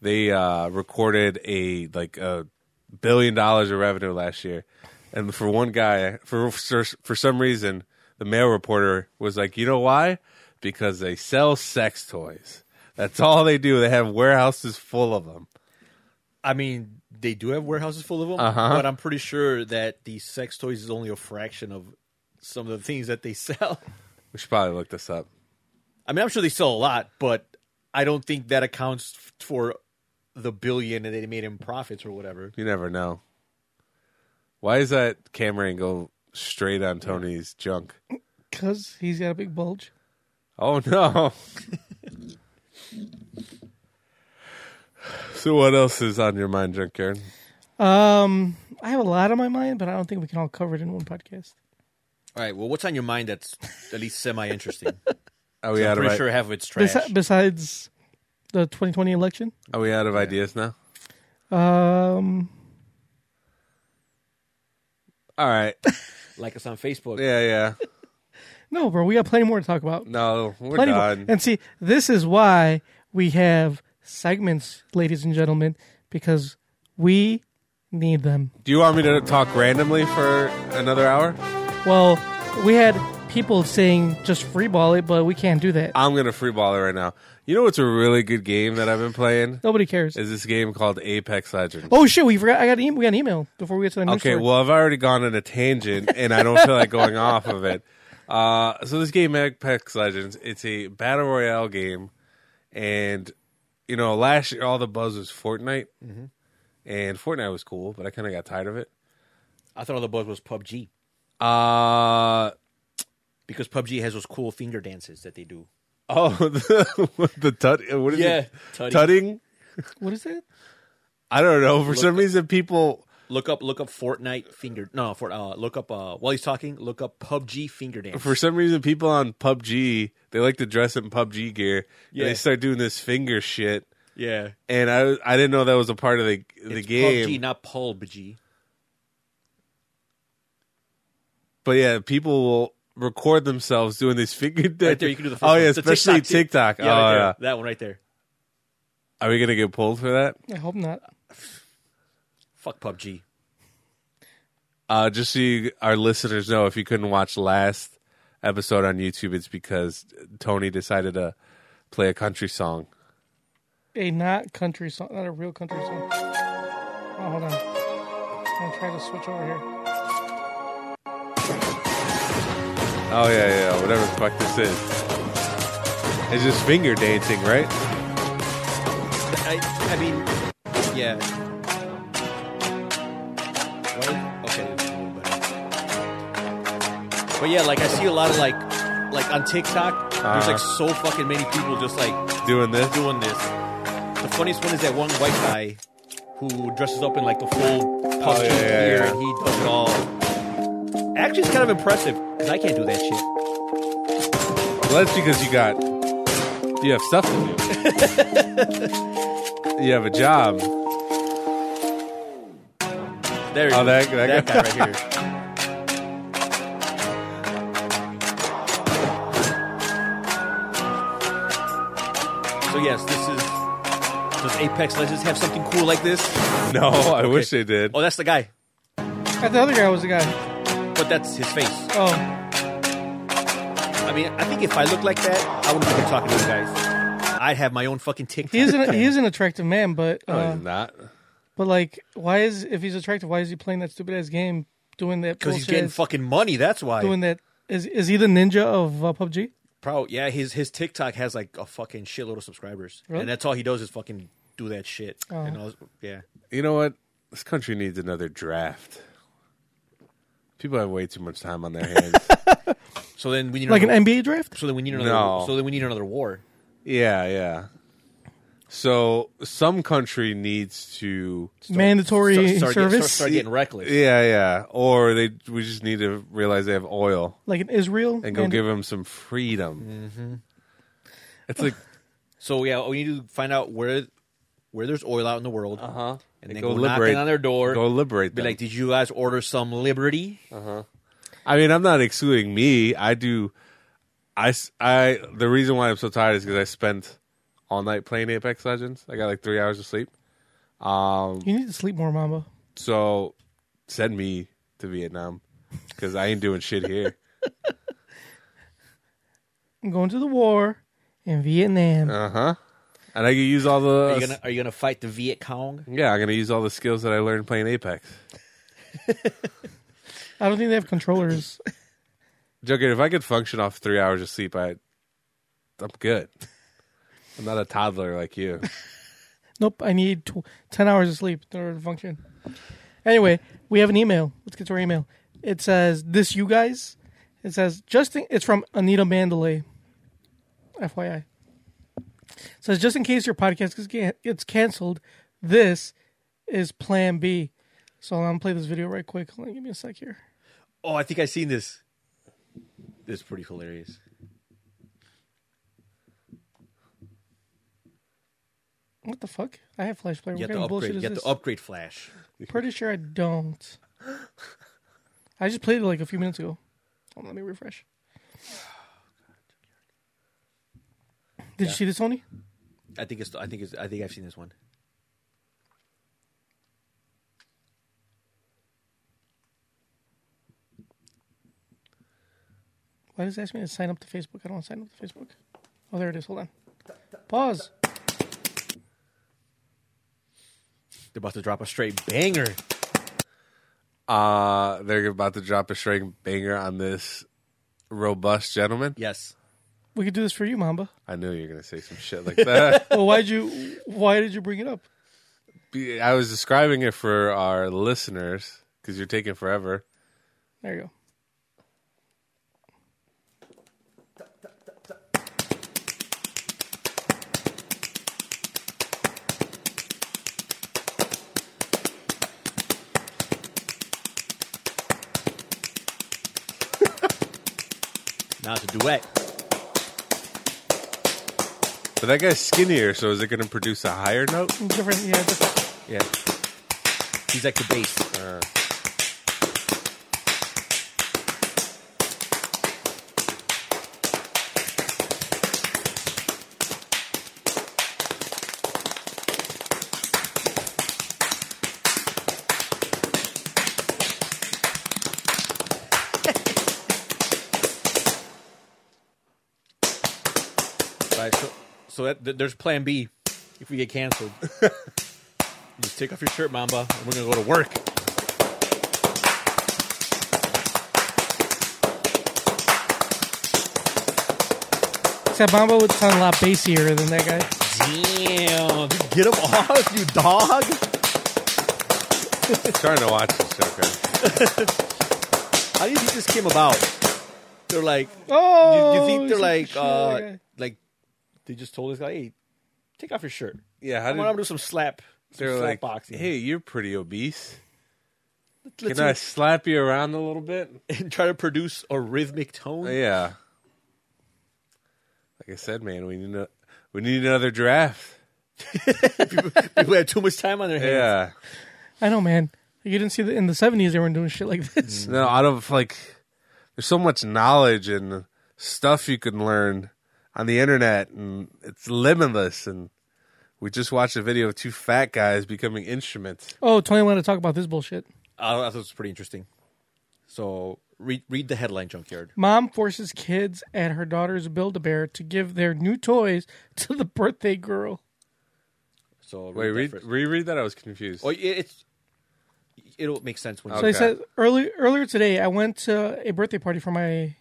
Speaker 4: they uh, recorded a like a billion dollars of revenue last year, and for one guy, for for, for some reason, the mail reporter was like, you know why? Because they sell sex toys. That's all they do. They have warehouses full of them.
Speaker 3: I mean, they do have warehouses full of them, but I'm pretty sure that the sex toys is only a fraction of some of the things that they sell.
Speaker 4: We should probably look this up.
Speaker 3: I mean, I'm sure they sell a lot, but I don't think that accounts f- for the billion that they made in profits or whatever.
Speaker 4: You never know. Why is that camera angle straight on Tony's junk?
Speaker 2: Because he's got a big bulge.
Speaker 4: Oh no. so what else is on your mind, junk Karen?
Speaker 2: Um, I have a lot on my mind, but I don't think we can all cover it in one podcast.
Speaker 3: All right. Well, what's on your mind that's at least semi interesting?
Speaker 4: Are we
Speaker 3: I'm
Speaker 4: out of
Speaker 3: pretty
Speaker 4: I-
Speaker 3: sure half of it's trash.
Speaker 2: Besi- besides the 2020 election,
Speaker 4: are we out of ideas now?
Speaker 2: um,
Speaker 4: All right.
Speaker 3: like us on Facebook.
Speaker 4: Yeah, yeah.
Speaker 2: no, bro, we got plenty more to talk about.
Speaker 4: No, we're
Speaker 2: Plenty more.
Speaker 4: done.
Speaker 2: And see, this is why we have segments, ladies and gentlemen, because we need them.
Speaker 4: Do you want me to talk randomly for another hour?
Speaker 2: Well, we had people saying just freeball it, but we can't do that.
Speaker 4: I'm gonna freeball it right now. You know what's a really good game that I've been playing?
Speaker 2: Nobody cares.
Speaker 4: Is this game called Apex Legends?
Speaker 2: Oh shit, we forgot. I got an e- we got an email before we get to the news
Speaker 4: Okay,
Speaker 2: story.
Speaker 4: well, I've already gone on a tangent, and I don't feel like going off of it. Uh, so this game, Apex Legends, it's a battle royale game, and you know, last year all the buzz was Fortnite, and Fortnite was cool, but I kind of got tired of it.
Speaker 3: I thought all the buzz was PUBG
Speaker 4: Uh
Speaker 3: because PUBG has those cool finger dances that they do.
Speaker 4: oh, the, the tut, what is
Speaker 3: Yeah,
Speaker 4: it?
Speaker 3: tutting.
Speaker 4: tutting.
Speaker 2: what is it?
Speaker 4: I don't know. For some reason, people.
Speaker 3: Look up, look up Fortnite finger. No, for uh, look up uh, while he's talking. Look up PUBG finger dance.
Speaker 4: For some reason, people on PUBG they like to dress up in PUBG gear.
Speaker 3: Yeah.
Speaker 4: And they start doing this finger shit,
Speaker 3: yeah,
Speaker 4: and I I didn't know that was a part of the the
Speaker 3: It's
Speaker 4: game.
Speaker 3: PUBG, not PUBG.
Speaker 4: But yeah, people will record themselves doing these finger dead.
Speaker 3: Right there, you can do the. First
Speaker 4: oh yeah,
Speaker 3: one. The
Speaker 4: especially TikTok.
Speaker 3: TikTok. Yeah, right
Speaker 4: oh,
Speaker 3: there.
Speaker 4: yeah.
Speaker 3: that one right there.
Speaker 4: Are we gonna get pulled for that?
Speaker 2: I hope not.
Speaker 3: Fuck PUBG.
Speaker 4: Uh, just so you, our listeners know, if you couldn't watch last episode on YouTube, it's because Tony decided to play a country song.
Speaker 2: A not country song, not a real country song. Oh, hold on. I'm gonna try to switch over here.
Speaker 4: Oh yeah, yeah, whatever the fuck this is. It's just finger dancing, right?
Speaker 3: I, I mean, yeah. What? Okay. this is a little better. But yeah, like I see a lot of like, like on TikTok, there's
Speaker 4: Uh-huh.
Speaker 3: like so fucking many people just like
Speaker 4: Doing this.
Speaker 3: doing this. the funniest one is that one white guy who dresses up in like the full costume
Speaker 4: Oh, yeah, yeah,
Speaker 3: gear
Speaker 4: yeah.
Speaker 3: and he does it all. Actually, it's kind of impressive because I can't do that shit.
Speaker 4: Well, that's because you got you have stuff to do. you have a job.
Speaker 3: There you
Speaker 4: Oh,
Speaker 3: go.
Speaker 4: that- that guy.
Speaker 3: guy right here. So yes, this is. Does Apex Legends have something cool like this?
Speaker 4: No, I wish they did.
Speaker 3: Oh, that's the guy,
Speaker 2: thought Uh, the other guy was the guy.
Speaker 3: but that's his face.
Speaker 2: Oh,
Speaker 3: I mean, I think if I looked like that, I wouldn't be talking to you guys. I'd have my own fucking TikTok.
Speaker 2: he is an he is an attractive man, but
Speaker 3: Oh,
Speaker 4: No,
Speaker 2: uh,
Speaker 4: he's not.
Speaker 2: but like, why is if he's attractive, why is he playing that stupid ass game, doing that?
Speaker 3: because he's
Speaker 2: bullshit
Speaker 3: getting
Speaker 2: ass-
Speaker 3: fucking money. That's why.
Speaker 2: doing that. Is is he the ninja of uh, PUBG?
Speaker 3: Pro, yeah, his his TikTok has like a fucking shitload of subscribers,
Speaker 2: Really? Oh.
Speaker 3: and that's all he does is fucking do that shit. And I was, yeah,
Speaker 4: You know what? This country needs another draft. People have way too much time on their hands.
Speaker 3: so then we need
Speaker 2: Like an
Speaker 3: another,
Speaker 2: NBA draft?
Speaker 3: So then we need another.
Speaker 4: No.
Speaker 3: So then we need another war.
Speaker 4: yeah, yeah. So some country needs to
Speaker 2: Mandatory
Speaker 3: Start- start, getting-
Speaker 2: service?
Speaker 3: start, start getting reckless.
Speaker 4: Yeah, yeah. Or they we just need to realize they have oil
Speaker 2: like in Israel?
Speaker 4: and go
Speaker 2: And-
Speaker 4: give them some freedom.
Speaker 3: Mm-hmm.
Speaker 4: It's like
Speaker 3: So yeah, we need to find out where where there's oil out in the world, uh-huh. and then
Speaker 4: go
Speaker 3: go, knocking
Speaker 4: liberate-
Speaker 3: on their door.
Speaker 4: go liberate
Speaker 3: be
Speaker 4: them.
Speaker 3: like, did you guys order some liberty?
Speaker 4: I mean, I'm not excluding me. I do. I, s- I- the reason why I'm so tired is because I spent all night playing Apex Legends. I got like three hours of sleep.
Speaker 2: you need to sleep more, Mamba.
Speaker 4: So send me to Vietnam because I ain't doing shit here.
Speaker 2: I'm going to the war in Vietnam.
Speaker 4: Uh huh. And I can use all the.
Speaker 3: Are you gonna are you gonna fight the Viet Cong?
Speaker 4: yeah, I'm gonna use all the skills that I learned playing Apex.
Speaker 2: I don't think they have controllers.
Speaker 4: Joker, if I could function off three hours of sleep, I, I'm good. I'm not a toddler like you.
Speaker 2: nope, I need tw- 10 hours of sleep in order to function. Anyway, we have an email. Let's get to our email. It says, This you guys? It says, just in- it's from Anita Mandalay. FYI. It says, just in case your podcast gets, can- gets canceled, this is plan B. So I'm going to play this video right quick. Hold on, give me a sec here.
Speaker 3: Oh, I think I seen this. This is pretty hilarious.
Speaker 2: What the fuck? I have Flash Player.
Speaker 3: You
Speaker 2: What
Speaker 3: have to
Speaker 2: kind of bullshit
Speaker 3: upgrade.
Speaker 2: is
Speaker 3: You have
Speaker 2: this?
Speaker 3: to upgrade Flash.
Speaker 2: Pretty sure I don't. I just played it like a few minutes ago. Hold on, let me refresh. Did you see this, Tony?
Speaker 3: I think it's. I think it's. I think I've seen this one.
Speaker 2: Why does it ask me to sign up to Facebook? I don't want to sign up to Facebook. Oh, there it is. Hold on. Pause.
Speaker 3: They're about to drop a straight banger.
Speaker 4: Uh, they're about to drop a straight banger on this robust gentleman.
Speaker 3: Yes.
Speaker 2: We could do this for you, Mamba.
Speaker 4: I knew you were gonna say some shit like that.
Speaker 2: Well, why'd you? Why did you bring it up?
Speaker 4: Be- I was describing it for our listeners because you're taking forever.
Speaker 2: There you go.
Speaker 3: Now it's a duet.
Speaker 4: But that guy's skinnier, so is it gonna produce a higher note?
Speaker 2: Different. Yeah. Different.
Speaker 3: Yeah. He's like the bass. Right. So, so that, th- there's Plan B if we get canceled. Just take off your shirt, Mamba, and we're gonna go to work.
Speaker 2: Except Mamba would sound a lot bassier than that guy.
Speaker 3: Damn, dude, get him off, you dog.
Speaker 4: trying to watch this Joker.
Speaker 3: How do you think this came about? They're like,
Speaker 2: Oh.
Speaker 3: do, you think
Speaker 2: he's
Speaker 3: they're like,
Speaker 2: such a shit
Speaker 3: uh,
Speaker 2: guy.
Speaker 3: like they just told this guy, hey, Take off your shirt.
Speaker 4: Yeah, how
Speaker 3: I
Speaker 4: did
Speaker 3: want to do some slap, some
Speaker 4: they're
Speaker 3: slap
Speaker 4: like,
Speaker 3: boxing.
Speaker 4: hey, you're pretty obese.
Speaker 3: let's
Speaker 4: Can I slap you around a little bit?
Speaker 3: and try to produce a rhythmic tone.
Speaker 4: Oh, yeah. Like I said, man, we need a, we need another draft.
Speaker 3: People have too much time on their hands.
Speaker 4: Yeah.
Speaker 2: I know, man. You didn't see that in the seventies they weren't doing shit like this.
Speaker 4: No, out of like, there's so much knowledge and stuff you can learn on the internet, and it's limitless. And we just watched a video of two fat guys becoming instruments.
Speaker 3: Mm-hmm.
Speaker 2: Oh, Tony wanted to talk about this bullshit.
Speaker 3: I thought it was pretty interesting. So read read the headline, Junkyard.
Speaker 2: Mom forces kids at her daughter's Build a Bear to give their new toys to the birthday girl.
Speaker 3: So read
Speaker 4: Wait,
Speaker 3: that
Speaker 4: read,
Speaker 3: first.
Speaker 4: reread that. I was confused.
Speaker 3: Oh, it- it's it'll make sense when.
Speaker 2: So
Speaker 4: Okay.
Speaker 2: he says early, earlier today, I went to a birthday party for my.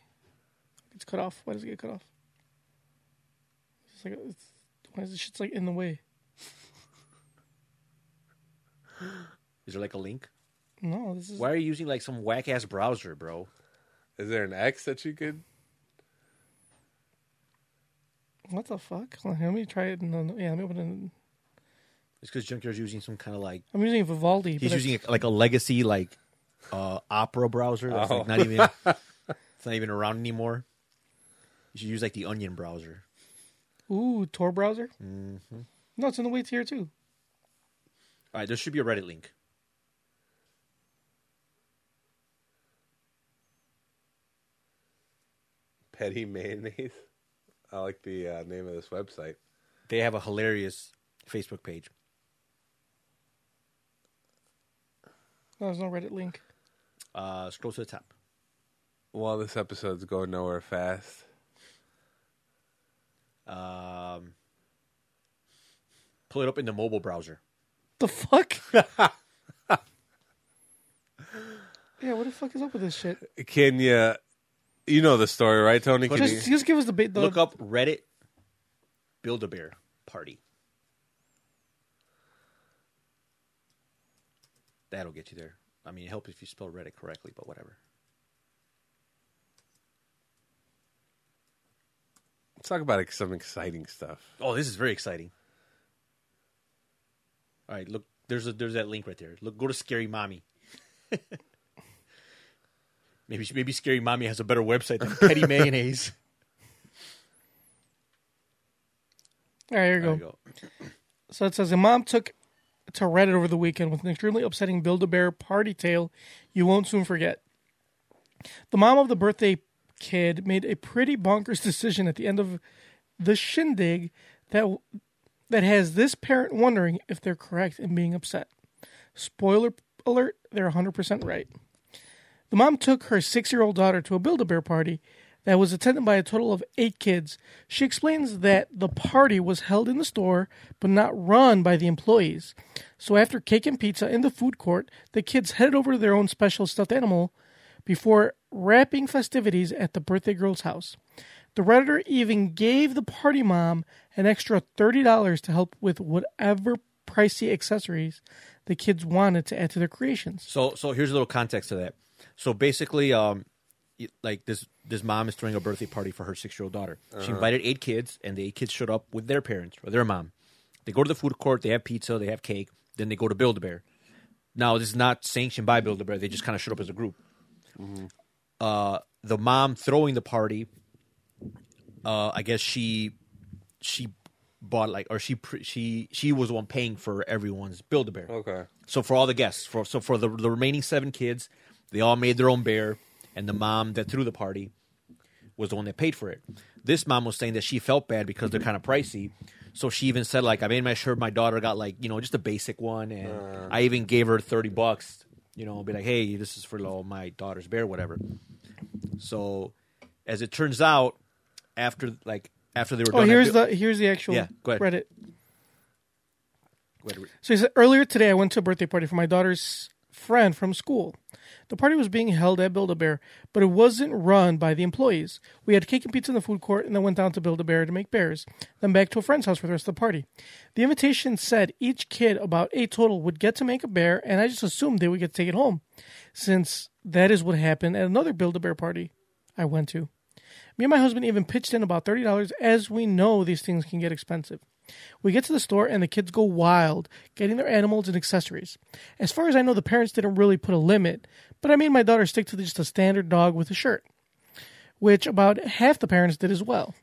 Speaker 2: It's cut off. Why does it get cut off? It's like it's, why is this shit's like in the way?
Speaker 3: Is there like a link?
Speaker 2: No, this is
Speaker 3: Why are you using like some whack ass browser, bro?
Speaker 4: Is there an X that you could?
Speaker 2: what the fuck. Hold on, let me try it. No, no, yeah, let me open it.
Speaker 3: It's because Junkyard's using some kind of like
Speaker 2: I'm using Vivaldi.
Speaker 3: he's
Speaker 2: but
Speaker 3: using like a legacy like uh opera browser that's like not even it's not even around anymore. You should use like the Onion browser.
Speaker 2: I, ooh Tor browser. Mm-hmm. No, it's in the way tier too.
Speaker 3: All right, there should be a Reddit link.
Speaker 4: Petty mayonnaise. I like the uh, name of this website.
Speaker 3: They have a hilarious Facebook page.
Speaker 2: No, there's no Reddit link.
Speaker 3: Uh, scroll to the top.
Speaker 4: Well, this episode's going nowhere fast.
Speaker 3: Um, pull it up in the mobile browser.
Speaker 2: The fuck. yeah, what the fuck is up with this shit?
Speaker 4: Can you? You know the story, right, Tony? Can
Speaker 2: Just,
Speaker 4: you,
Speaker 2: just give us the bait. The,
Speaker 3: Look up Reddit Build a Bear Party. That'll get you there. I mean, it helps if you spell Reddit correctly, but whatever.
Speaker 4: let's talk about like, some exciting stuff.
Speaker 3: Oh, this is very exciting. All right, look, there's a, there's that link right there. Look, go to Scary Mommy. maybe maybe Scary Mommy has a better website than Petty Mayonnaise.
Speaker 2: All right, here you
Speaker 3: There
Speaker 2: go.
Speaker 3: you go.
Speaker 2: So it says a mom took to Reddit over the weekend with an extremely upsetting Build-A-Bear party tale you won't soon forget. The mom of the birthday kid made a pretty bonkers decision at the end of the shindig that that has this parent wondering if they're correct and being upset. Spoiler alert, they're 100% right. The mom took her six year old daughter to a Build a Bear party that was attended by a total of eight kids. She explains that the party was held in the store but not run by the employees. So after cake and pizza in the food court, the kids headed over to their own special stuffed animal before wrapping festivities at the birthday girl's house. The Redditor even gave the party mom an extra $30 to help with whatever pricey accessories the kids wanted to add to their creations.
Speaker 3: So so here's a little context to that. So basically, um, y- like this this mom is throwing a birthday party for her six year old daughter. She invited eight kids, and the eight kids showed up with their parents or their mom. They go to the food court. They have pizza. They have cake. Then they go to Build a Bear. Now this is not sanctioned by Build a Bear. They just kind of showed up as a group. Uh, the mom throwing the party. Uh, I guess she she bought like or she pre- she she was the one paying for everyone's Build a Bear.
Speaker 4: Okay.
Speaker 3: So for all the guests, for so for the, the remaining seven kids, they all made their own bear, and the mom that threw the party was the one that paid for it. This mom was saying that she felt bad because they're kind of pricey, so she even said like, "I made my sure my daughter got like you know just a basic one, and I even gave her thirty bucks, you know, be like, hey, this is for little my daughter's bear, whatever." So, as it turns out, after like after they were
Speaker 2: Oh,
Speaker 3: done,
Speaker 2: here's the here's the actual
Speaker 3: Yeah, go ahead.
Speaker 2: Reddit.
Speaker 3: the
Speaker 2: So he said earlier today I went to a birthday party for my daughter's friend from school. The party was being held at Build a Bear, but it wasn't run by the employees. We had cake and pizza in the food court and then went down to Build a Bear to make bears, then back to a friend's house for the rest of the party. The invitation said each kid, about eight total, would get to make a bear, and I just assumed they would get to take it home, since that is what happened at another Build a Bear party I went to. Me and my husband even pitched in about $30, as we know these things can get expensive. We get to the store and the kids go wild, getting their animals and accessories. As far as I know, the parents didn't really put a limit, but I made my daughter stick to just a standard dog with a shirt, which about half the parents did as well.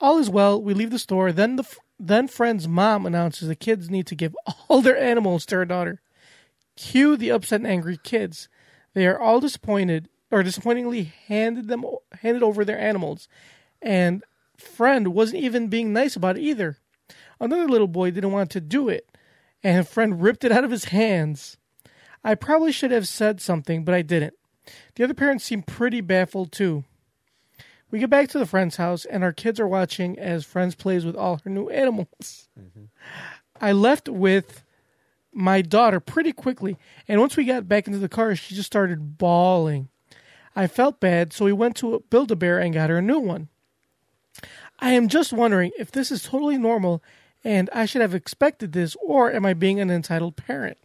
Speaker 2: All is well. We leave the store. Then the f- then friend's mom announces the kids need to give all their animals to her daughter. Cue the upset and angry kids. They are all disappointed, or disappointingly handed them o- handed over their animals, and friend wasn't even being nice about it either. Another little boy didn't want to do it, and friend ripped it out of his hands. I probably should have said something, but I didn't. The other parents seemed pretty baffled too. We get back to the friend's house, and our kids are watching as friends plays with all her new animals. I left with my daughter pretty quickly, and once we got back into the car, she just started bawling. I felt bad, so we went to Build a Bear and got her a new one. I am just wondering if this is totally normal and I should have expected this, or am I being an entitled parent?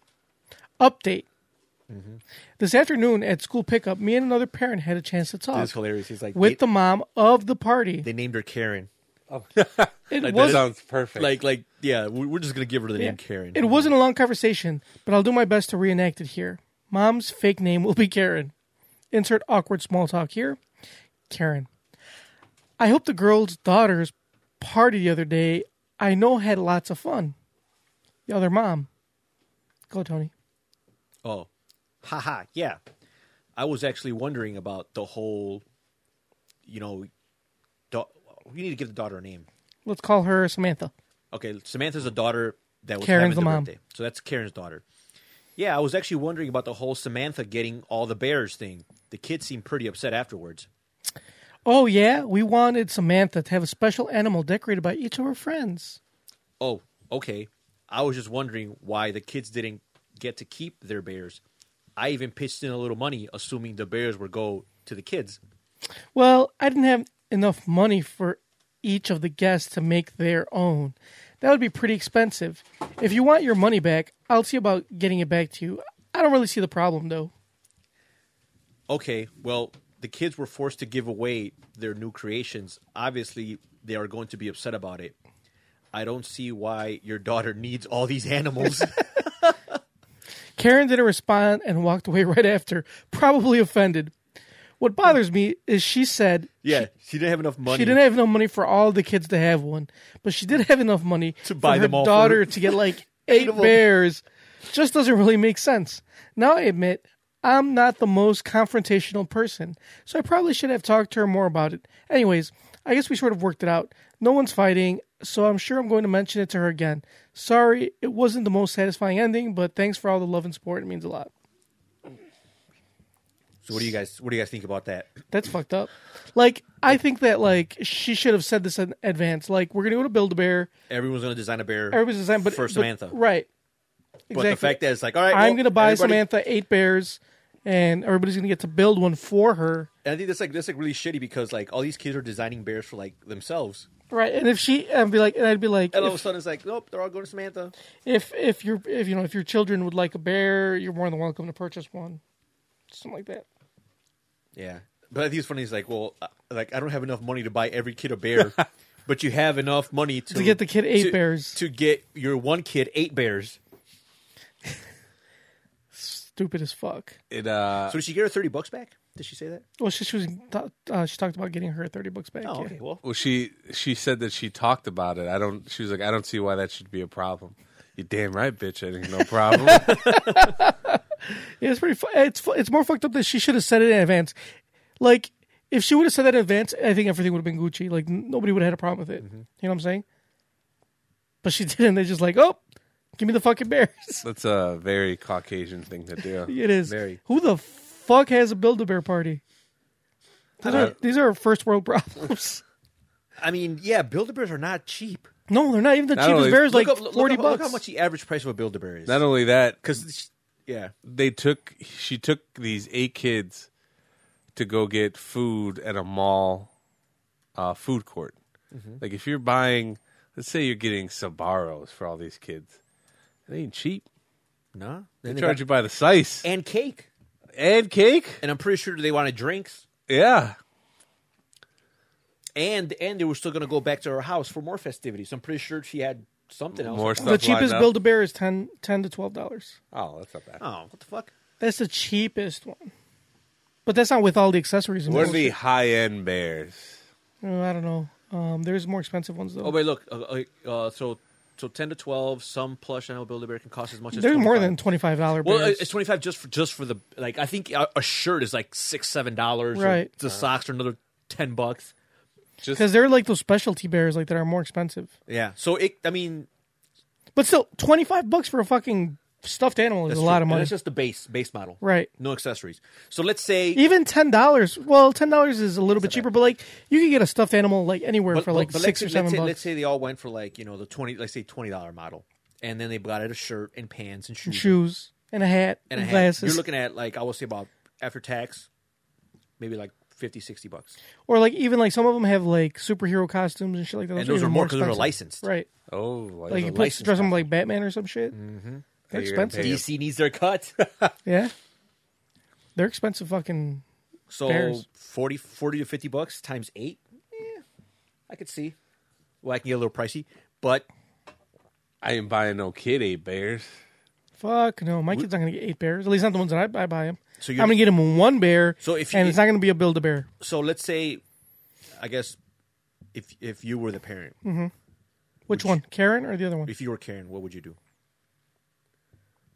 Speaker 2: Update. This afternoon at school pickup, me and another parent had a chance to talk
Speaker 3: This is hilarious. He's like
Speaker 2: with
Speaker 3: they,
Speaker 2: the mom of the party.
Speaker 3: they named her Karen.
Speaker 2: It
Speaker 3: Like, that
Speaker 2: was
Speaker 3: is-
Speaker 4: Sounds perfect.
Speaker 3: Like like yeah, we- we're just gonna give her the name Karen.
Speaker 2: It wasn't a long conversation, but I'll do my best to reenact it here. Mom's fake name will be Karen. Insert awkward small talk here. Karen. I hope the girl's daughter's party the other day I know had lots of fun. The other mom. Go, Tony.
Speaker 3: Oh, haha, yeah. I was actually wondering about the whole, you know, da- we need to give the daughter a name.
Speaker 2: Let's call her Samantha.
Speaker 3: Okay, Samantha's a daughter that was
Speaker 2: Karen's
Speaker 3: having
Speaker 2: the
Speaker 3: the
Speaker 2: mom.
Speaker 3: birthday, so that's Karen's daughter. Yeah, I was actually wondering about the whole Samantha getting all the bears thing. The kids seemed pretty upset afterwards.
Speaker 2: Oh, yeah, we wanted Samantha to have a special animal decorated by each of her friends.
Speaker 3: Oh, okay. I was just wondering why the kids didn't get to keep their bears. I even pitched in a little money, assuming the bears would go to the kids.
Speaker 2: Well, I didn't have enough money for each of the guests to make their own. That would be pretty expensive. If you want your money back, I'll see about getting it back to you. I don't really see the problem though.
Speaker 3: okay, well, the kids were forced to give away their new creations. Obviously, they are going to be upset about it. I don't see why your daughter needs all these animals.
Speaker 2: Karen didn't respond and walked away right after, probably offended. What bothers me is she said
Speaker 3: yeah, she didn't have enough money.
Speaker 2: she didn't have enough money for all the kids to have one, but she did have enough money
Speaker 3: To buy
Speaker 2: for
Speaker 3: them
Speaker 2: her
Speaker 3: all for
Speaker 2: daughter
Speaker 3: her.
Speaker 2: to get like eight
Speaker 3: of them.
Speaker 2: bears. Just doesn't really make sense. Now I admit I'm not the most confrontational person, so I probably should have talked to her more about it. Anyways, I guess we sort of worked it out. No one's fighting, so I'm sure I'm going to mention it to her again. Sorry, it wasn't the most satisfying ending, but thanks for all the love and support. It means a lot.
Speaker 3: so what do you guys what do you guys think about that?
Speaker 2: That's fucked up. Like, I think that like she should have said this in advance. Like, we're gonna go to Build a Bear.
Speaker 3: Everyone's going to design a bear.
Speaker 2: Everybody's the same, but
Speaker 3: for
Speaker 2: but-
Speaker 3: Samantha.
Speaker 2: right?
Speaker 3: But the fact that it's like, all right,
Speaker 2: I'm
Speaker 3: well,
Speaker 2: gonna buy
Speaker 3: everybody-
Speaker 2: Samantha eight bears, and everybody's gonna get to build one for her,
Speaker 3: And I think that's like that's like really shitty because like all these kids are designing bears for like themselves,
Speaker 2: right? And if she, I'd be like, and I'd be like,
Speaker 3: and all of a
Speaker 2: if,
Speaker 3: sudden it's like, nope, they're all going to Samantha.
Speaker 2: if if your if you know if your children would like a bear, you're more than welcome to purchase one, something like that.
Speaker 3: Yeah, but I think it's funny. It's like, well, uh, like I don't have enough money to buy every kid a bear, but you have enough money to,
Speaker 2: To get the kid eight
Speaker 3: to-
Speaker 2: bears.
Speaker 3: To get your one kid eight bears.
Speaker 2: Stupid as fuck.
Speaker 4: it uh
Speaker 3: So did she get her thirty bucks back? Did she say that?
Speaker 2: Well, she, she was uh, she talked about getting her thirty bucks back.
Speaker 3: Oh,
Speaker 2: yeah.
Speaker 3: okay. Well,
Speaker 4: well she she said that she talked about it. I don't she was like, I don't see why that should be a problem. You damn right, bitch, I think no problem.
Speaker 2: Yeah, it's pretty. Fu- it's fu- it's more fucked up that she should have said it in advance. Like, if she would have said that in advance, I think everything would have been Gucci. Like, n- nobody would have had a problem with it.
Speaker 4: Mm-hmm.
Speaker 2: You know what I'm saying? But she didn't. They're just like, oh, give me the fucking bears.
Speaker 4: That's a very Caucasian thing to do.
Speaker 2: it is.
Speaker 3: Very.
Speaker 2: Who the fuck has a Build a Bear party? These
Speaker 4: Uh,
Speaker 2: are these are first world problems.
Speaker 3: I mean, yeah, Build a Bears are not cheap.
Speaker 2: no, they're not even the
Speaker 4: Not
Speaker 2: cheapest
Speaker 4: only-
Speaker 2: bears. Like
Speaker 3: look up, look
Speaker 2: forty
Speaker 3: up-
Speaker 2: bucks.
Speaker 3: Look how much the average price of a Build a Bear is.
Speaker 4: Not only that,
Speaker 3: because yeah,
Speaker 4: they took she took these eight kids to go get food at a mall uh, food court.
Speaker 2: Mm-hmm.
Speaker 4: Like if you're buying, let's say you're getting Sabaros for all these kids, it ain't cheap.
Speaker 3: no,
Speaker 4: They
Speaker 3: then
Speaker 4: charge you by the size
Speaker 3: and cake,
Speaker 4: and cake.
Speaker 3: and I'm pretty sure they wanted drinks.
Speaker 4: Yeah,
Speaker 3: and and they were still going to go back to her house for more festivities. I'm pretty sure she had something else.
Speaker 4: More
Speaker 2: The
Speaker 4: stuff lined
Speaker 2: cheapest
Speaker 4: up.
Speaker 2: Build a Bear is 10, 10 to twelve dollars.
Speaker 4: Oh, that's not bad.
Speaker 3: Oh, what the fuck?
Speaker 2: That's the cheapest one. But that's not with all the accessories. and
Speaker 4: What are the
Speaker 2: bullshit.
Speaker 4: high end bears?
Speaker 2: Uh, I don't know. Um, there's more expensive ones though.
Speaker 3: Oh wait, look. Uh, uh, so so ten to twelve. Some plush animal build a bear can cost as much as
Speaker 2: there's more
Speaker 3: 25.
Speaker 2: than twenty five dollar.
Speaker 3: Well, it's twenty five just for just for the like. I think a, a shirt is like six seven dollars. or
Speaker 2: Right.
Speaker 3: The socks are another ten bucks.
Speaker 2: because they're like those specialty bears, like that are more expensive.
Speaker 3: Yeah. So it. I mean,
Speaker 2: But still, twenty five bucks for a fucking stuffed animal is
Speaker 3: that's
Speaker 2: a
Speaker 3: true.
Speaker 2: lot of
Speaker 3: And
Speaker 2: money.
Speaker 3: That's just the base base model.
Speaker 2: Right.
Speaker 3: No accessories. So let's say
Speaker 2: Even ten dollars. Well, ten dollars is a little bit cheaper, but like you can get a stuffed animal like anywhere for like
Speaker 3: let's
Speaker 2: six
Speaker 3: say-
Speaker 2: or seven
Speaker 3: let's say,
Speaker 2: bucks.
Speaker 3: Let's say they all went for like you know the twenty, let's say twenty dollar model, and then they got it a shirt and pants and shoes,
Speaker 2: Shoes and a hat
Speaker 3: and a hat.
Speaker 2: glasses,
Speaker 3: You're looking at like I would say about after tax, maybe like 50, 60 bucks,
Speaker 2: or like even like some of them have like superhero costumes and shit like that.
Speaker 3: and those are
Speaker 2: even
Speaker 3: more because those are
Speaker 2: expensive.
Speaker 3: licensed.
Speaker 2: right?
Speaker 4: Oh,
Speaker 2: Like you
Speaker 4: a
Speaker 2: put
Speaker 3: licensed Mm-hmm.
Speaker 2: dress them like Batman or some shit. They're
Speaker 4: Hey, you're gonna
Speaker 2: expensive.
Speaker 4: pay
Speaker 3: DC needs their cut,
Speaker 2: Yeah, they're expensive. Fucking
Speaker 3: so
Speaker 2: Bears.
Speaker 3: 40, 40 to fifty bucks times eight. Yeah, I could see. Well, I can get a little pricey, but
Speaker 4: I ain't buying no kid eight bears.
Speaker 2: fuck no. My kid's not gonna get eight bears. At least not the ones that I, I buy him.
Speaker 3: So
Speaker 2: So
Speaker 3: you're-
Speaker 2: I'm gonna get him one bear.
Speaker 3: So if
Speaker 2: and
Speaker 3: you-
Speaker 2: it's not gonna be a build a bear.
Speaker 3: so let's say, I guess, if if you were the parent,
Speaker 2: Hmm. Which one, Karen or the other one?
Speaker 3: if you were Karen, what would you do?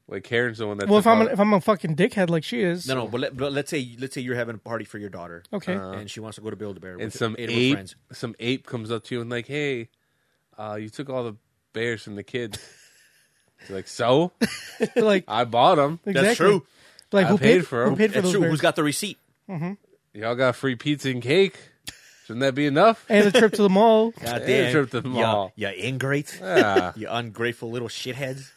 Speaker 4: Like Karen's the one that.
Speaker 2: Well, if
Speaker 4: took
Speaker 2: I'm a,
Speaker 4: out-
Speaker 2: if I'm a fucking dickhead like she is,
Speaker 3: No, no. But, let, but let's say let's say you're having a party for your daughter. uh,
Speaker 2: Okay. Uh-huh.
Speaker 3: And she wants to go to Build a Bear
Speaker 4: and
Speaker 3: with
Speaker 4: some
Speaker 3: eight of her
Speaker 4: ape,
Speaker 3: friends.
Speaker 4: some ape comes up to you and like, hey, uh, you took all the bears from the kids. You're like so,
Speaker 2: like
Speaker 4: I bought them.
Speaker 2: exactly.
Speaker 3: true.
Speaker 2: Like
Speaker 4: I
Speaker 2: who
Speaker 4: paid
Speaker 2: paid,
Speaker 4: for 'em.
Speaker 2: Who paid for
Speaker 3: That's
Speaker 2: those
Speaker 3: true.
Speaker 2: bears?
Speaker 3: Who's got the receipt?
Speaker 4: Y'all got free pizza and cake. Shouldn't that be enough?
Speaker 2: and a trip to the mall.
Speaker 3: God
Speaker 4: They tripped them
Speaker 3: you,
Speaker 4: all.
Speaker 3: You ingrates.
Speaker 4: Ah.
Speaker 3: you ungrateful little shitheads.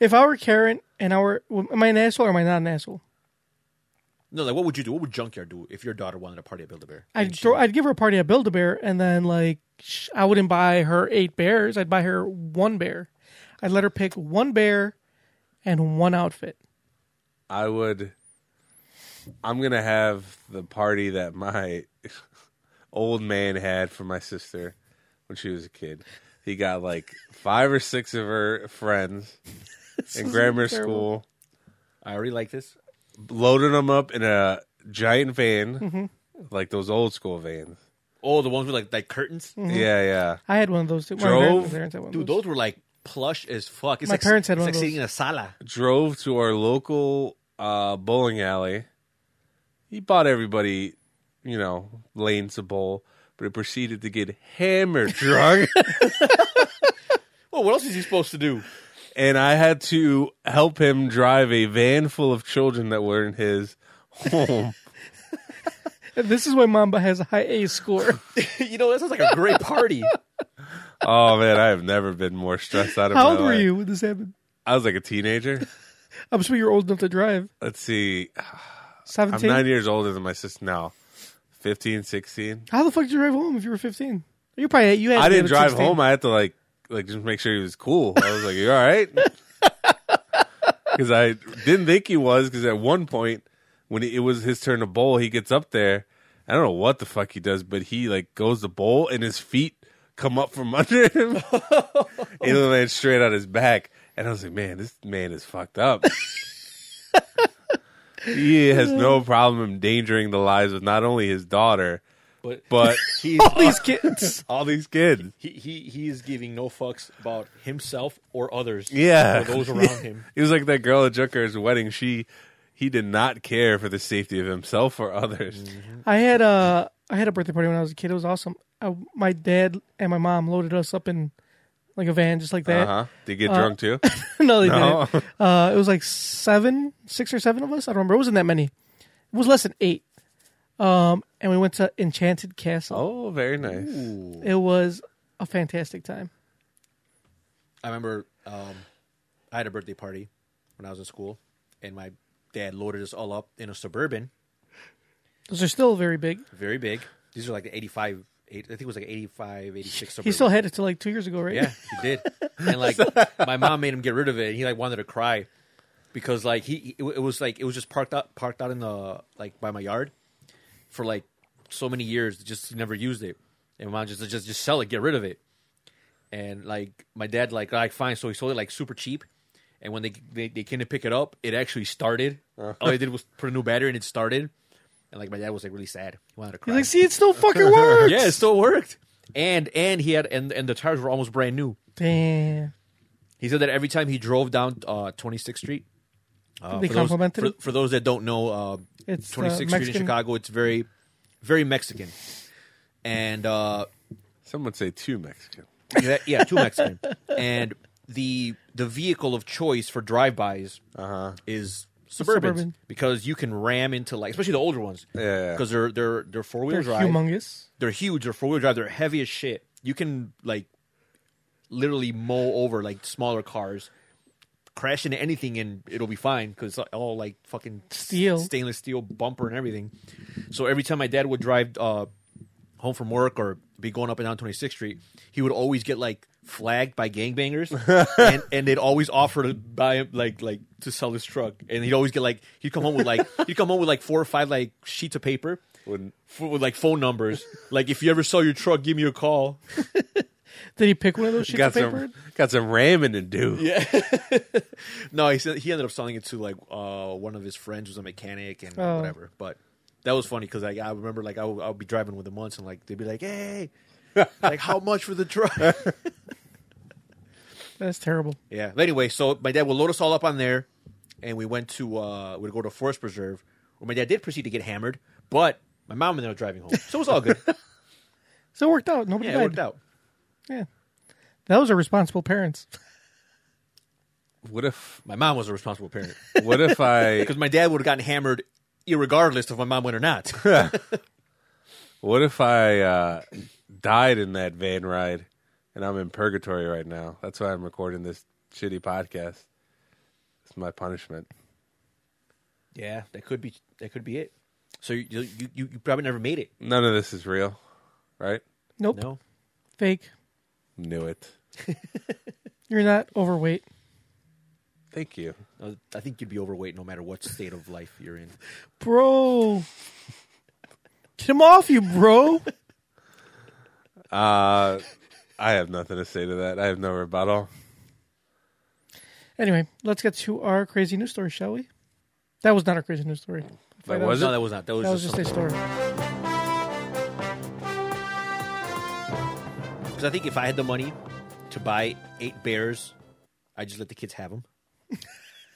Speaker 2: If I were Karen and I were, well, am I an asshole or am I not an asshole?
Speaker 3: No, like what would you do? What would Junkyard do if your daughter wanted a party at Build a Bear?
Speaker 2: I'd throw, I'd give her a party at Build a Bear, and then like sh- I wouldn't buy her eight bears. I'd buy her one bear. I'd let her pick one bear and one outfit.
Speaker 4: I would. I'm gonna have the party that my old man had for my sister when she was a kid. He got like five or six of her friends in grammar
Speaker 2: terrible.
Speaker 4: school,
Speaker 3: I already like this.
Speaker 4: loaded them up in a giant van,
Speaker 2: Mm-hmm.
Speaker 4: like those old school vans.
Speaker 3: Oh, the ones with like like curtains.
Speaker 2: Mm-hmm.
Speaker 4: Yeah, yeah.
Speaker 2: I had one of those too. My
Speaker 4: Drove?
Speaker 2: parents had one of
Speaker 3: Dude,
Speaker 2: those.
Speaker 3: those were like plush as fuck. It's
Speaker 2: My
Speaker 3: like,
Speaker 2: parents had
Speaker 3: it's
Speaker 2: one
Speaker 3: like
Speaker 2: of those.
Speaker 3: sitting in a sala.
Speaker 4: Drove to our local uh, bowling alley. He bought everybody, you know, lanes of bowl, but he proceeded to get hammered drunk.
Speaker 3: Well, Oh, what else is he supposed to do?
Speaker 4: and I had to help him drive a van full of children that were in his home.
Speaker 2: This is why Mamba has a high A score.
Speaker 3: you know, that sounds like a great party.
Speaker 4: oh man, I have never been more stressed out. Of
Speaker 2: How
Speaker 4: my
Speaker 2: old were
Speaker 4: life.
Speaker 2: you when this happened?
Speaker 4: I was like a teenager.
Speaker 2: I'm sure you're old enough to drive.
Speaker 4: Let's see, I'm
Speaker 2: 17
Speaker 4: nine years older than my sister now. 15, 16.
Speaker 2: How the fuck did you drive home if you were 15? You probably you had. to
Speaker 4: I
Speaker 2: be
Speaker 4: didn't
Speaker 2: at
Speaker 4: drive
Speaker 2: 16.
Speaker 4: home. I had to like, like just make sure he was cool. I was like, "You all right?" Because I didn't think he was. Because at one point, when it was his turn to bowl, he gets up there. I don't know what the fuck he does, but he like goes to bowl and his feet come up from under him. he lands straight on his back, and I was like, "Man, this man is fucked up." he has no problem endangering the lives of not only his daughter,
Speaker 3: But
Speaker 4: but
Speaker 3: he's
Speaker 2: These kids.
Speaker 4: all these kids.
Speaker 3: he, he he is giving no fucks about himself or others.
Speaker 4: Yeah.
Speaker 3: or those around him.
Speaker 4: He was like that girl at Joker's wedding. She he did not care for the safety of himself or others.
Speaker 2: I had a I had a birthday party when I was a kid. It was awesome. I, my dad and my mom loaded us up in like a van, just like that.
Speaker 4: Uh huh. Did you get drunk too?
Speaker 2: no, they
Speaker 4: No.
Speaker 2: didn't. Uh, it was like seven, six or seven of us. I don't remember. It wasn't that many. It was less than eight. Um, and we went to Enchanted Castle.
Speaker 4: Oh, very nice.
Speaker 2: It was a fantastic time.
Speaker 3: I remember um, I had a birthday party when I was in school, and my dad loaded us all up in a suburban,
Speaker 2: Those are still very big.
Speaker 3: very big. These are like the 85, eight, I think it was like 85, 86 suburban.
Speaker 2: He still had it till like two years ago, right?
Speaker 3: Yeah, he did. And like my mom made him get rid of it, and he like wanted to cry because like he it, it was like it was just parked out parked out in the like by my yard for like so many years, just never used it. And my mom just just just sell it, get rid of it. And like my dad, like like fine, so he sold it like super cheap. And when they they, they came to pick it up, it actually started. All they did was put a new battery, and it started. And like my dad was like really sad. He wanted to cry.
Speaker 2: He's like, see, it still fucking works.
Speaker 3: yeah, it still worked. And and he had and and the tires were almost brand new.
Speaker 2: Damn.
Speaker 3: He said that every time he drove down uh, 26th Street. Uh,
Speaker 2: They
Speaker 3: for those,
Speaker 2: complimented
Speaker 3: for,
Speaker 2: it?
Speaker 3: for those that don't know, uh,
Speaker 2: It's, uh,
Speaker 3: 26th Street in
Speaker 2: Mexican-
Speaker 3: Chicago. It's very, very Mexican, and uh,
Speaker 4: Some would say too Mexican.
Speaker 3: yeah, yeah, two Mexican. and the the vehicle of choice for drive-bys
Speaker 4: Uh-huh.
Speaker 3: is Suburbans
Speaker 2: Suburban.
Speaker 3: because you can ram into like especially the older ones
Speaker 4: Yeah.
Speaker 3: because they're they're they're four wheel
Speaker 2: They're
Speaker 3: drive
Speaker 2: humongous.
Speaker 3: they're huge they're four wheel drive they're heavy as shit you can like literally mow over like smaller cars crash into anything and it'll be fine because it's all like fucking s-
Speaker 2: Steel.
Speaker 3: stainless steel bumper and everything so every time my dad would drive uh home from work or be going up and down 26th Street, he would always get like flagged by gangbangers, and, and they'd always offer to buy him like like to sell his truck, and he'd always get like he'd come home with like he'd come home with like four or five like sheets of paper.
Speaker 4: Wouldn't-
Speaker 3: For, with like phone numbers, like if you ever sell your truck, give me a call.
Speaker 2: Did he pick one of those sheets
Speaker 4: Got
Speaker 2: of
Speaker 4: some
Speaker 2: paper?
Speaker 4: got some ramming to do.
Speaker 3: No, he said he ended up selling it to like uh, one of his friends who's a mechanic and
Speaker 2: Oh.
Speaker 3: whatever. But that was funny because like, I remember like I would, I would be driving with him once and like they'd be like, "Hey, like how much for the truck?"
Speaker 2: That's terrible.
Speaker 3: Yeah. But anyway, so my dad would load us all up on there, and we went to uh we'd go to Forest Preserve, where my dad did proceed to get hammered, but my mom and I were driving home, so it was all good.
Speaker 2: So it worked out. Nobody
Speaker 3: yeah,
Speaker 2: died.
Speaker 3: it worked out.
Speaker 2: Yeah. Those are responsible parents.
Speaker 4: What if
Speaker 3: My mom was a responsible parent
Speaker 4: what if I
Speaker 3: because my dad would have gotten hammered, irregardless of my mom went or not.
Speaker 4: what if I uh, died in that van ride and I'm in purgatory right now? That's why I'm recording this shitty podcast. It's my punishment.
Speaker 3: yeah, that could be that could be it. So you you, you, you probably never made it.
Speaker 4: None of this is real, right?
Speaker 2: Nope.
Speaker 3: No,
Speaker 2: Fake.
Speaker 4: Knew it.
Speaker 2: You're not overweight.
Speaker 4: Thank you.
Speaker 3: Uh, I think you'd be overweight no matter what state of life you're in.
Speaker 2: Bro. Get him off you, bro.
Speaker 4: Uh, I have nothing to say to that. I have no rebuttal.
Speaker 2: anyway, let's get to our crazy news story, shall we? That was not our crazy news story.
Speaker 4: But
Speaker 2: out.
Speaker 4: was
Speaker 3: No,
Speaker 4: it?
Speaker 3: that was not. That was,
Speaker 2: That was
Speaker 3: just
Speaker 2: just a story.
Speaker 3: because I think if I had the money to buy eight bears, I would just let the kids have them.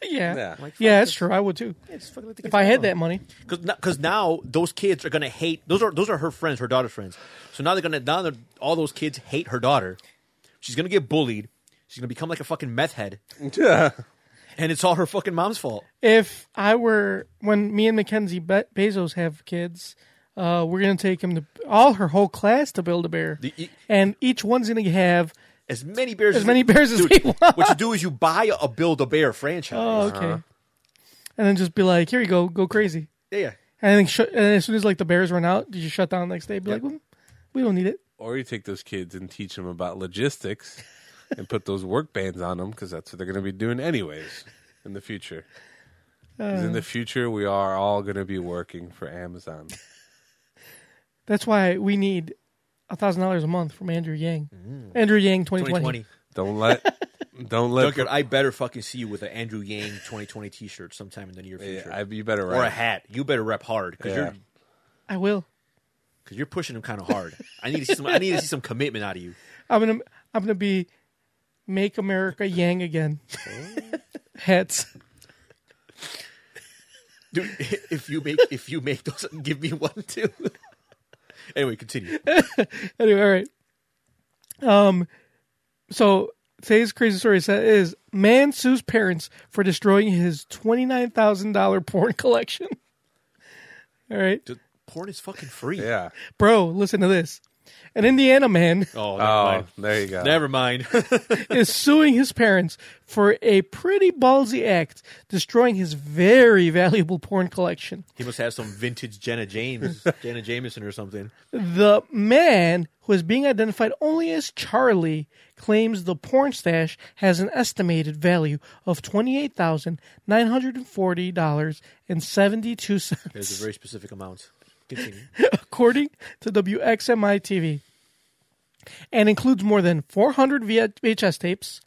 Speaker 2: Yeah.
Speaker 4: Yeah.
Speaker 2: Yeah, that's true. I would too. If I had that money,
Speaker 3: because now those kids are gonna hate those are those are her friends, her daughter's friends. So now they're gonna now they're, all those kids hate her daughter. She's gonna get bullied. She's gonna become like a fucking meth head,
Speaker 4: Yeah.
Speaker 3: and it's all her fucking mom's fault.
Speaker 2: if I were when me and Mackenzie Be- Bezos have kids, uh, we're gonna take him to all her whole class to build a bear,
Speaker 3: The- e-
Speaker 2: and each onene's gonna have.
Speaker 3: As many bears,
Speaker 2: As many bears as
Speaker 3: Dude,
Speaker 2: they want.
Speaker 3: What you do is you buy a build a bear franchise.
Speaker 2: Oh, okay. And then just be like, "Here you go, go crazy."
Speaker 3: yeah,
Speaker 2: And then sh- and as soon as like the bears run out, you just shut down the next day. Be like, well, "We don't need it."
Speaker 4: Or you take those kids and teach them about logistics and put those work bands on them because that's what they're going to be doing anyways in the future. 'Cause
Speaker 3: Uh.
Speaker 4: in the future, we are all going to be working for Amazon.
Speaker 2: That's why we need a thousand dollars a month from Andrew Yang. Andrew Yang, twenty
Speaker 3: twenty
Speaker 2: twenty.
Speaker 3: Mm. twenty.
Speaker 4: Don't let, don't let.
Speaker 3: Junkyard, I better fucking see you with an Andrew Yang twenty twenty t shirt sometime in the near future,
Speaker 4: I, you better
Speaker 3: or a
Speaker 4: write.
Speaker 3: hat. You better rep hard because
Speaker 4: Yeah.
Speaker 3: you're
Speaker 2: I will.
Speaker 3: because you're pushing them kind of hard. I need to see some. I need to see some commitment out of you.
Speaker 2: I'm gonna I'm gonna be make America Yang again. Hats.
Speaker 3: Dude, if you make if you make those, give me one too. anyway, continue.
Speaker 2: Anyway, all right. Um, so today's crazy story sa- is man sues parents for destroying his twenty nine thousand dollar porn collection. All right,
Speaker 3: Dude, porn is fucking free.
Speaker 4: Yeah.
Speaker 2: bro, listen to this. An Indiana man
Speaker 3: Oh, never
Speaker 4: Oh,
Speaker 3: mind.
Speaker 4: there you go.
Speaker 3: Never mind.
Speaker 2: is suing his parents for a pretty ballsy act, destroying his very valuable porn collection.
Speaker 3: he must have some vintage Jenna James, Jenna Jameson or something.
Speaker 2: The man, who is being identified only as Charlie, claims the porn stash has an estimated value of $28,940.72,
Speaker 3: There's a very specific amount. Continue.
Speaker 2: according to WXMI TV. and includes more than 400 VH- VHS tapes,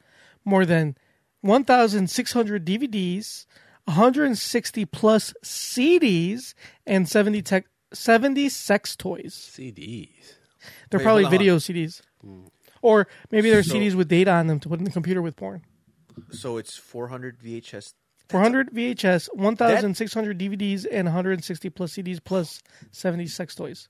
Speaker 2: more than 1,600 DVDs, 160 plus CDs, and 70 tech. 70 sex toys.
Speaker 4: CDs.
Speaker 2: They're
Speaker 4: Wait,
Speaker 2: probably
Speaker 4: hold on. Hmm.
Speaker 2: video CDs. Or maybe they're
Speaker 3: So-
Speaker 2: CDs with data on them to put in the computer with porn.
Speaker 3: So it's 400 VHS.
Speaker 2: 400 VHS, 1,600 DVDs, and 160 plus CDs plus 70 sex toys.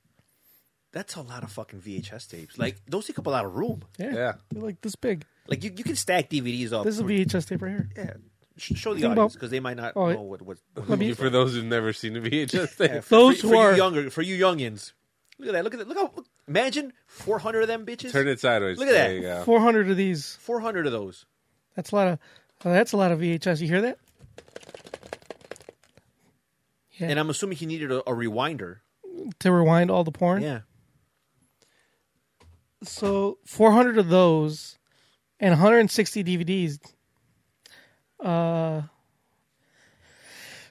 Speaker 3: That's a lot of fucking VHS tapes. Like those take up a lot of room.
Speaker 2: Yeah.
Speaker 4: Yeah.
Speaker 2: They're like this big.
Speaker 3: Like you, you can stack DVDs off.
Speaker 2: This is a VHS tape right here.
Speaker 3: yeah. Sh- show the
Speaker 2: Think about-
Speaker 3: audience because they might not
Speaker 2: Oh,
Speaker 3: know what what. what
Speaker 2: Let me-
Speaker 4: For those who've never seen a VHS
Speaker 3: yeah,
Speaker 4: tape.
Speaker 3: for-
Speaker 2: Those
Speaker 3: for,
Speaker 2: who
Speaker 3: for
Speaker 2: are-
Speaker 3: you younger for you youngins. Look at that. Look at that. Look how. Look, imagine 400 of them bitches.
Speaker 4: Turn it sideways.
Speaker 3: Look at
Speaker 4: There
Speaker 3: that.
Speaker 4: you go.
Speaker 2: 400 of these.
Speaker 3: 400 of those.
Speaker 2: That's a lot of. oh, that's a lot of VHS. You hear that? Yeah.
Speaker 3: And I'm assuming he needed a, a rewinder.
Speaker 2: To rewind all the porn.
Speaker 3: Yeah.
Speaker 2: So 400 of those, and 160 DVDs. Uh.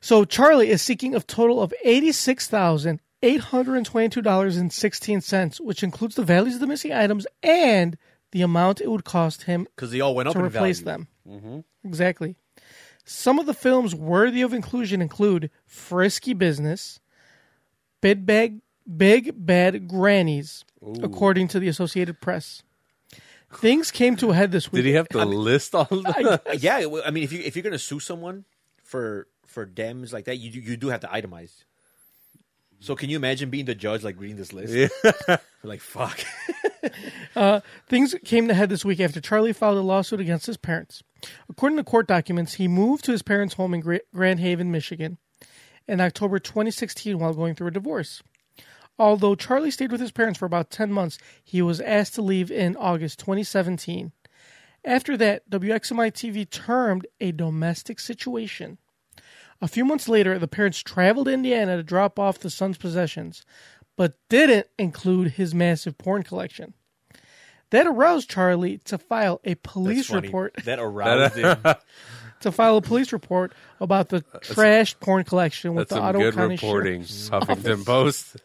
Speaker 2: So Charlie is seeking a total of eighty-six thousand eight hundred and twenty-two dollars and sixteen cents, which includes the values of the missing items and the amount it would cost him
Speaker 3: Because they all went up
Speaker 2: to
Speaker 3: in
Speaker 2: replace
Speaker 3: value.
Speaker 2: them.
Speaker 4: Mm-hmm.
Speaker 2: Exactly. Some of the films worthy of inclusion include Frisky Business, Big Bag, Big Bad Grannies, according to the Associated Press. Things came to a head this week.
Speaker 4: Did he have to list all of them?
Speaker 3: Uh, Yeah, well, I mean, if you if you're gonna sue someone for for dams like that, you do- you do have to itemize. So can you imagine being the judge, like reading this list? like fuck.
Speaker 2: Things came to head this week after Charlie filed a lawsuit against his parents. According to court documents, he moved to his parents' home in Gra- Grand Haven, Michigan, in October 2016 while going through a divorce. Although Charlie stayed with his parents for about 10 months, he was asked to leave in August 2017. After that, WXMI TV termed a domestic situation. A few months later, the parents traveled to Indiana to drop off the son's possessions, but didn't include his massive porn collection. That aroused Charlie to file a
Speaker 3: That's
Speaker 2: police
Speaker 3: funny.
Speaker 2: report
Speaker 3: that aroused him.
Speaker 2: to file a police report about the trash porn collection with
Speaker 4: Uh,
Speaker 2: the
Speaker 4: That's some
Speaker 2: Ottawa
Speaker 4: good
Speaker 2: County Sheriff.
Speaker 4: reporting. Huffington Post.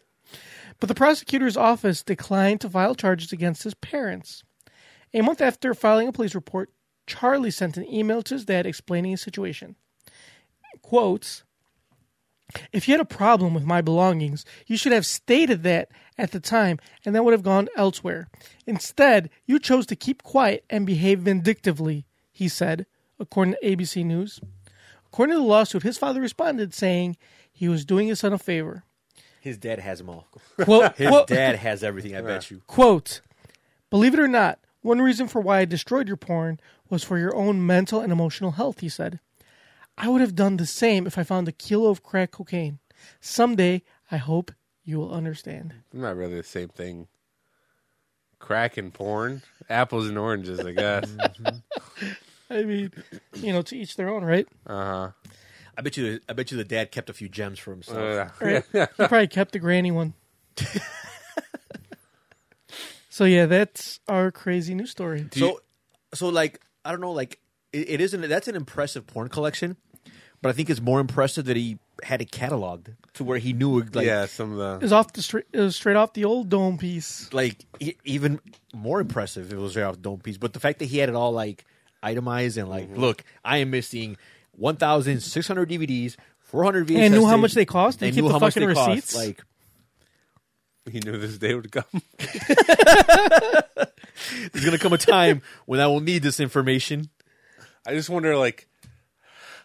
Speaker 2: But the prosecutor's office declined to file charges against his parents. A month after filing a police report, Charlie sent an email to his dad explaining his situation. Quotes If you had a problem with my belongings, you should have stated that at the time, and that would have gone elsewhere. Instead, you chose to keep quiet and behave vindictively, he said, according to ABC News. According to the lawsuit, his father responded saying he was doing his son a favor.
Speaker 3: His dad has them all.
Speaker 2: Quote,
Speaker 3: His
Speaker 2: quote-
Speaker 3: dad has everything. I bet you.
Speaker 2: Quote Believe it or not, one reason for why I destroyed your porn was for your own mental and emotional health, he said. I would have done the same if I found a kilo of crack cocaine. Someday, I hope you will understand.
Speaker 4: Not really the same thing. Crack and porn. Apples and oranges, I guess.
Speaker 2: I mean, you know, to each their own, right?
Speaker 3: I bet you. I bet you the dad kept a few gems for himself.
Speaker 4: Uh,
Speaker 2: He probably kept the granny one. so, yeah, that's our crazy news story.
Speaker 3: so, so like I don't know. Like it, it isn't. That's an impressive porn collection, but I think it's more impressive that he had it cataloged to where he knew. Like,
Speaker 4: yeah, some of the.
Speaker 2: Is off the straight, uh, straight off the old dome piece.
Speaker 3: like e- even more impressive it was Ralph Dome piece. But the fact that he had it all like itemized and like, look, I am missing one thousand six hundred DVDs, four hundred VHS,
Speaker 2: And knew how
Speaker 3: tapes,
Speaker 2: much they cost and
Speaker 3: and
Speaker 2: keep
Speaker 3: knew
Speaker 2: the
Speaker 3: how much
Speaker 2: fucking
Speaker 3: they cost.
Speaker 2: receipts?
Speaker 3: Like,
Speaker 4: He knew this day would come.
Speaker 3: there's gonna come a time when I will need this information.
Speaker 4: I just wonder, like,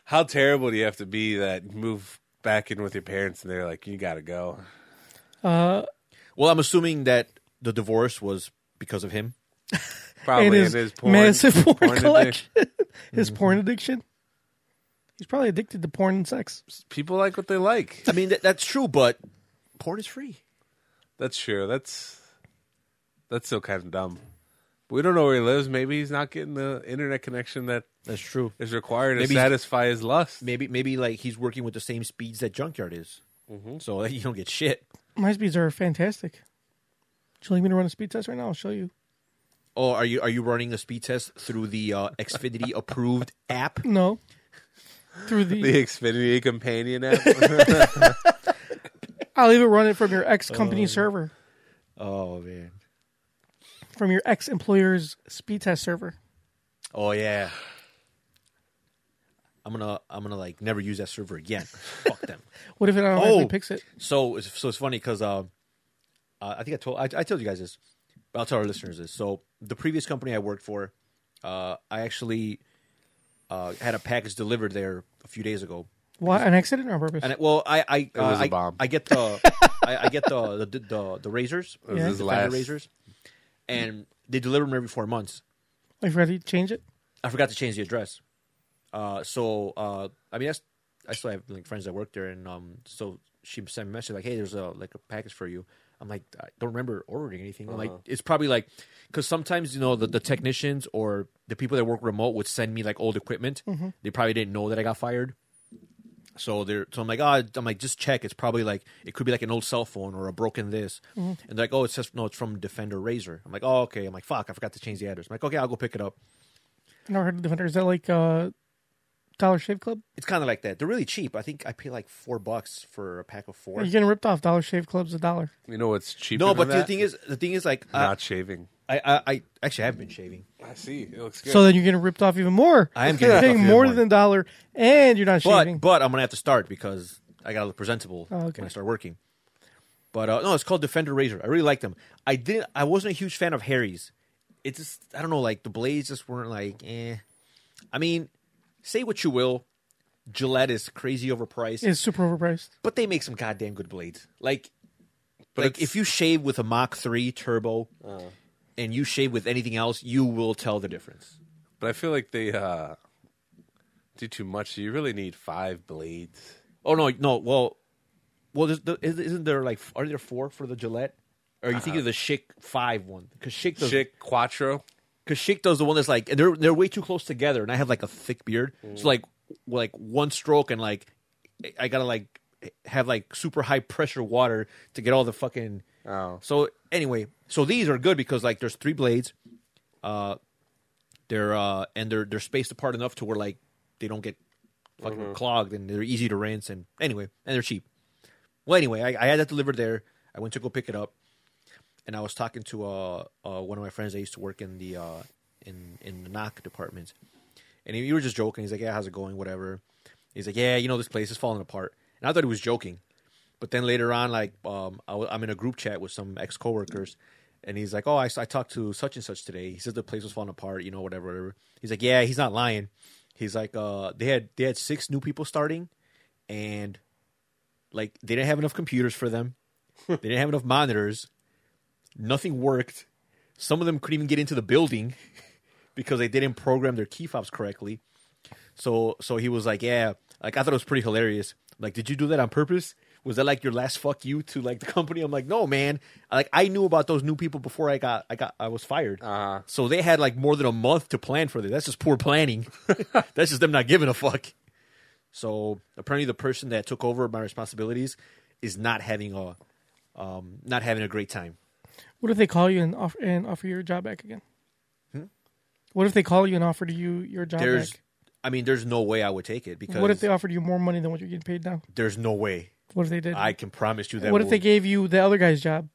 Speaker 4: how terrible do you have to be that you move back in with your parents and they're like, you got to go?
Speaker 3: Well, I'm assuming that the divorce was because of him.
Speaker 4: Probably
Speaker 2: and his,
Speaker 4: it is
Speaker 2: massive porn,
Speaker 4: addic-
Speaker 2: collection, his porn addiction. He's probably addicted to porn and sex.
Speaker 4: People like what they like.
Speaker 3: I mean, that, that's true, but porn is free.
Speaker 4: That's true. That's that's still kind of dumb. But we don't know where he lives. Maybe he's not getting the internet connection that
Speaker 3: That's true.
Speaker 4: is required to
Speaker 3: Maybe he's-
Speaker 4: satisfy his lust.
Speaker 3: Maybe, maybe like he's working with the same speeds that Junkyard is, so like, you don't get shit.
Speaker 2: My speeds are fantastic. Would you like me to run a speed test right now? I'll show you.
Speaker 3: Oh, are you are you running a speed test through the uh, Xfinity approved app?
Speaker 2: No. Through the,
Speaker 4: The Xfinity companion app.
Speaker 2: I'll even run it from your ex company server.
Speaker 3: Oh man,
Speaker 2: from your ex employer's speed test server.
Speaker 3: Oh yeah. I'm gonna I'm gonna like never use that server again. Fuck them.
Speaker 2: What if it automatically
Speaker 3: Oh.
Speaker 2: picks it?
Speaker 3: So it's- so it's funny because uh, uh, I think I told I, I told you guys this, but I'll tell our listeners this. So the previous company I worked for, uh, I actually uh, had a package delivered there a few days ago,
Speaker 2: What an accident or on purpose?
Speaker 3: and it, well I I, uh,
Speaker 4: was a
Speaker 3: I-
Speaker 4: bomb.
Speaker 3: I get the I, I get the the the, the razors,
Speaker 4: It was
Speaker 2: Yeah.
Speaker 4: his
Speaker 3: the Fender
Speaker 4: last.
Speaker 3: razors, and they deliver them every four months.
Speaker 2: If you had to change it,
Speaker 3: I forgot to change the address. Uh, so uh, I mean, that's, I still have like friends that work there, and um, so she sent me a message like, "Hey, there's a like a package for you." I'm like, I don't remember ordering anything. I'm like, it's probably like, because sometimes you know the, the technicians or the people that work remote would send me like old equipment. They probably didn't know that I got fired. So they're so I'm like, oh, I'm like, just check. It's probably like it could be like an old cell phone or a broken this. And they're like, oh, it says no, it's from Defender Razor. I'm like, oh, okay. I'm like, fuck, I forgot to change the address. I'm like, okay, I'll go pick it up.
Speaker 2: never heard of Defender. Is that like uh, Dollar Shave Club?
Speaker 3: It's kind of like that. They're really cheap. I think I pay like four bucks for a pack of four.
Speaker 2: You're getting ripped off. Dollar Shave Club's a dollar.
Speaker 4: You know what's cheaper?
Speaker 3: No,
Speaker 4: than
Speaker 3: but the
Speaker 4: that?
Speaker 3: thing is, uh, the thing is, like, I,
Speaker 4: not shaving.
Speaker 3: I, I, I actually have been shaving.
Speaker 4: I see. It looks
Speaker 2: So then you're getting ripped off even more.
Speaker 3: I am
Speaker 2: You're
Speaker 3: getting ripped off
Speaker 2: paying
Speaker 3: even
Speaker 2: more
Speaker 3: more.
Speaker 2: than a dollar, and you're not
Speaker 3: But,
Speaker 2: shaving.
Speaker 3: but I'm gonna have to start because I gotta look presentable
Speaker 2: Oh, okay.
Speaker 3: when I start working. But uh, no, it's called Defender Razor. I really like them. I did. I wasn't a huge fan of Harry's. It just, I don't know, like the blades just weren't like, eh. I mean, say what you will, Gillette is crazy overpriced,
Speaker 2: it's super overpriced.
Speaker 3: but they make some goddamn good blades. Like,
Speaker 4: But
Speaker 3: like
Speaker 4: it's-
Speaker 3: if you shave with a Mach 3 turbo and you shave with anything else, you will tell the difference.
Speaker 4: But I feel like they uh, do too much. You really need five blades.
Speaker 3: Oh no, no. Well, well, there's the, is- isn't there like are there four for the Gillette? Or are you thinking of the Schick five one? Because Schick does
Speaker 4: Chick Quattro.
Speaker 3: because Schick does the one that's like and they're they're way too close together, and I have like a thick beard, so like like one stroke and like I gotta like have like super high pressure water to get all the fucking.
Speaker 4: Oh.
Speaker 3: So anyway, so these are good because like there's three blades, uh, they're uh and they're they're spaced apart enough to where like they don't get fucking clogged and they're easy to rinse and anyway and they're cheap. Well, anyway, I, I had that delivered there. I went to go pick it up, and I was talking to uh, uh one of my friends that used to work in the uh in in the knock department, and he, we were just joking. He's like, "Yeah, how's it going? Whatever." He's like, "Yeah, you know this place is falling apart," and I thought he was joking. But then later on, like um, I w- I'm in a group chat with some ex coworkers, and he's like, "Oh, I, s- I talked to such and such today. He said the place was falling apart. You know, whatever, whatever." He's like, "Yeah, he's not lying." He's like, "Uh, they had they had six new people starting, and like they didn't have enough computers for them. they didn't have enough monitors. Nothing worked. Some of them couldn't even get into the building because they didn't program their key fobs correctly." So so he was like, yeah, like I thought it was pretty hilarious. Like, did you do that on purpose? Was that like your last fuck you to like the company? I'm like, no, man. Like I knew about those new people before I got I got I was fired.
Speaker 4: Uh-huh.
Speaker 3: So they had like more than a month to plan for this. That's just poor planning. That's just them not giving a fuck. So apparently, the person that took over my responsibilities is not having a um not having a great time.
Speaker 2: What if they call you and offer and offer your job back again? What if they call you and offer to you your job
Speaker 3: Hmm? There's,
Speaker 2: back?
Speaker 3: I mean, there's no way I would take it because
Speaker 2: What if they offered you more money than what you're getting paid now?
Speaker 3: there's no way
Speaker 2: What if they did?
Speaker 3: I can promise you that.
Speaker 2: what if
Speaker 3: would-
Speaker 2: they gave you the other guy's job?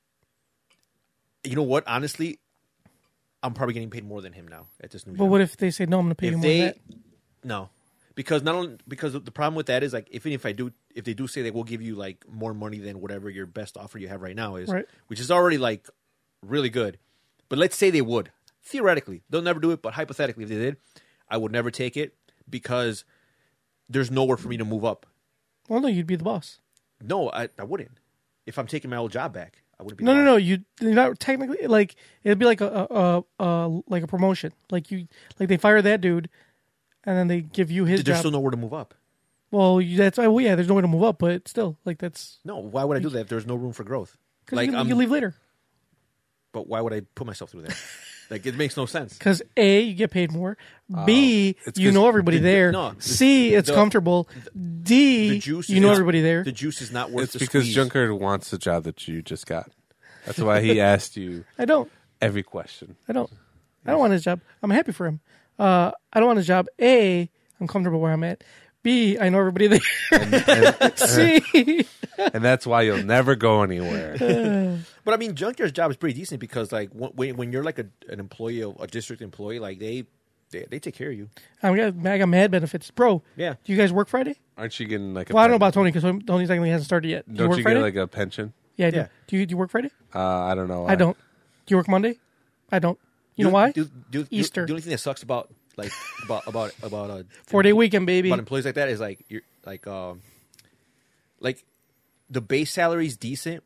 Speaker 3: you know what? Honestly, I'm probably getting paid more than him now at this new.
Speaker 2: But
Speaker 3: job.
Speaker 2: what if they say no? I'm going to pay you
Speaker 3: if
Speaker 2: more.
Speaker 3: they
Speaker 2: than that?
Speaker 3: no, because not only because the problem with that is like if if I do if they do say they will give you like more money than whatever your best offer you have right now is,
Speaker 2: Right.
Speaker 3: which is already like really good. But let's say they would theoretically, they'll never do it, but hypothetically, if they did, I would never take it because there's nowhere for me to move up.
Speaker 2: Well, no, you'd be the boss.
Speaker 3: No, I, I wouldn't. If I'm taking my old job back, I wouldn't be.
Speaker 2: No,
Speaker 3: the
Speaker 2: no,
Speaker 3: boss.
Speaker 2: no. You you're not technically like it'd be like a, a, a, a like a promotion. Like you like they fire that dude, and then they give you his
Speaker 3: There's
Speaker 2: job.
Speaker 3: still nowhere to move up.
Speaker 2: well, you, that's well, yeah. There's no way to move up, but still, like that's
Speaker 3: No, why would I do that if there's no room for growth?
Speaker 2: because you, can- you leave later.
Speaker 3: but why would I put myself through that? like it makes no sense.
Speaker 2: Because a you get paid more.
Speaker 3: Oh,
Speaker 2: B
Speaker 4: it's
Speaker 2: you
Speaker 4: 'cause
Speaker 2: know everybody there.
Speaker 3: no,
Speaker 2: C it's
Speaker 3: the-
Speaker 2: comfortable. D
Speaker 3: The juice,
Speaker 2: you
Speaker 3: is
Speaker 2: know
Speaker 3: not-
Speaker 2: everybody there.
Speaker 3: The juice is not worth.
Speaker 4: It's
Speaker 3: the
Speaker 4: because
Speaker 3: squeeze.
Speaker 4: Junker wants the job that you just got. That's why he asked you
Speaker 2: I don't.
Speaker 4: every question.
Speaker 2: I don't. I don't want his job. I'm happy for him. Uh, I don't want his job. A I'm comfortable where I'm at. B I know everybody there. C
Speaker 4: and that's why you'll never go anywhere.
Speaker 3: But I mean, junkyard's job is pretty decent because like wh- when when you're like a, an employee of a district employee, like they they, they take care of you.
Speaker 2: I got, I got mad benefits, bro.
Speaker 3: Yeah.
Speaker 2: Do you guys work Friday?
Speaker 4: Aren't you getting like? A
Speaker 2: Well, I don't know about
Speaker 4: pen-
Speaker 2: Tony because Tony technically hasn't started yet. Do you
Speaker 4: Don't
Speaker 2: work
Speaker 4: you,
Speaker 2: Friday?
Speaker 4: get like a pension?
Speaker 2: yeah, I do.
Speaker 3: Yeah.
Speaker 2: Do you do you work Friday?
Speaker 4: Uh, I don't know.
Speaker 2: I don't. Do you work Monday? I don't. You know why?
Speaker 3: Do, do, do-
Speaker 2: Easter.
Speaker 3: The only thing that sucks about like about about about uh,
Speaker 2: Four day weekend, baby.
Speaker 3: about employees like that is like you're like um like the base salary is decent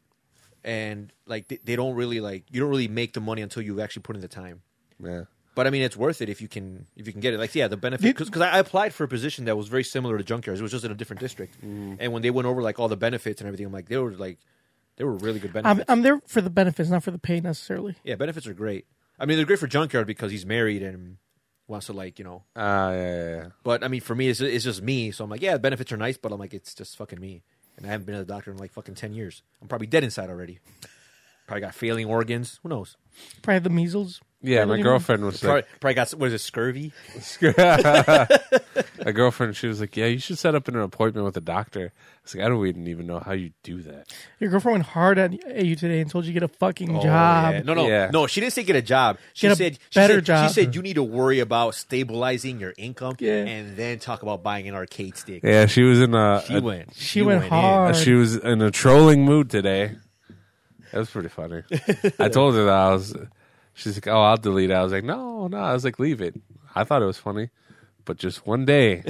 Speaker 3: and like they, they don't really like you don't really make the money until you actually put in the time.
Speaker 4: Yeah.
Speaker 3: But I mean, it's worth it if you can if you can get it. Like, yeah, the benefit
Speaker 2: Did-
Speaker 3: because I I applied for a position that was very similar to junkyards. It was just in a different district, and when they went over like all the benefits and everything, I'm like, they were like, they were really good benefits.
Speaker 2: I'm, I'm there for the benefits, not for the pay necessarily.
Speaker 3: yeah, benefits are great. I mean, they're great for junkyard because he's married and wants to like you know.
Speaker 4: Ah, yeah, yeah, yeah.
Speaker 3: But I mean, for me, it's it's just me. So I'm like, yeah, the benefits are nice, but I'm like, it's just fucking me, and I haven't been to the doctor in like fucking ten years. I'm probably dead inside already. Probably got failing organs. Who knows?
Speaker 2: Probably have the measles.
Speaker 4: Yeah,
Speaker 2: Probably
Speaker 4: my
Speaker 2: don't
Speaker 4: girlfriend was
Speaker 3: Probably,
Speaker 4: like,
Speaker 3: probably got what is it, scurvy?
Speaker 4: my girlfriend, she was like, yeah, you should set up an appointment with a doctor. I was like, I don't even know how you do that.
Speaker 2: even- Your girlfriend went hard at, at you today and told you to get a fucking
Speaker 3: Oh,
Speaker 2: job.
Speaker 3: yeah. No, no,
Speaker 4: Yeah.
Speaker 3: no. She didn't say get a job. She
Speaker 2: Get a
Speaker 3: said she
Speaker 2: better
Speaker 3: said-
Speaker 2: job.
Speaker 3: She said you need to worry about stabilizing your income,
Speaker 2: Yeah.
Speaker 3: and then talk about buying an arcade stick.
Speaker 4: Yeah, Uh, she was in a,
Speaker 3: She
Speaker 4: a-
Speaker 3: went.
Speaker 2: She went
Speaker 3: in.
Speaker 2: hard.
Speaker 4: she was in a trolling mood today. That was pretty funny. I told her that I was. She's like, "Oh, I'll delete it." I was like, "No, no." I was like, "Leave it." I thought it was funny, but just one day,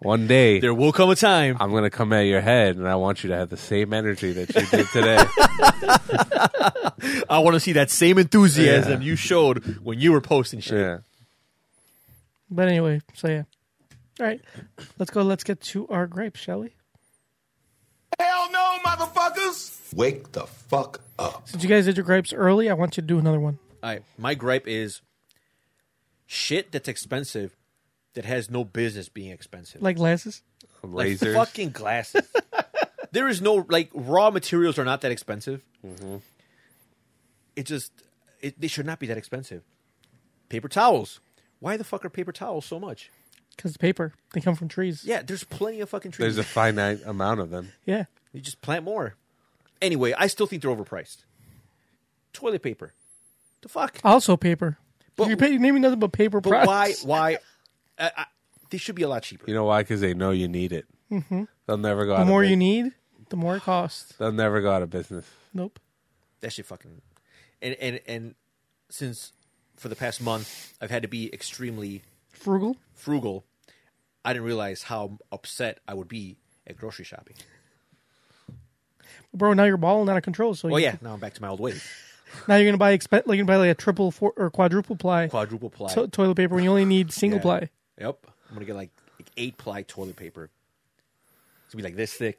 Speaker 4: one day,
Speaker 3: There will come a time.
Speaker 4: I'm gonna come at your head, and I want you to have the same energy that you did today.
Speaker 3: I want to see that same enthusiasm
Speaker 4: Yeah.
Speaker 3: you showed when you were posting shit.
Speaker 4: yeah.
Speaker 2: But anyway, so yeah. All right, let's go. Let's get to our gripes, shall we?
Speaker 5: Hell no, motherfuckers!
Speaker 6: Wake the fuck up.
Speaker 2: Since you guys did your gripes early, I want you to do another one.
Speaker 3: All right, my gripe is shit that's expensive that has no business being expensive.
Speaker 2: Like glasses.
Speaker 3: Like
Speaker 4: Lasers.
Speaker 3: fucking glasses. there is no like raw materials are not that expensive.
Speaker 4: Mm-hmm.
Speaker 3: It just it, they should not be that expensive. Paper towels. Why the fuck are paper towels so much?
Speaker 2: Because paper, they come from trees.
Speaker 3: Yeah, there's plenty of fucking trees.
Speaker 4: There's a finite amount of them.
Speaker 2: Yeah.
Speaker 3: you just plant more. Anyway, I still think they're overpriced. Toilet paper. The fuck.
Speaker 2: Also paper.
Speaker 3: But-
Speaker 2: But you're paying, naming nothing but paper
Speaker 3: but why?
Speaker 2: products.
Speaker 3: Why? I, I, they should be a lot cheaper.
Speaker 4: You know why? Because they know you need it. Mm-hmm. They'll never go. out
Speaker 2: The more
Speaker 4: of
Speaker 2: you
Speaker 4: bus-
Speaker 2: need, the more it costs.
Speaker 4: They'll never go out of business.
Speaker 2: Nope.
Speaker 3: that shit fucking and and and since for the past month I've had to be extremely
Speaker 2: Frugal.
Speaker 3: frugal, I didn't realize how upset I would be at grocery shopping.
Speaker 2: Bro, now you're balling out of control. So
Speaker 3: Well,
Speaker 2: you-
Speaker 3: yeah, now I'm back to my old ways.
Speaker 2: now you're gonna buy expen- like you're gonna buy like a triple four or quadruple ply
Speaker 3: Quadruple ply.
Speaker 2: to- toilet paper when you only need single
Speaker 3: Yeah.
Speaker 2: ply.
Speaker 3: Yep, I'm gonna get like, like eight ply toilet paper. It's gonna be like this thick.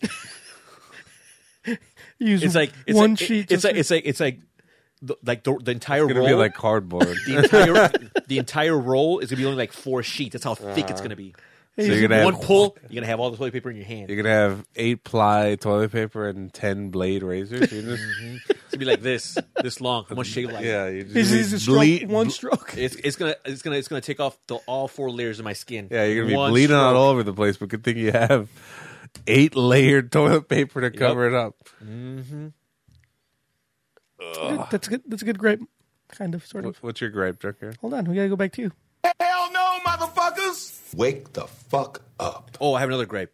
Speaker 2: You use
Speaker 3: It's like it's
Speaker 2: one
Speaker 3: like,
Speaker 2: sheet. just-
Speaker 3: It's like it's like it's like the, like the, the entire
Speaker 4: It's
Speaker 3: roll.
Speaker 4: gonna be like cardboard.
Speaker 3: the entire the entire roll is gonna be only like four sheets. That's how thick it's gonna be.
Speaker 4: so Uh-huh. you're gonna
Speaker 3: One
Speaker 4: have
Speaker 3: pull, you're gonna have all the toilet paper in your hand.
Speaker 4: You're gonna have eight ply toilet paper and ten blade razors. You just,
Speaker 3: It's gonna be like this, this long. I'm gonna shave it like
Speaker 4: yeah, you just,
Speaker 2: this is a stroke,
Speaker 4: bleed-
Speaker 2: one stroke.
Speaker 3: It's, it's gonna it's gonna it's gonna take off the, all four layers of my skin.
Speaker 4: Yeah, you're gonna be
Speaker 3: One
Speaker 4: bleeding out
Speaker 3: stroke.
Speaker 4: all over the place. But good thing you have eight layered toilet paper to cover it up.
Speaker 2: That's a good. That's a good gripe. Kind of, sort of.
Speaker 4: What- What's your gripe, Junker?
Speaker 2: Hold on, we gotta go back to you.
Speaker 5: Hell no, motherfuckers!
Speaker 6: Wake the fuck up.
Speaker 3: Oh, I have another gripe.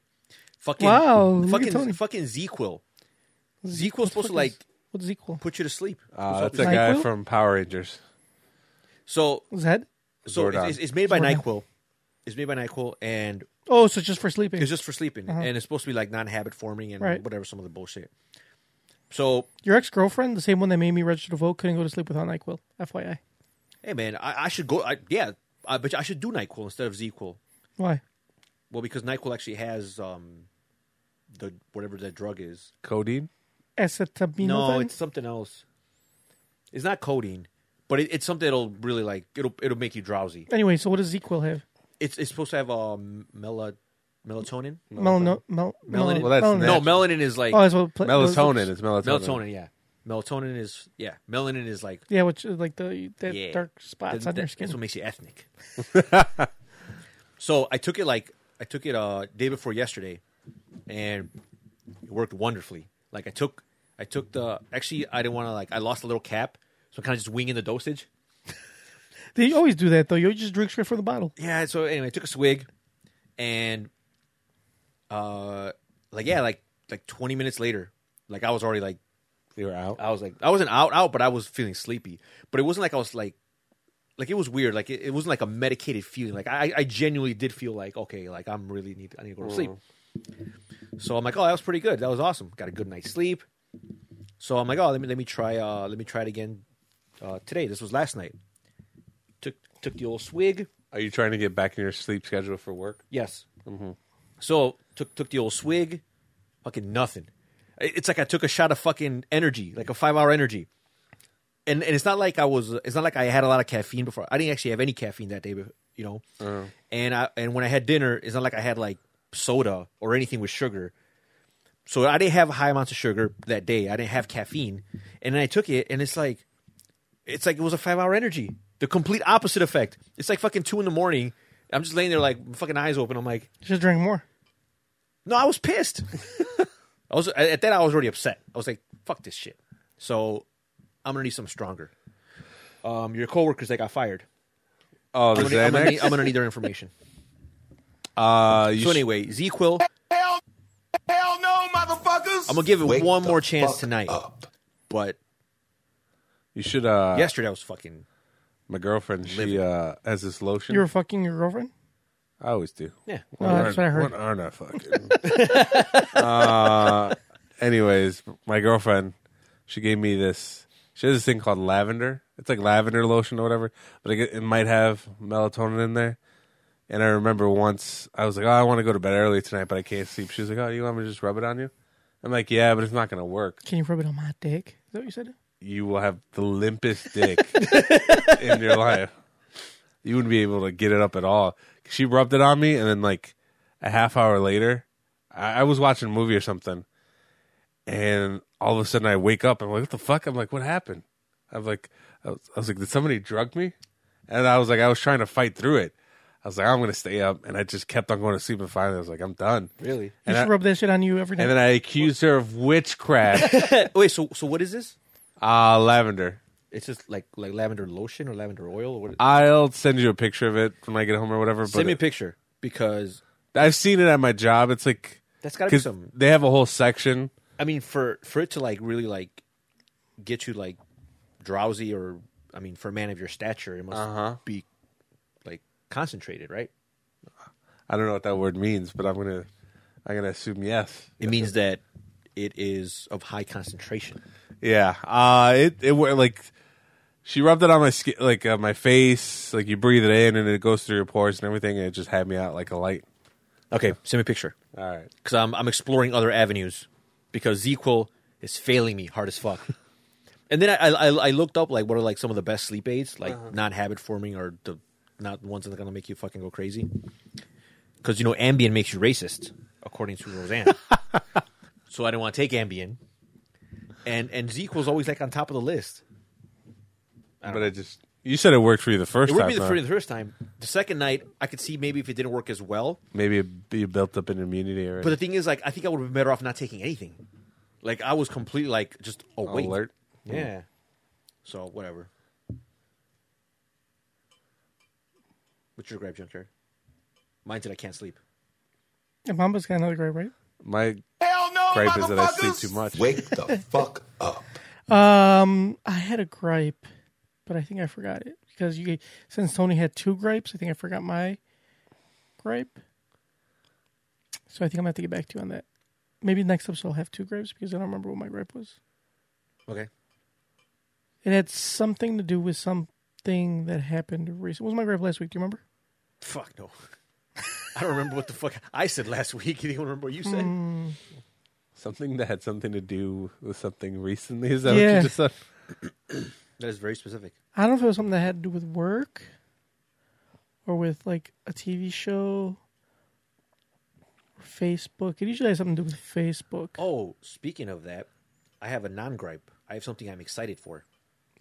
Speaker 3: Fucking
Speaker 2: Wow, look at
Speaker 3: fucking
Speaker 2: Tony.
Speaker 3: fucking ZQuil. ZQuil's supposed to like
Speaker 2: What's equal?
Speaker 3: put you to sleep.
Speaker 4: Uh, that's a
Speaker 2: Nyquil?
Speaker 4: guy from Power Rangers.
Speaker 3: so
Speaker 2: His head.
Speaker 3: so
Speaker 4: Zordon.
Speaker 3: it's, it's- it's made by
Speaker 2: Zordon.
Speaker 3: Nyquil. It's made by Nyquil, and
Speaker 2: Oh, so it's just for sleeping.
Speaker 3: it's just for sleeping, and it's supposed to be like non-habit forming and
Speaker 2: Uh-huh. Right.
Speaker 3: whatever some of the bullshit. So
Speaker 2: Your ex girlfriend, the same one that made me register to vote, couldn't go to sleep without Nyquil. FYI.
Speaker 3: hey man, I, I should go. I, yeah, I, but I should do Nyquil instead of ZQuil.
Speaker 2: Why?
Speaker 3: Well, because Nyquil actually has um, the whatever that drug is.
Speaker 4: Codeine.
Speaker 2: Acetaminophen.
Speaker 3: No, it's something else. It's not codeine, but it, it's something that'll really like it'll it'll make you drowsy.
Speaker 2: Anyway, so what does Zequil have?
Speaker 3: It's it's supposed to have um mela, melatonin.
Speaker 2: Melano- mel-
Speaker 3: Melanin.
Speaker 2: melanin.
Speaker 4: Well, that's
Speaker 2: melanin.
Speaker 3: No, melatonin is like
Speaker 2: Oh, that's what pla-
Speaker 4: Melatonin is melatonin.
Speaker 3: melatonin. Yeah, melatonin is yeah. Melanin is like
Speaker 2: Yeah, which is like the that
Speaker 3: yeah.
Speaker 2: dark spots
Speaker 3: That-
Speaker 2: on your
Speaker 3: that-
Speaker 2: skin.
Speaker 3: That's what makes you ethnic. so I took it like I took it uh day before yesterday, and It worked wonderfully. Like I took, I took the. Actually, I didn't want to like. I lost a little cap, so I'm kind of just winging the dosage.
Speaker 2: They always do that though. You just drink straight from the bottle.
Speaker 3: Yeah. So anyway, I took a swig, and uh, like yeah, like like 20 minutes later, like I was already like
Speaker 4: You were out.
Speaker 3: I was like I wasn't out out, but I was feeling sleepy. But it wasn't like I was like like it was weird. Like it, it wasn't like a medicated feeling. Like I I genuinely did feel like okay, like I'm really need I need to go to sleep. Mm. So I'm like, oh, that was pretty good. That was awesome. Got a good night's sleep. So I'm like, oh, let me let me try uh let me try it again uh today. This was last night. Took took the old swig.
Speaker 4: Are you trying to get back in your sleep schedule for work?
Speaker 3: Yes. So took took the old swig, fucking nothing. It- It's like I took a shot of fucking energy, like a five hour energy. And and it's not like I was. It's not like I had a lot of caffeine before. I didn't actually have any caffeine that day, but- you know. And I and when I had dinner, it's not like I had like soda or anything with sugar. So I didn't have high amounts of sugar that day. I didn't have caffeine, and then I took it, and it's like, it's like it was a five hour energy. The complete opposite effect. It's like fucking two in the morning. I'm just laying there like fucking eyes open. I'm like,
Speaker 2: Just drink more.
Speaker 3: no, I was pissed. I was at that. I was already upset. I was like, "Fuck this shit." So I'm gonna need something stronger. Um, your coworkers that got fired.
Speaker 4: Oh,
Speaker 3: I'm
Speaker 4: the
Speaker 3: gonna, I'm gonna need,
Speaker 4: Xanax.
Speaker 3: I'm gonna need their information.
Speaker 4: Uh, you
Speaker 3: So
Speaker 4: sh-
Speaker 3: anyway, Z-Quil, I'm
Speaker 5: Hell, hell no, motherfuckers.
Speaker 3: gonna give it
Speaker 6: Wake
Speaker 3: one
Speaker 6: the
Speaker 3: more chance
Speaker 6: fuck
Speaker 3: tonight.
Speaker 6: Up.
Speaker 3: But
Speaker 4: you should. Uh,
Speaker 3: yesterday I was fucking.
Speaker 4: My girlfriend, she
Speaker 3: Living.
Speaker 4: uh, has this lotion.
Speaker 2: You were fucking your girlfriend.
Speaker 4: I always do.
Speaker 3: Yeah.
Speaker 4: What
Speaker 2: No,
Speaker 4: are-
Speaker 2: Oh, that's what I heard.
Speaker 4: What aren't I fucking? uh, anyways, my girlfriend, she gave me this. She has this thing called lavender. It's like lavender lotion or whatever, but it, it might have melatonin in there. And I remember once I was like, "Oh, I want to go to bed early tonight, but I can't sleep." She was like, "Oh, you want me to just rub it on you?" I'm like, "Yeah, but it's not gonna work.
Speaker 2: Can you rub it on my dick? Is that what you said?
Speaker 4: You will have the limpest dick in your life. You wouldn't be able to get it up at all. She rubbed it on me, and then like a half hour later, I, I was watching a movie or something, and all of a sudden I wake up. I'm like, what the fuck? I'm like, what happened? I'm like, I was, I was like, did somebody drug me? And I was like, I was trying to fight through it. I was like, I'm gonna stay up, and I just kept on going to sleep. And finally, I was like, I'm done.
Speaker 3: Really?
Speaker 2: You
Speaker 4: And
Speaker 2: should
Speaker 4: I-
Speaker 2: rub that shit on you every day.
Speaker 4: And then I accused her of witchcraft.
Speaker 3: Wait. So so what is this?
Speaker 4: Ah, lavender.
Speaker 3: It's just like like lavender lotion or lavender oil or what?
Speaker 6: Uh,
Speaker 4: I'll send you a picture of it when I get home or whatever.
Speaker 3: Send
Speaker 4: but
Speaker 3: me a picture because
Speaker 4: I've seen it at my job. It's like
Speaker 3: that's gotta be
Speaker 4: 'cause
Speaker 3: some.
Speaker 4: They have a whole section.
Speaker 3: I mean, for for it to like really like get you like drowsy, or I mean, for a man of your stature, it must be like concentrated, right?
Speaker 4: I don't know what that word means, but I'm gonna I'm gonna assume yes.
Speaker 3: It means that it is of high concentration.
Speaker 4: Yeah. Uh it it were like she rubbed it on my skin, like uh, my face. Like you breathe it in, and it goes through your pores and everything, and it just had me out like a light.
Speaker 3: Okay, send me a picture
Speaker 4: All right.
Speaker 3: because I'm I'm exploring other avenues because ZQL is failing me hard as fuck. and then I, I I looked up like what are like some of the best sleep aids, like
Speaker 4: Uh-huh.
Speaker 3: not habit forming or the not ones that are gonna make you fucking go crazy. Because you know Ambien makes you racist, according to Roseanne. so I didn't want to take Ambien. And and ZQL's always like on top of the list.
Speaker 4: But I just you said it worked for you the first
Speaker 3: It would
Speaker 4: time.
Speaker 3: be the,
Speaker 4: huh?
Speaker 3: for the first time. The second night, I could see maybe if it didn't work as well.
Speaker 4: Maybe it, you built up an immunity already.
Speaker 3: But the thing is, like, I think I would have been better off not taking anything. Like, I was completely like just awake.
Speaker 4: alert.
Speaker 3: Yeah. So whatever. What's your grab junkyard? Mine said I can't sleep.
Speaker 2: Yeah, Mamba's got another grape, right?
Speaker 4: My
Speaker 5: hell no,
Speaker 4: gripe is that I
Speaker 5: motherfuckers.
Speaker 4: sleep too much.
Speaker 6: Wake the fuck up.
Speaker 2: Um, I had a gripe, but I think I forgot it because you since Tony had two gripes, I think I forgot my gripe. So I think I'm gonna have to get back to you on that. Maybe next episode I'll have two gripes because I don't remember what my gripe was.
Speaker 3: Okay.
Speaker 2: It had something to do with something that happened recently. What was my gripe last week? Do you remember?
Speaker 3: Fuck no. I don't remember what the fuck I said last week. You don't remember what you said?
Speaker 4: Something that had something to do with something recently. Is that what
Speaker 2: Yeah.
Speaker 4: you just said?
Speaker 3: That is very specific.
Speaker 2: I don't know if it was something that had to do with work or with like a TV show or Facebook. It usually has something to do with Facebook.
Speaker 3: Oh, speaking of that, I have a non gripe. I have something I'm excited for.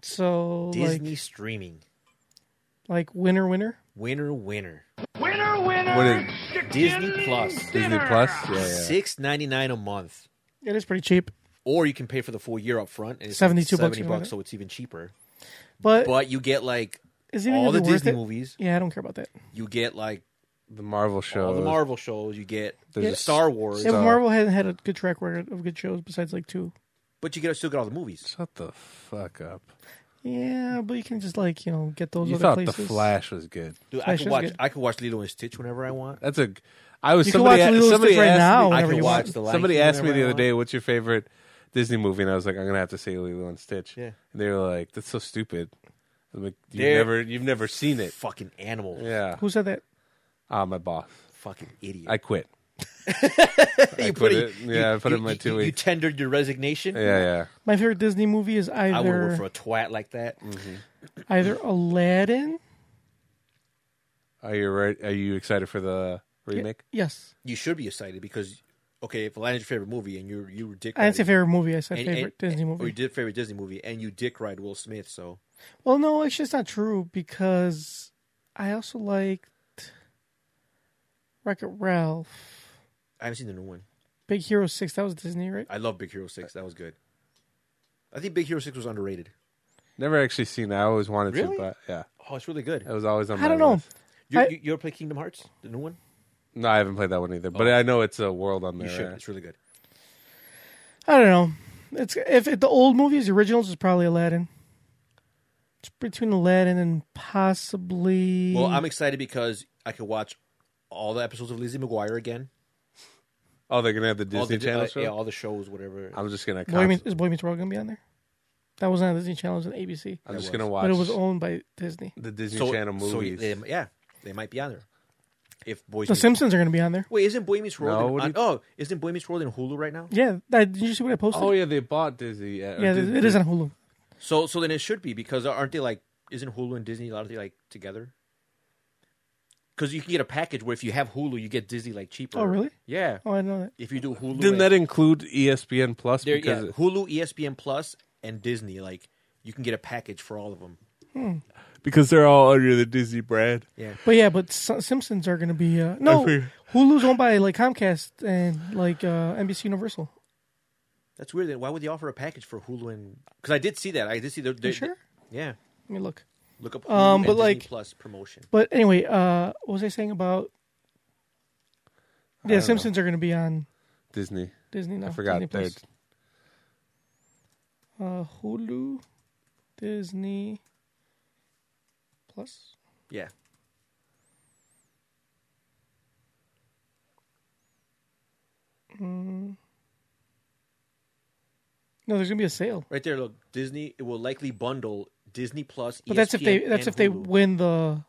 Speaker 2: So
Speaker 3: Disney
Speaker 2: like
Speaker 3: streaming.
Speaker 2: like winner winner.
Speaker 3: Winner, winner.
Speaker 4: What is
Speaker 3: Disney Plus.
Speaker 4: Disney Plus? Yeah, yeah.
Speaker 3: Six ninety nine a month.
Speaker 2: It is pretty cheap,
Speaker 3: or you can pay for the full year up front. And it's like
Speaker 2: 72 bucks
Speaker 3: 70
Speaker 2: for
Speaker 3: bucks,
Speaker 2: it.
Speaker 3: so it's even cheaper.
Speaker 2: but,
Speaker 3: But you get like
Speaker 2: is it even
Speaker 3: all
Speaker 2: gonna
Speaker 3: the
Speaker 2: be worth
Speaker 3: Disney
Speaker 2: it?
Speaker 3: movies.
Speaker 2: Yeah, I don't care about that.
Speaker 3: You get like
Speaker 4: The Marvel show.
Speaker 3: all the Marvel shows. You get
Speaker 4: Uh, There's a
Speaker 3: Star Wars,
Speaker 2: Yeah, but
Speaker 4: So-
Speaker 2: Marvel hasn't had a good track record of good shows besides like two.
Speaker 3: but you get still get all the movies.
Speaker 4: Shut the fuck up.
Speaker 2: Yeah, but you can just like you know get those
Speaker 4: You
Speaker 2: other
Speaker 4: thought
Speaker 2: places.
Speaker 4: the Flash was good.
Speaker 3: Dude, I
Speaker 2: Flash
Speaker 3: could
Speaker 2: is
Speaker 3: watch
Speaker 2: good.
Speaker 3: I could watch Lilo and Stitch whenever I want.
Speaker 4: That's a. I was
Speaker 2: You can
Speaker 4: somebody.
Speaker 2: watch Lilo and
Speaker 4: somebody
Speaker 2: Stitch right
Speaker 4: asked
Speaker 2: now
Speaker 4: Me,
Speaker 3: I
Speaker 2: whenever
Speaker 3: could
Speaker 2: you
Speaker 3: watch
Speaker 2: want.
Speaker 3: the Lion
Speaker 4: somebody
Speaker 3: King
Speaker 4: asked me
Speaker 3: whenever
Speaker 4: the
Speaker 3: I
Speaker 4: other
Speaker 3: want.
Speaker 4: day, "What's your favorite Disney movie?" And I was like, "I'm gonna have to say Lilo and Stitch."
Speaker 3: Yeah.
Speaker 4: And they were like, "That's so stupid." I'm like, "You've
Speaker 3: They're-
Speaker 4: never, you've never seen it."
Speaker 3: Fucking animals.
Speaker 4: Yeah.
Speaker 2: Who said that?
Speaker 4: Ah, my boss.
Speaker 3: Fucking idiot.
Speaker 4: I quit. I
Speaker 3: you
Speaker 4: put it- yeah, I put it in my two
Speaker 3: you, You
Speaker 4: weeks.
Speaker 3: tendered your resignation.
Speaker 4: Yeah, yeah.
Speaker 2: My favorite Disney movie is
Speaker 3: I wouldn't work
Speaker 2: either
Speaker 3: for a twat like that.
Speaker 4: Mm-hmm.
Speaker 2: either Aladdin.
Speaker 4: Are you right? Are you excited for the remake?
Speaker 2: Yes,
Speaker 3: You should be excited because okay, if Aladdin's your favorite movie and you you were dick
Speaker 2: I didn't say
Speaker 3: riding-
Speaker 2: favorite movie. I said
Speaker 3: and-
Speaker 2: favorite
Speaker 3: and-
Speaker 2: Disney
Speaker 3: Or you
Speaker 2: movie.
Speaker 3: did favorite Disney movie and you dick ride Will Smith, so
Speaker 2: Well, no, actually, it's not true because I also liked Wreck It Ralph,
Speaker 3: I haven't seen the new one.
Speaker 2: Big Hero Six. That was Disney, right?
Speaker 3: I love Big Hero Six. That was good. I think Big Hero Six was underrated.
Speaker 4: Never actually seen it. I always wanted
Speaker 3: Really?
Speaker 4: to, but yeah,
Speaker 3: Oh, it's really good.
Speaker 4: it was always on. My
Speaker 2: I don't know.
Speaker 4: list.
Speaker 3: You,
Speaker 2: I-
Speaker 3: you, you ever play Kingdom Hearts, the new one?
Speaker 4: No, I haven't played that one either, but I know it's a world on
Speaker 3: Oh. You
Speaker 4: there.
Speaker 3: should.
Speaker 4: right?
Speaker 3: It's really good.
Speaker 2: I don't know. It's if it, the old movies, the originals is probably Aladdin. It's between Aladdin and possibly.
Speaker 3: Well, I'm excited because I could watch all the episodes of Lizzie McGuire again.
Speaker 4: Oh, they're gonna have the
Speaker 3: all
Speaker 4: Disney
Speaker 3: the,
Speaker 4: Channel
Speaker 3: uh,
Speaker 4: show.
Speaker 3: Yeah, all the shows, whatever.
Speaker 4: I'm just gonna.
Speaker 2: Boy
Speaker 4: cons-
Speaker 2: Meets, is Boy Meets World gonna be on there? That wasn't on Disney Channel. It was on ABC,
Speaker 4: I'm
Speaker 3: was.
Speaker 4: just gonna watch.
Speaker 2: but it was owned by Disney.
Speaker 4: the Disney
Speaker 3: so,
Speaker 4: Channel
Speaker 3: so
Speaker 4: movies.
Speaker 3: they- yeah, they might be on there. If Boys
Speaker 2: The
Speaker 3: Meet-
Speaker 2: Simpsons are gonna be on there.
Speaker 3: Wait, isn't Boy Meets World?
Speaker 4: No,
Speaker 3: in-
Speaker 4: what do
Speaker 3: on-
Speaker 4: you-
Speaker 3: oh, isn't Boy Meets World in Hulu right now?
Speaker 2: Yeah, that, did you see what I posted?
Speaker 4: oh yeah, they bought Disney. Uh, or
Speaker 2: yeah,
Speaker 4: Disney.
Speaker 2: it is on Hulu.
Speaker 3: So, so then it should be because aren't they like? Isn't Hulu and Disney aren't they like together? Because you can get a package where if you have Hulu, you get Disney like cheaper.
Speaker 2: Oh, really?
Speaker 3: Yeah.
Speaker 2: Oh, I didn't know that.
Speaker 3: If you do Hulu,
Speaker 4: Didn't
Speaker 3: and-
Speaker 4: that include E ESPN Plus?
Speaker 3: there, yeah,
Speaker 4: because
Speaker 3: Hulu, E ESPN Plus, and Disney, like you can get a package for all of them.
Speaker 4: because they're all under the Disney brand.
Speaker 3: Yeah.
Speaker 2: But yeah, but S- Simpsons are gonna be uh, no
Speaker 4: Every-
Speaker 2: Hulu's owned by like Comcast and like uh, NBC Universal.
Speaker 3: That's weird. Then why would they offer a package for Hulu and? Because I did see that. I did see the. the
Speaker 2: You sure?
Speaker 3: Yeah.
Speaker 2: Let me look.
Speaker 3: Look up. Hulu
Speaker 2: Um,
Speaker 3: and
Speaker 2: but,
Speaker 3: Disney
Speaker 2: like-
Speaker 3: Plus promotion.
Speaker 2: But anyway, uh, what was I saying about? Yeah, Simpsons are gonna be on
Speaker 4: Disney.
Speaker 2: Disney now.
Speaker 4: I forgot.
Speaker 2: Oh, Disney
Speaker 4: They're-
Speaker 2: Plus. Uh, Hulu, Disney Plus.
Speaker 3: Yeah.
Speaker 2: No, there's gonna be a sale.
Speaker 3: Right there. Look, Disney. It will likely bundle Disney Plus. E
Speaker 2: But that's if
Speaker 4: E
Speaker 3: ESPN,
Speaker 2: they that's
Speaker 3: and
Speaker 2: if they
Speaker 3: Hulu.
Speaker 2: win the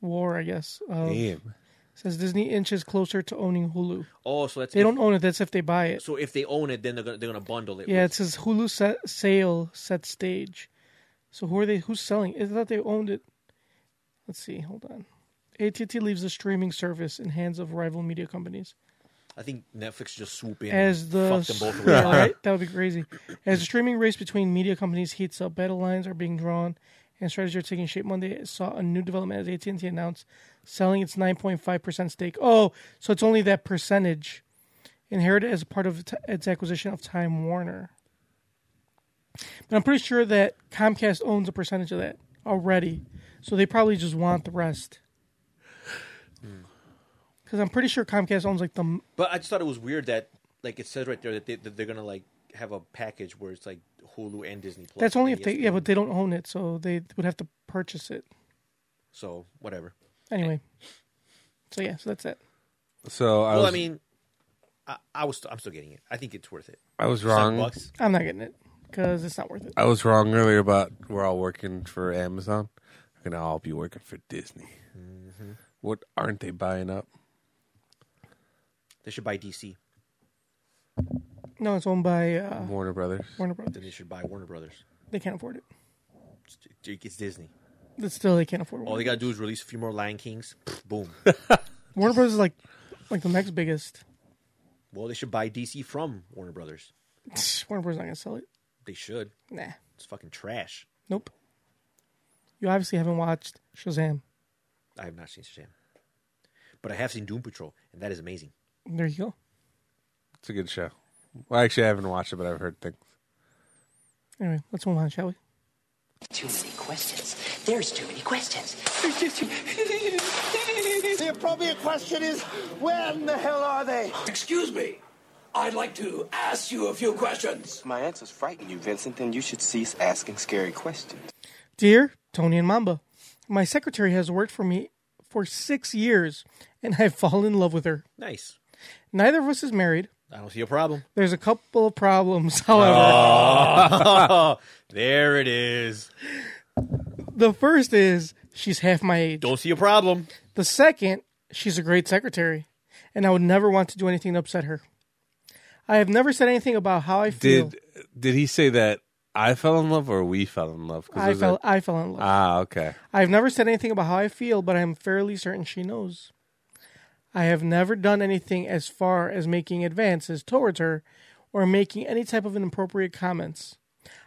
Speaker 2: war, I guess. Uh,
Speaker 4: Damn.
Speaker 2: Says Disney inches closer to owning Hulu.
Speaker 3: Oh, so that's
Speaker 2: They
Speaker 3: if-
Speaker 2: don't own it. That's if they buy it.
Speaker 3: So if they own it, then they're gonna, they're gonna bundle it.
Speaker 2: Yeah, it
Speaker 3: with-
Speaker 2: says Hulu set, sale set stage. So who are they? Who's selling? Is that they owned it? Let's see. Hold on. AT&T leaves the streaming service in hands of rival media companies.
Speaker 3: I think Netflix just swoop in
Speaker 2: As
Speaker 3: and
Speaker 2: the
Speaker 3: fuck them both.
Speaker 2: yeah,
Speaker 3: around.
Speaker 2: right? that would be crazy. As the streaming race between media companies heats up, battle lines are being drawn, and strategies are taking shape. Monday saw a new development as AT and T announced selling its 9.5 percent stake. Oh, so it's only that percentage inherited as part of t- its acquisition of Time Warner. But I'm pretty sure that Comcast owns a percentage of that already, so they probably just want the rest.
Speaker 3: Hmm.
Speaker 2: Because I'm pretty sure Comcast owns like the m-
Speaker 3: But I just thought it was weird that like it says right there that, they, that they're gonna like have a package where it's like Hulu and Disney Plus.
Speaker 2: That's only
Speaker 3: and E
Speaker 2: if they yeah,
Speaker 3: ESPN.
Speaker 2: but they don't own it, so they would have to purchase it
Speaker 3: So whatever.
Speaker 2: anyway. So yeah, so that's it.
Speaker 4: So I
Speaker 3: well,
Speaker 4: was,
Speaker 3: I mean, I, I was I'm still getting it. I think it's worth it.
Speaker 4: I was
Speaker 3: Seven
Speaker 4: wrong.
Speaker 3: bucks.
Speaker 2: I'm not getting it because it's not worth it.
Speaker 4: I was wrong earlier about we're all working for Amazon. We're gonna all be working for Disney.
Speaker 3: Mm-hmm.
Speaker 4: What aren't they buying up?
Speaker 3: They should buy DC.
Speaker 2: No, it's owned by uh,
Speaker 4: Warner Brothers.
Speaker 2: Warner
Speaker 3: Then
Speaker 2: Brothers.
Speaker 3: they should buy Warner Brothers.
Speaker 2: They can't afford it.
Speaker 3: It's, it's Disney.
Speaker 2: But still, they can't afford it.
Speaker 3: All they gotta do is release a few more Lion Kings. Pff, Boom.
Speaker 2: Warner Brothers is like like the next biggest.
Speaker 3: well, they should buy DC from Warner Brothers.
Speaker 2: Warner Brothers not gonna sell it.
Speaker 3: They should.
Speaker 2: Nah,
Speaker 3: It's fucking trash.
Speaker 2: nope. You obviously haven't watched Shazam.
Speaker 3: I have not seen Shazam, but I have seen Doom Patrol, and that is amazing.
Speaker 2: There you go.
Speaker 4: It's a good show. Well, actually, I haven't watched it, but I've heard things.
Speaker 2: Anyway, let's move on, shall we?
Speaker 7: Too many questions. There's too many questions.
Speaker 5: The appropriate question is, when the hell are they?
Speaker 8: Excuse me. I'd like to ask you a few questions.
Speaker 9: If my answers frighten you, Vincent, then you should cease asking scary questions.
Speaker 2: Dear Tony and Mamba, my secretary has worked for me for six years, and I've fallen in love with her.
Speaker 3: Nice.
Speaker 2: Neither of us is married.
Speaker 3: I don't see a problem.
Speaker 2: There's a couple of problems, however.
Speaker 3: There it is.
Speaker 2: The first is she's half my age.
Speaker 3: Don't see a problem.
Speaker 2: The second, she's a great secretary, and I would never want to do anything to upset her. I have never said anything about how I feel.
Speaker 4: Did did he say that I fell in love or we fell in love? 'Cause
Speaker 2: I
Speaker 4: there's
Speaker 2: fell
Speaker 4: a-
Speaker 2: I fell in love.
Speaker 4: ah, okay.
Speaker 2: I've never said anything about how I feel, but I am fairly certain she knows. I have never done anything as far as making advances towards her or making any type of inappropriate comments.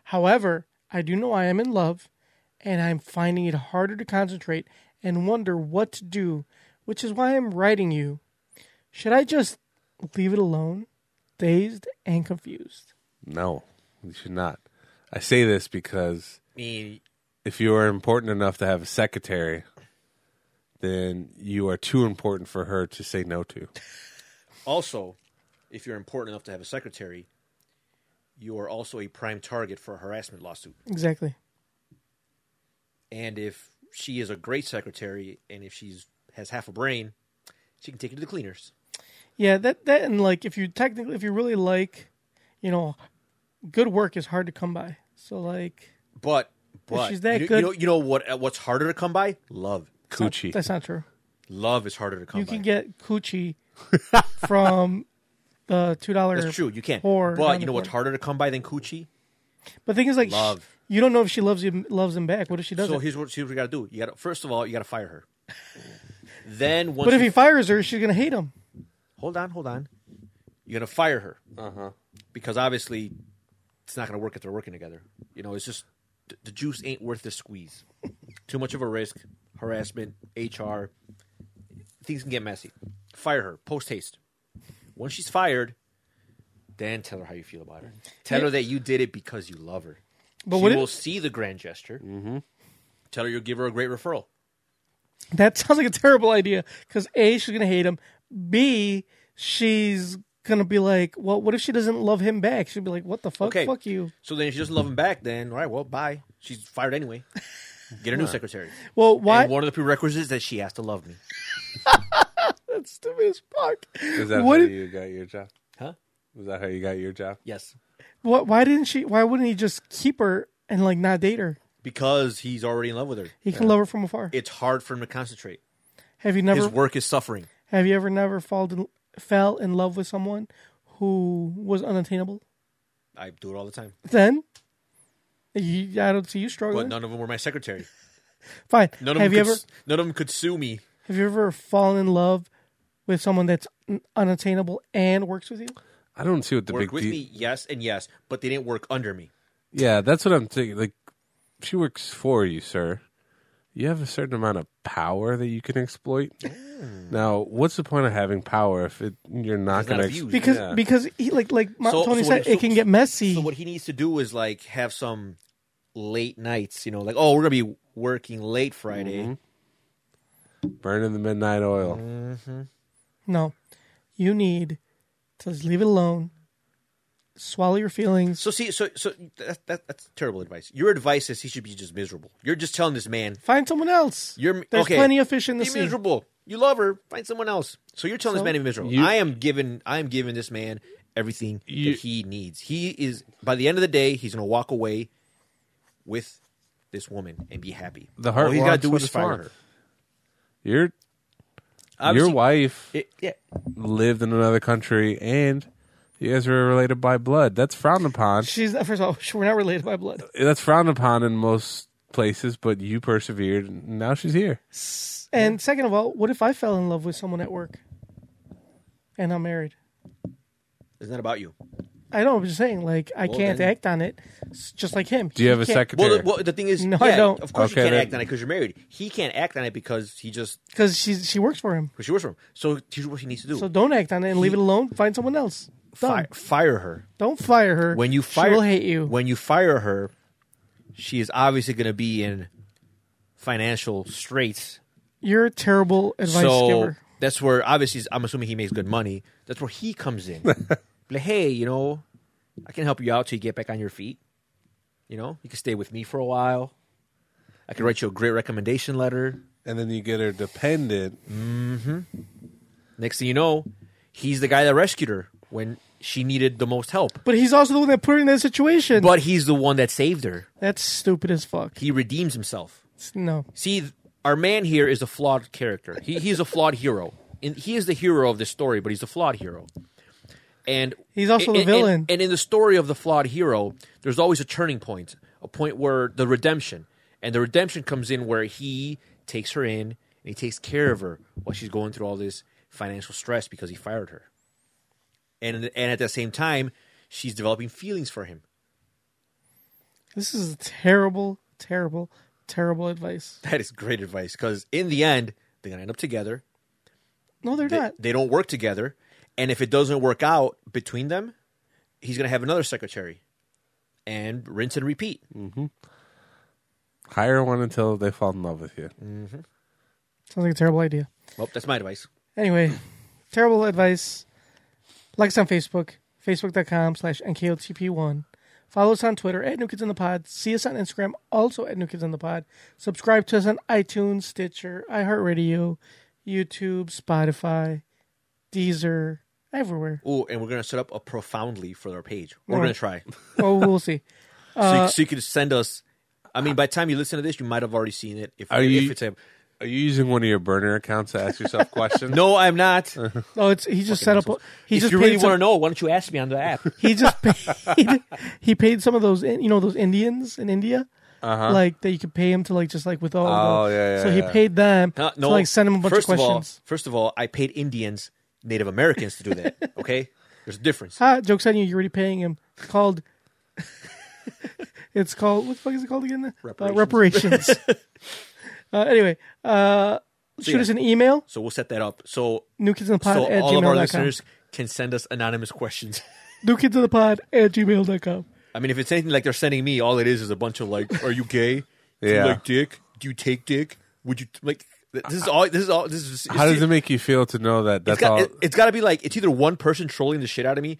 Speaker 2: However, I do know I am in love and I'm finding it harder to concentrate and wonder what to do, which is why I'm writing you. Should I just leave it alone? Dazed and confused.
Speaker 4: No, you should not. I say this because
Speaker 3: I mean,
Speaker 4: if you are important enough to have a secretary, then you are too important for her to say no to.
Speaker 3: also, if you're important enough to have a secretary, you are also a prime target for a harassment lawsuit.
Speaker 2: Exactly.
Speaker 3: And if she is a great secretary, and if she's has half a brain, she can take you to the cleaners.
Speaker 2: Yeah, that that and like if you technically if you really like, you know, good work is hard to come by. So like
Speaker 3: But but
Speaker 2: she's that
Speaker 3: you,
Speaker 2: good-
Speaker 3: you know you know what what's harder to come by? Love.
Speaker 4: Coochie.
Speaker 2: that's not true.
Speaker 3: Love is harder to come
Speaker 2: You
Speaker 3: by.
Speaker 2: can get coochie from the two dollar.
Speaker 3: That's true. You can.
Speaker 2: Whore
Speaker 3: but
Speaker 2: around
Speaker 3: you
Speaker 2: the
Speaker 3: know what's
Speaker 2: corner.
Speaker 3: harder to come by than coochie?
Speaker 2: But the thing is, like, sh-
Speaker 3: Love.
Speaker 2: you don't know if she loves you, loves him back. What if she
Speaker 3: So
Speaker 2: doesn't?
Speaker 3: here's what, here's what you got to do. You got to first of all, you got to fire her. then once
Speaker 2: but if
Speaker 3: you-
Speaker 2: he fires her, she's gonna hate him.
Speaker 3: hold on, hold on. You're gonna fire her. Uh huh. Because obviously, it's not gonna work if they're working together. You know, it's just th- the juice ain't worth the squeeze. Too much of a risk, harassment, HR. Things can get messy. Fire her post haste. Once she's fired, then tell her how you feel about her. Tell her that you did it because you love her.
Speaker 2: But
Speaker 3: she
Speaker 2: what?
Speaker 3: will
Speaker 2: If,
Speaker 3: see the grand gesture. Mm-hmm. Tell her you'll give her a great referral.
Speaker 2: that sounds like a terrible idea. Because a, she's gonna hate him. B, she's gonna be like, well, what if she doesn't love him back? She'll be like, what the fuck?
Speaker 3: Okay.
Speaker 2: Fuck you.
Speaker 3: So then, if she doesn't love him back, then all right, well, bye. She's fired anyway. Get a new secretary.
Speaker 2: Well, why?
Speaker 3: And one of the prerequisites is that she has to love me.
Speaker 2: That's stupid as fuck.
Speaker 4: Is that
Speaker 2: What
Speaker 4: how
Speaker 2: if-
Speaker 4: you got your job?
Speaker 3: Huh?
Speaker 4: Was that how you got your job?
Speaker 3: Yes.
Speaker 2: What? Why didn't she? Why wouldn't he just keep her and like not date her?
Speaker 3: Because he's already in love with her.
Speaker 2: He can love her from afar.
Speaker 3: It's hard for him to concentrate.
Speaker 2: have you never?
Speaker 3: His work is suffering.
Speaker 2: Have you ever never fall in, fell in love with someone who was unattainable?
Speaker 3: I do it all the time.
Speaker 2: Then, you, I don't see you struggling.
Speaker 3: But none of them were my secretary.
Speaker 2: Fine.
Speaker 3: None of
Speaker 2: have
Speaker 3: them
Speaker 2: you
Speaker 3: could,
Speaker 2: ever
Speaker 3: s- none of them could sue me.
Speaker 2: have you ever fallen in love with someone that's un- unattainable and works with you?
Speaker 4: I don't see what the big
Speaker 3: Work with
Speaker 4: deal.
Speaker 3: me, yes and yes, but they didn't work under me.
Speaker 4: Yeah, that's what I'm thinking. Like, she works for you, sir. You have a certain amount of power that you can exploit. Now, what's the point of having power if it, you're not
Speaker 3: It's not
Speaker 4: going to
Speaker 3: abused.
Speaker 2: Because
Speaker 4: Yeah.
Speaker 2: because he, like like Ma-
Speaker 3: So-
Speaker 2: Tony
Speaker 3: so
Speaker 2: said,
Speaker 3: what-
Speaker 2: it
Speaker 3: so-
Speaker 2: can get messy.
Speaker 3: So what he needs to do is like have some late nights, you know, like oh, we're gonna be working late Friday.
Speaker 4: Mm-hmm. burning the midnight oil?
Speaker 3: Mm.
Speaker 2: no, you need to just leave it alone. Swallow your feelings.
Speaker 3: So see, so so that, that, that's terrible advice. Your advice is he should be just miserable. You're just telling this man
Speaker 2: Find someone else.
Speaker 3: You're
Speaker 2: There's
Speaker 3: okay.
Speaker 2: plenty of fish in the
Speaker 3: be
Speaker 2: sea.
Speaker 3: miserable. You love her. Find someone else. So you're telling
Speaker 2: So?
Speaker 3: this man to be miserable.
Speaker 4: You-
Speaker 3: I am giving. I am giving this man everything
Speaker 4: You-
Speaker 3: that he needs. He is by the end of the day, he's gonna walk away with this woman and be happy.
Speaker 4: The heart
Speaker 3: All he's gotta
Speaker 4: wants
Speaker 3: do
Speaker 4: what
Speaker 3: is
Speaker 4: it
Speaker 3: fire
Speaker 4: wants.
Speaker 3: her.
Speaker 4: Your
Speaker 3: Obviously-
Speaker 4: your wife
Speaker 3: It- yeah.
Speaker 4: lived in another country, and you guys were related by blood. That's frowned upon.
Speaker 2: She's first of all, we're not related by blood.
Speaker 3: Uh,
Speaker 4: That's frowned upon in most places, but you persevered, and now she's here.
Speaker 2: And second of all, what if I fell in love with someone at work, and I'm married?
Speaker 3: It's not about you.
Speaker 2: I know. I'm just saying, like, I
Speaker 3: Well,
Speaker 2: can't
Speaker 3: then-
Speaker 2: act on it, s- just like him.
Speaker 4: Do you
Speaker 2: He
Speaker 4: have a
Speaker 2: can't-
Speaker 3: Well,
Speaker 4: secretary?
Speaker 3: the, well, the thing is,
Speaker 2: No, I
Speaker 3: yeah,
Speaker 2: don't.
Speaker 3: Of course,
Speaker 4: Okay,
Speaker 3: you can't
Speaker 4: then-
Speaker 3: act on it because you're married. He can't act on it because he just
Speaker 2: Because she she works for him,
Speaker 3: because she works for him. So here's what he needs to do.
Speaker 2: so don't act on it and leave it alone. Find someone else. Done.
Speaker 3: Fire, fire her.
Speaker 2: Don't fire her.
Speaker 3: When you fire,
Speaker 2: she'll hate you.
Speaker 3: When you fire her, she is obviously going to be in financial straits.
Speaker 2: You're a terrible advice
Speaker 3: so
Speaker 2: giver.
Speaker 3: that's where obviously I'm assuming he makes good money. That's where he comes in. like, hey, you know, I can help you out till you get back on your feet. You know, you can stay with me for a while. I can write you a great recommendation letter.
Speaker 4: and then you get her dependent.
Speaker 3: Next thing you know, he's the guy that rescued her when she needed the most help.
Speaker 2: But he's also the one that put her in that situation.
Speaker 3: But he's the one that saved her.
Speaker 2: That's stupid as fuck.
Speaker 3: He redeems himself.
Speaker 2: No.
Speaker 3: See, th- our man here is a flawed character. He he's a flawed hero. And he is the hero of this story, but he's a flawed hero. And
Speaker 2: He's also the
Speaker 3: and- and-
Speaker 2: villain.
Speaker 3: And, in the story of the flawed hero, there's always a turning point, a point where the redemption. And the redemption comes in where he takes her in and he takes care of her while she's going through all this financial stress because he fired her. And and at the same time, she's developing feelings for him.
Speaker 2: This is terrible, terrible, terrible advice.
Speaker 3: That is great advice because in the end, they're gonna end up together.
Speaker 2: No, they're
Speaker 3: they,
Speaker 2: not.
Speaker 3: they don't work together. And if it doesn't work out between them, he's going to have another secretary and rinse and repeat.
Speaker 2: Mm.
Speaker 4: Hire one until they fall in love with you.
Speaker 2: Sounds like a terrible idea.
Speaker 3: Well, that's my advice.
Speaker 2: Anyway, terrible advice. Like us on Facebook, facebook.com slash NKOTP1. Follow us on Twitter at New Kids in the Pod. See us on Instagram, also at New Kids in the Pod. Subscribe to us on iTunes, Stitcher, iHeartRadio, YouTube, Spotify, Deezer, everywhere.
Speaker 3: Oh, and we're going to set up a profoundly for our page. We're
Speaker 2: Yeah.
Speaker 3: going to try.
Speaker 2: Oh, we'll see.
Speaker 3: so, you, so you can send us. I mean, by the time you listen to this, you might have already seen it. If,
Speaker 4: Are
Speaker 3: if
Speaker 4: you-
Speaker 3: it's a
Speaker 4: Are you using one of your burner accounts to ask yourself questions?
Speaker 3: no, I'm not.
Speaker 2: Oh, it's he just set up. a- He
Speaker 3: if
Speaker 2: just
Speaker 3: you
Speaker 2: paid
Speaker 3: really
Speaker 2: some-
Speaker 3: want to know, why don't you ask me on the app?
Speaker 2: he just paid, he paid some of those in- you know those Indians in India
Speaker 3: Uh-huh.
Speaker 2: like that you could pay him to like just like with all
Speaker 4: Oh,
Speaker 2: the,
Speaker 4: yeah, yeah,
Speaker 2: so he
Speaker 4: yeah.
Speaker 2: paid them
Speaker 3: Huh?
Speaker 2: to like send him a bunch
Speaker 3: first
Speaker 2: of
Speaker 3: all,
Speaker 2: questions
Speaker 3: first of all, I paid Indians, Native Americans to do that. Okay, there's a difference.
Speaker 2: ha Ah, jokes on you you're already paying him it's called it's called what the fuck is it called again
Speaker 3: Reparations.
Speaker 2: uh, reparations. uh, anyway uh, shoot
Speaker 3: yeah.
Speaker 2: us an email
Speaker 3: So we'll set that up. So
Speaker 2: newkidsinthepod
Speaker 3: so
Speaker 2: at
Speaker 3: all of our
Speaker 2: gmail.com
Speaker 3: listeners can send us anonymous questions.
Speaker 2: newkidsinthepod at gmail.com
Speaker 3: I mean, if it's anything like they're sending me, all it is is a bunch of like, "Are you gay? Do
Speaker 4: Yeah.
Speaker 3: you like dick? Do you take dick? Would you like?" th- This is all. This is all. This is.
Speaker 4: How does
Speaker 3: it's-
Speaker 4: it make you feel to know that that's
Speaker 3: it's got,
Speaker 4: all?
Speaker 3: it, has got to be like it's either one person trolling the shit out of me,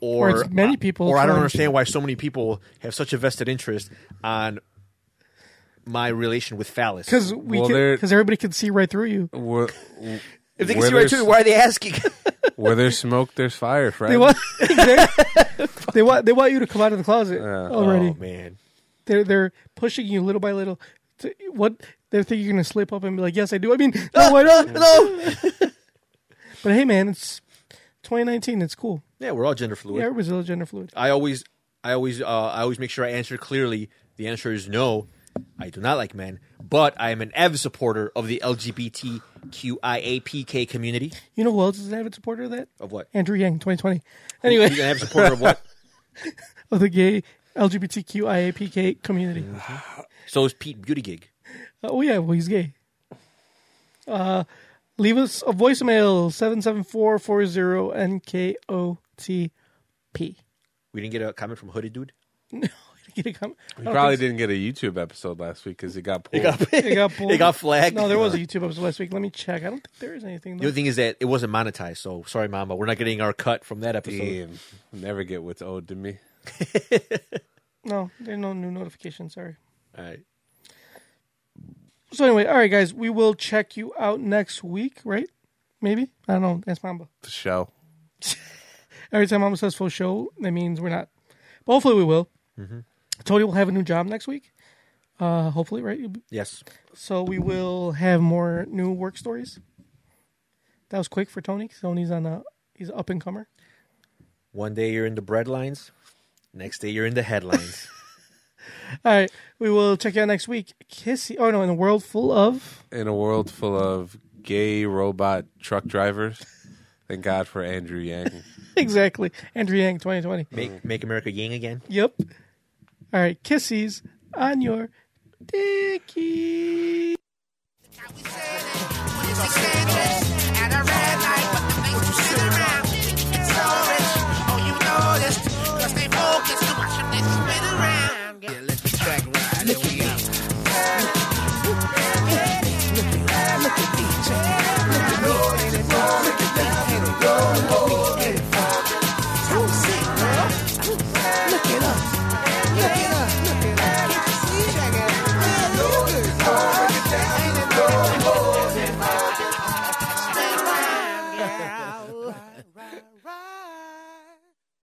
Speaker 3: or,
Speaker 2: Or it's many people
Speaker 3: or I don't
Speaker 2: trying-
Speaker 3: understand why so many people have such a vested interest on my relation with phallus.
Speaker 2: because we
Speaker 4: Well,
Speaker 2: can
Speaker 4: there-
Speaker 2: because everybody can see right through you
Speaker 4: were,
Speaker 3: if they can
Speaker 4: where
Speaker 3: see right
Speaker 4: there's-
Speaker 3: through me, why are they asking?
Speaker 4: where there's smoke, there's fire, friend.
Speaker 2: They want exactly. they want they want you to come out of the closet already.
Speaker 3: oh man,
Speaker 2: They're they're pushing you little by little. To, what they think you're gonna slip up and be like, yes, I do. I mean, no, why not? No. but hey, man, it's 2019. It's cool.
Speaker 3: yeah, we're all gender fluid.
Speaker 2: Yeah, everybody's a little gender fluid.
Speaker 3: I always, I always, uh, I always make sure I answer clearly. The answer is no. I do not like men, but I am an avid supporter of the LGBTQIAPK community.
Speaker 2: You know who else is an avid supporter of that?
Speaker 3: Of what?
Speaker 2: Andrew Yang, 2020.
Speaker 3: You're
Speaker 2: Anyway,
Speaker 3: an avid supporter of what?
Speaker 2: of the gay LGBTQIAPK community.
Speaker 3: So is Pete Buttigieg.
Speaker 2: Oh yeah, well he's gay. Uh, leave us a voicemail seven seven four four zero NKOTP.
Speaker 3: We didn't get a comment from Hooded Dude.
Speaker 2: Get it come?
Speaker 4: He probably didn't get a YouTube episode last week because he got
Speaker 2: It
Speaker 4: pulled.
Speaker 2: got pulled.
Speaker 3: It got flagged.
Speaker 2: No, there was a YouTube episode last week. Let me check. I don't think there is anything.
Speaker 3: The
Speaker 2: Though.
Speaker 3: other thing is that it wasn't monetized, so sorry, Mama, we're not getting our cut from that episode.
Speaker 4: Damn, never get what's owed to me.
Speaker 2: No, there's no new notification. Sorry.
Speaker 3: All right.
Speaker 2: So anyway, all right, guys, we will check you out next week, right? Maybe I don't know. That's Mamba.
Speaker 4: The show.
Speaker 2: Every time Mamba says full show, that means we're not. But hopefully, we will.
Speaker 3: Mm-hmm.
Speaker 2: Tony will have a new job next week. Uh, hopefully, right? You'll be-
Speaker 3: Yes.
Speaker 2: So we will have more new work stories. That was quick for Tony. 'cause Tony's on a he's an up and comer.
Speaker 3: One day you're in the breadlines, next day you're in the headlines.
Speaker 2: All right, we will check you out next week. Kissy. Oh no, in a world full of
Speaker 4: In a world full of gay robot truck drivers, thank God for Andrew Yang.
Speaker 2: exactly Andrew Yang 2020.
Speaker 3: make Make America Yang again.
Speaker 2: Yep. All right, kissies on your dicky.
Speaker 10: At a red light,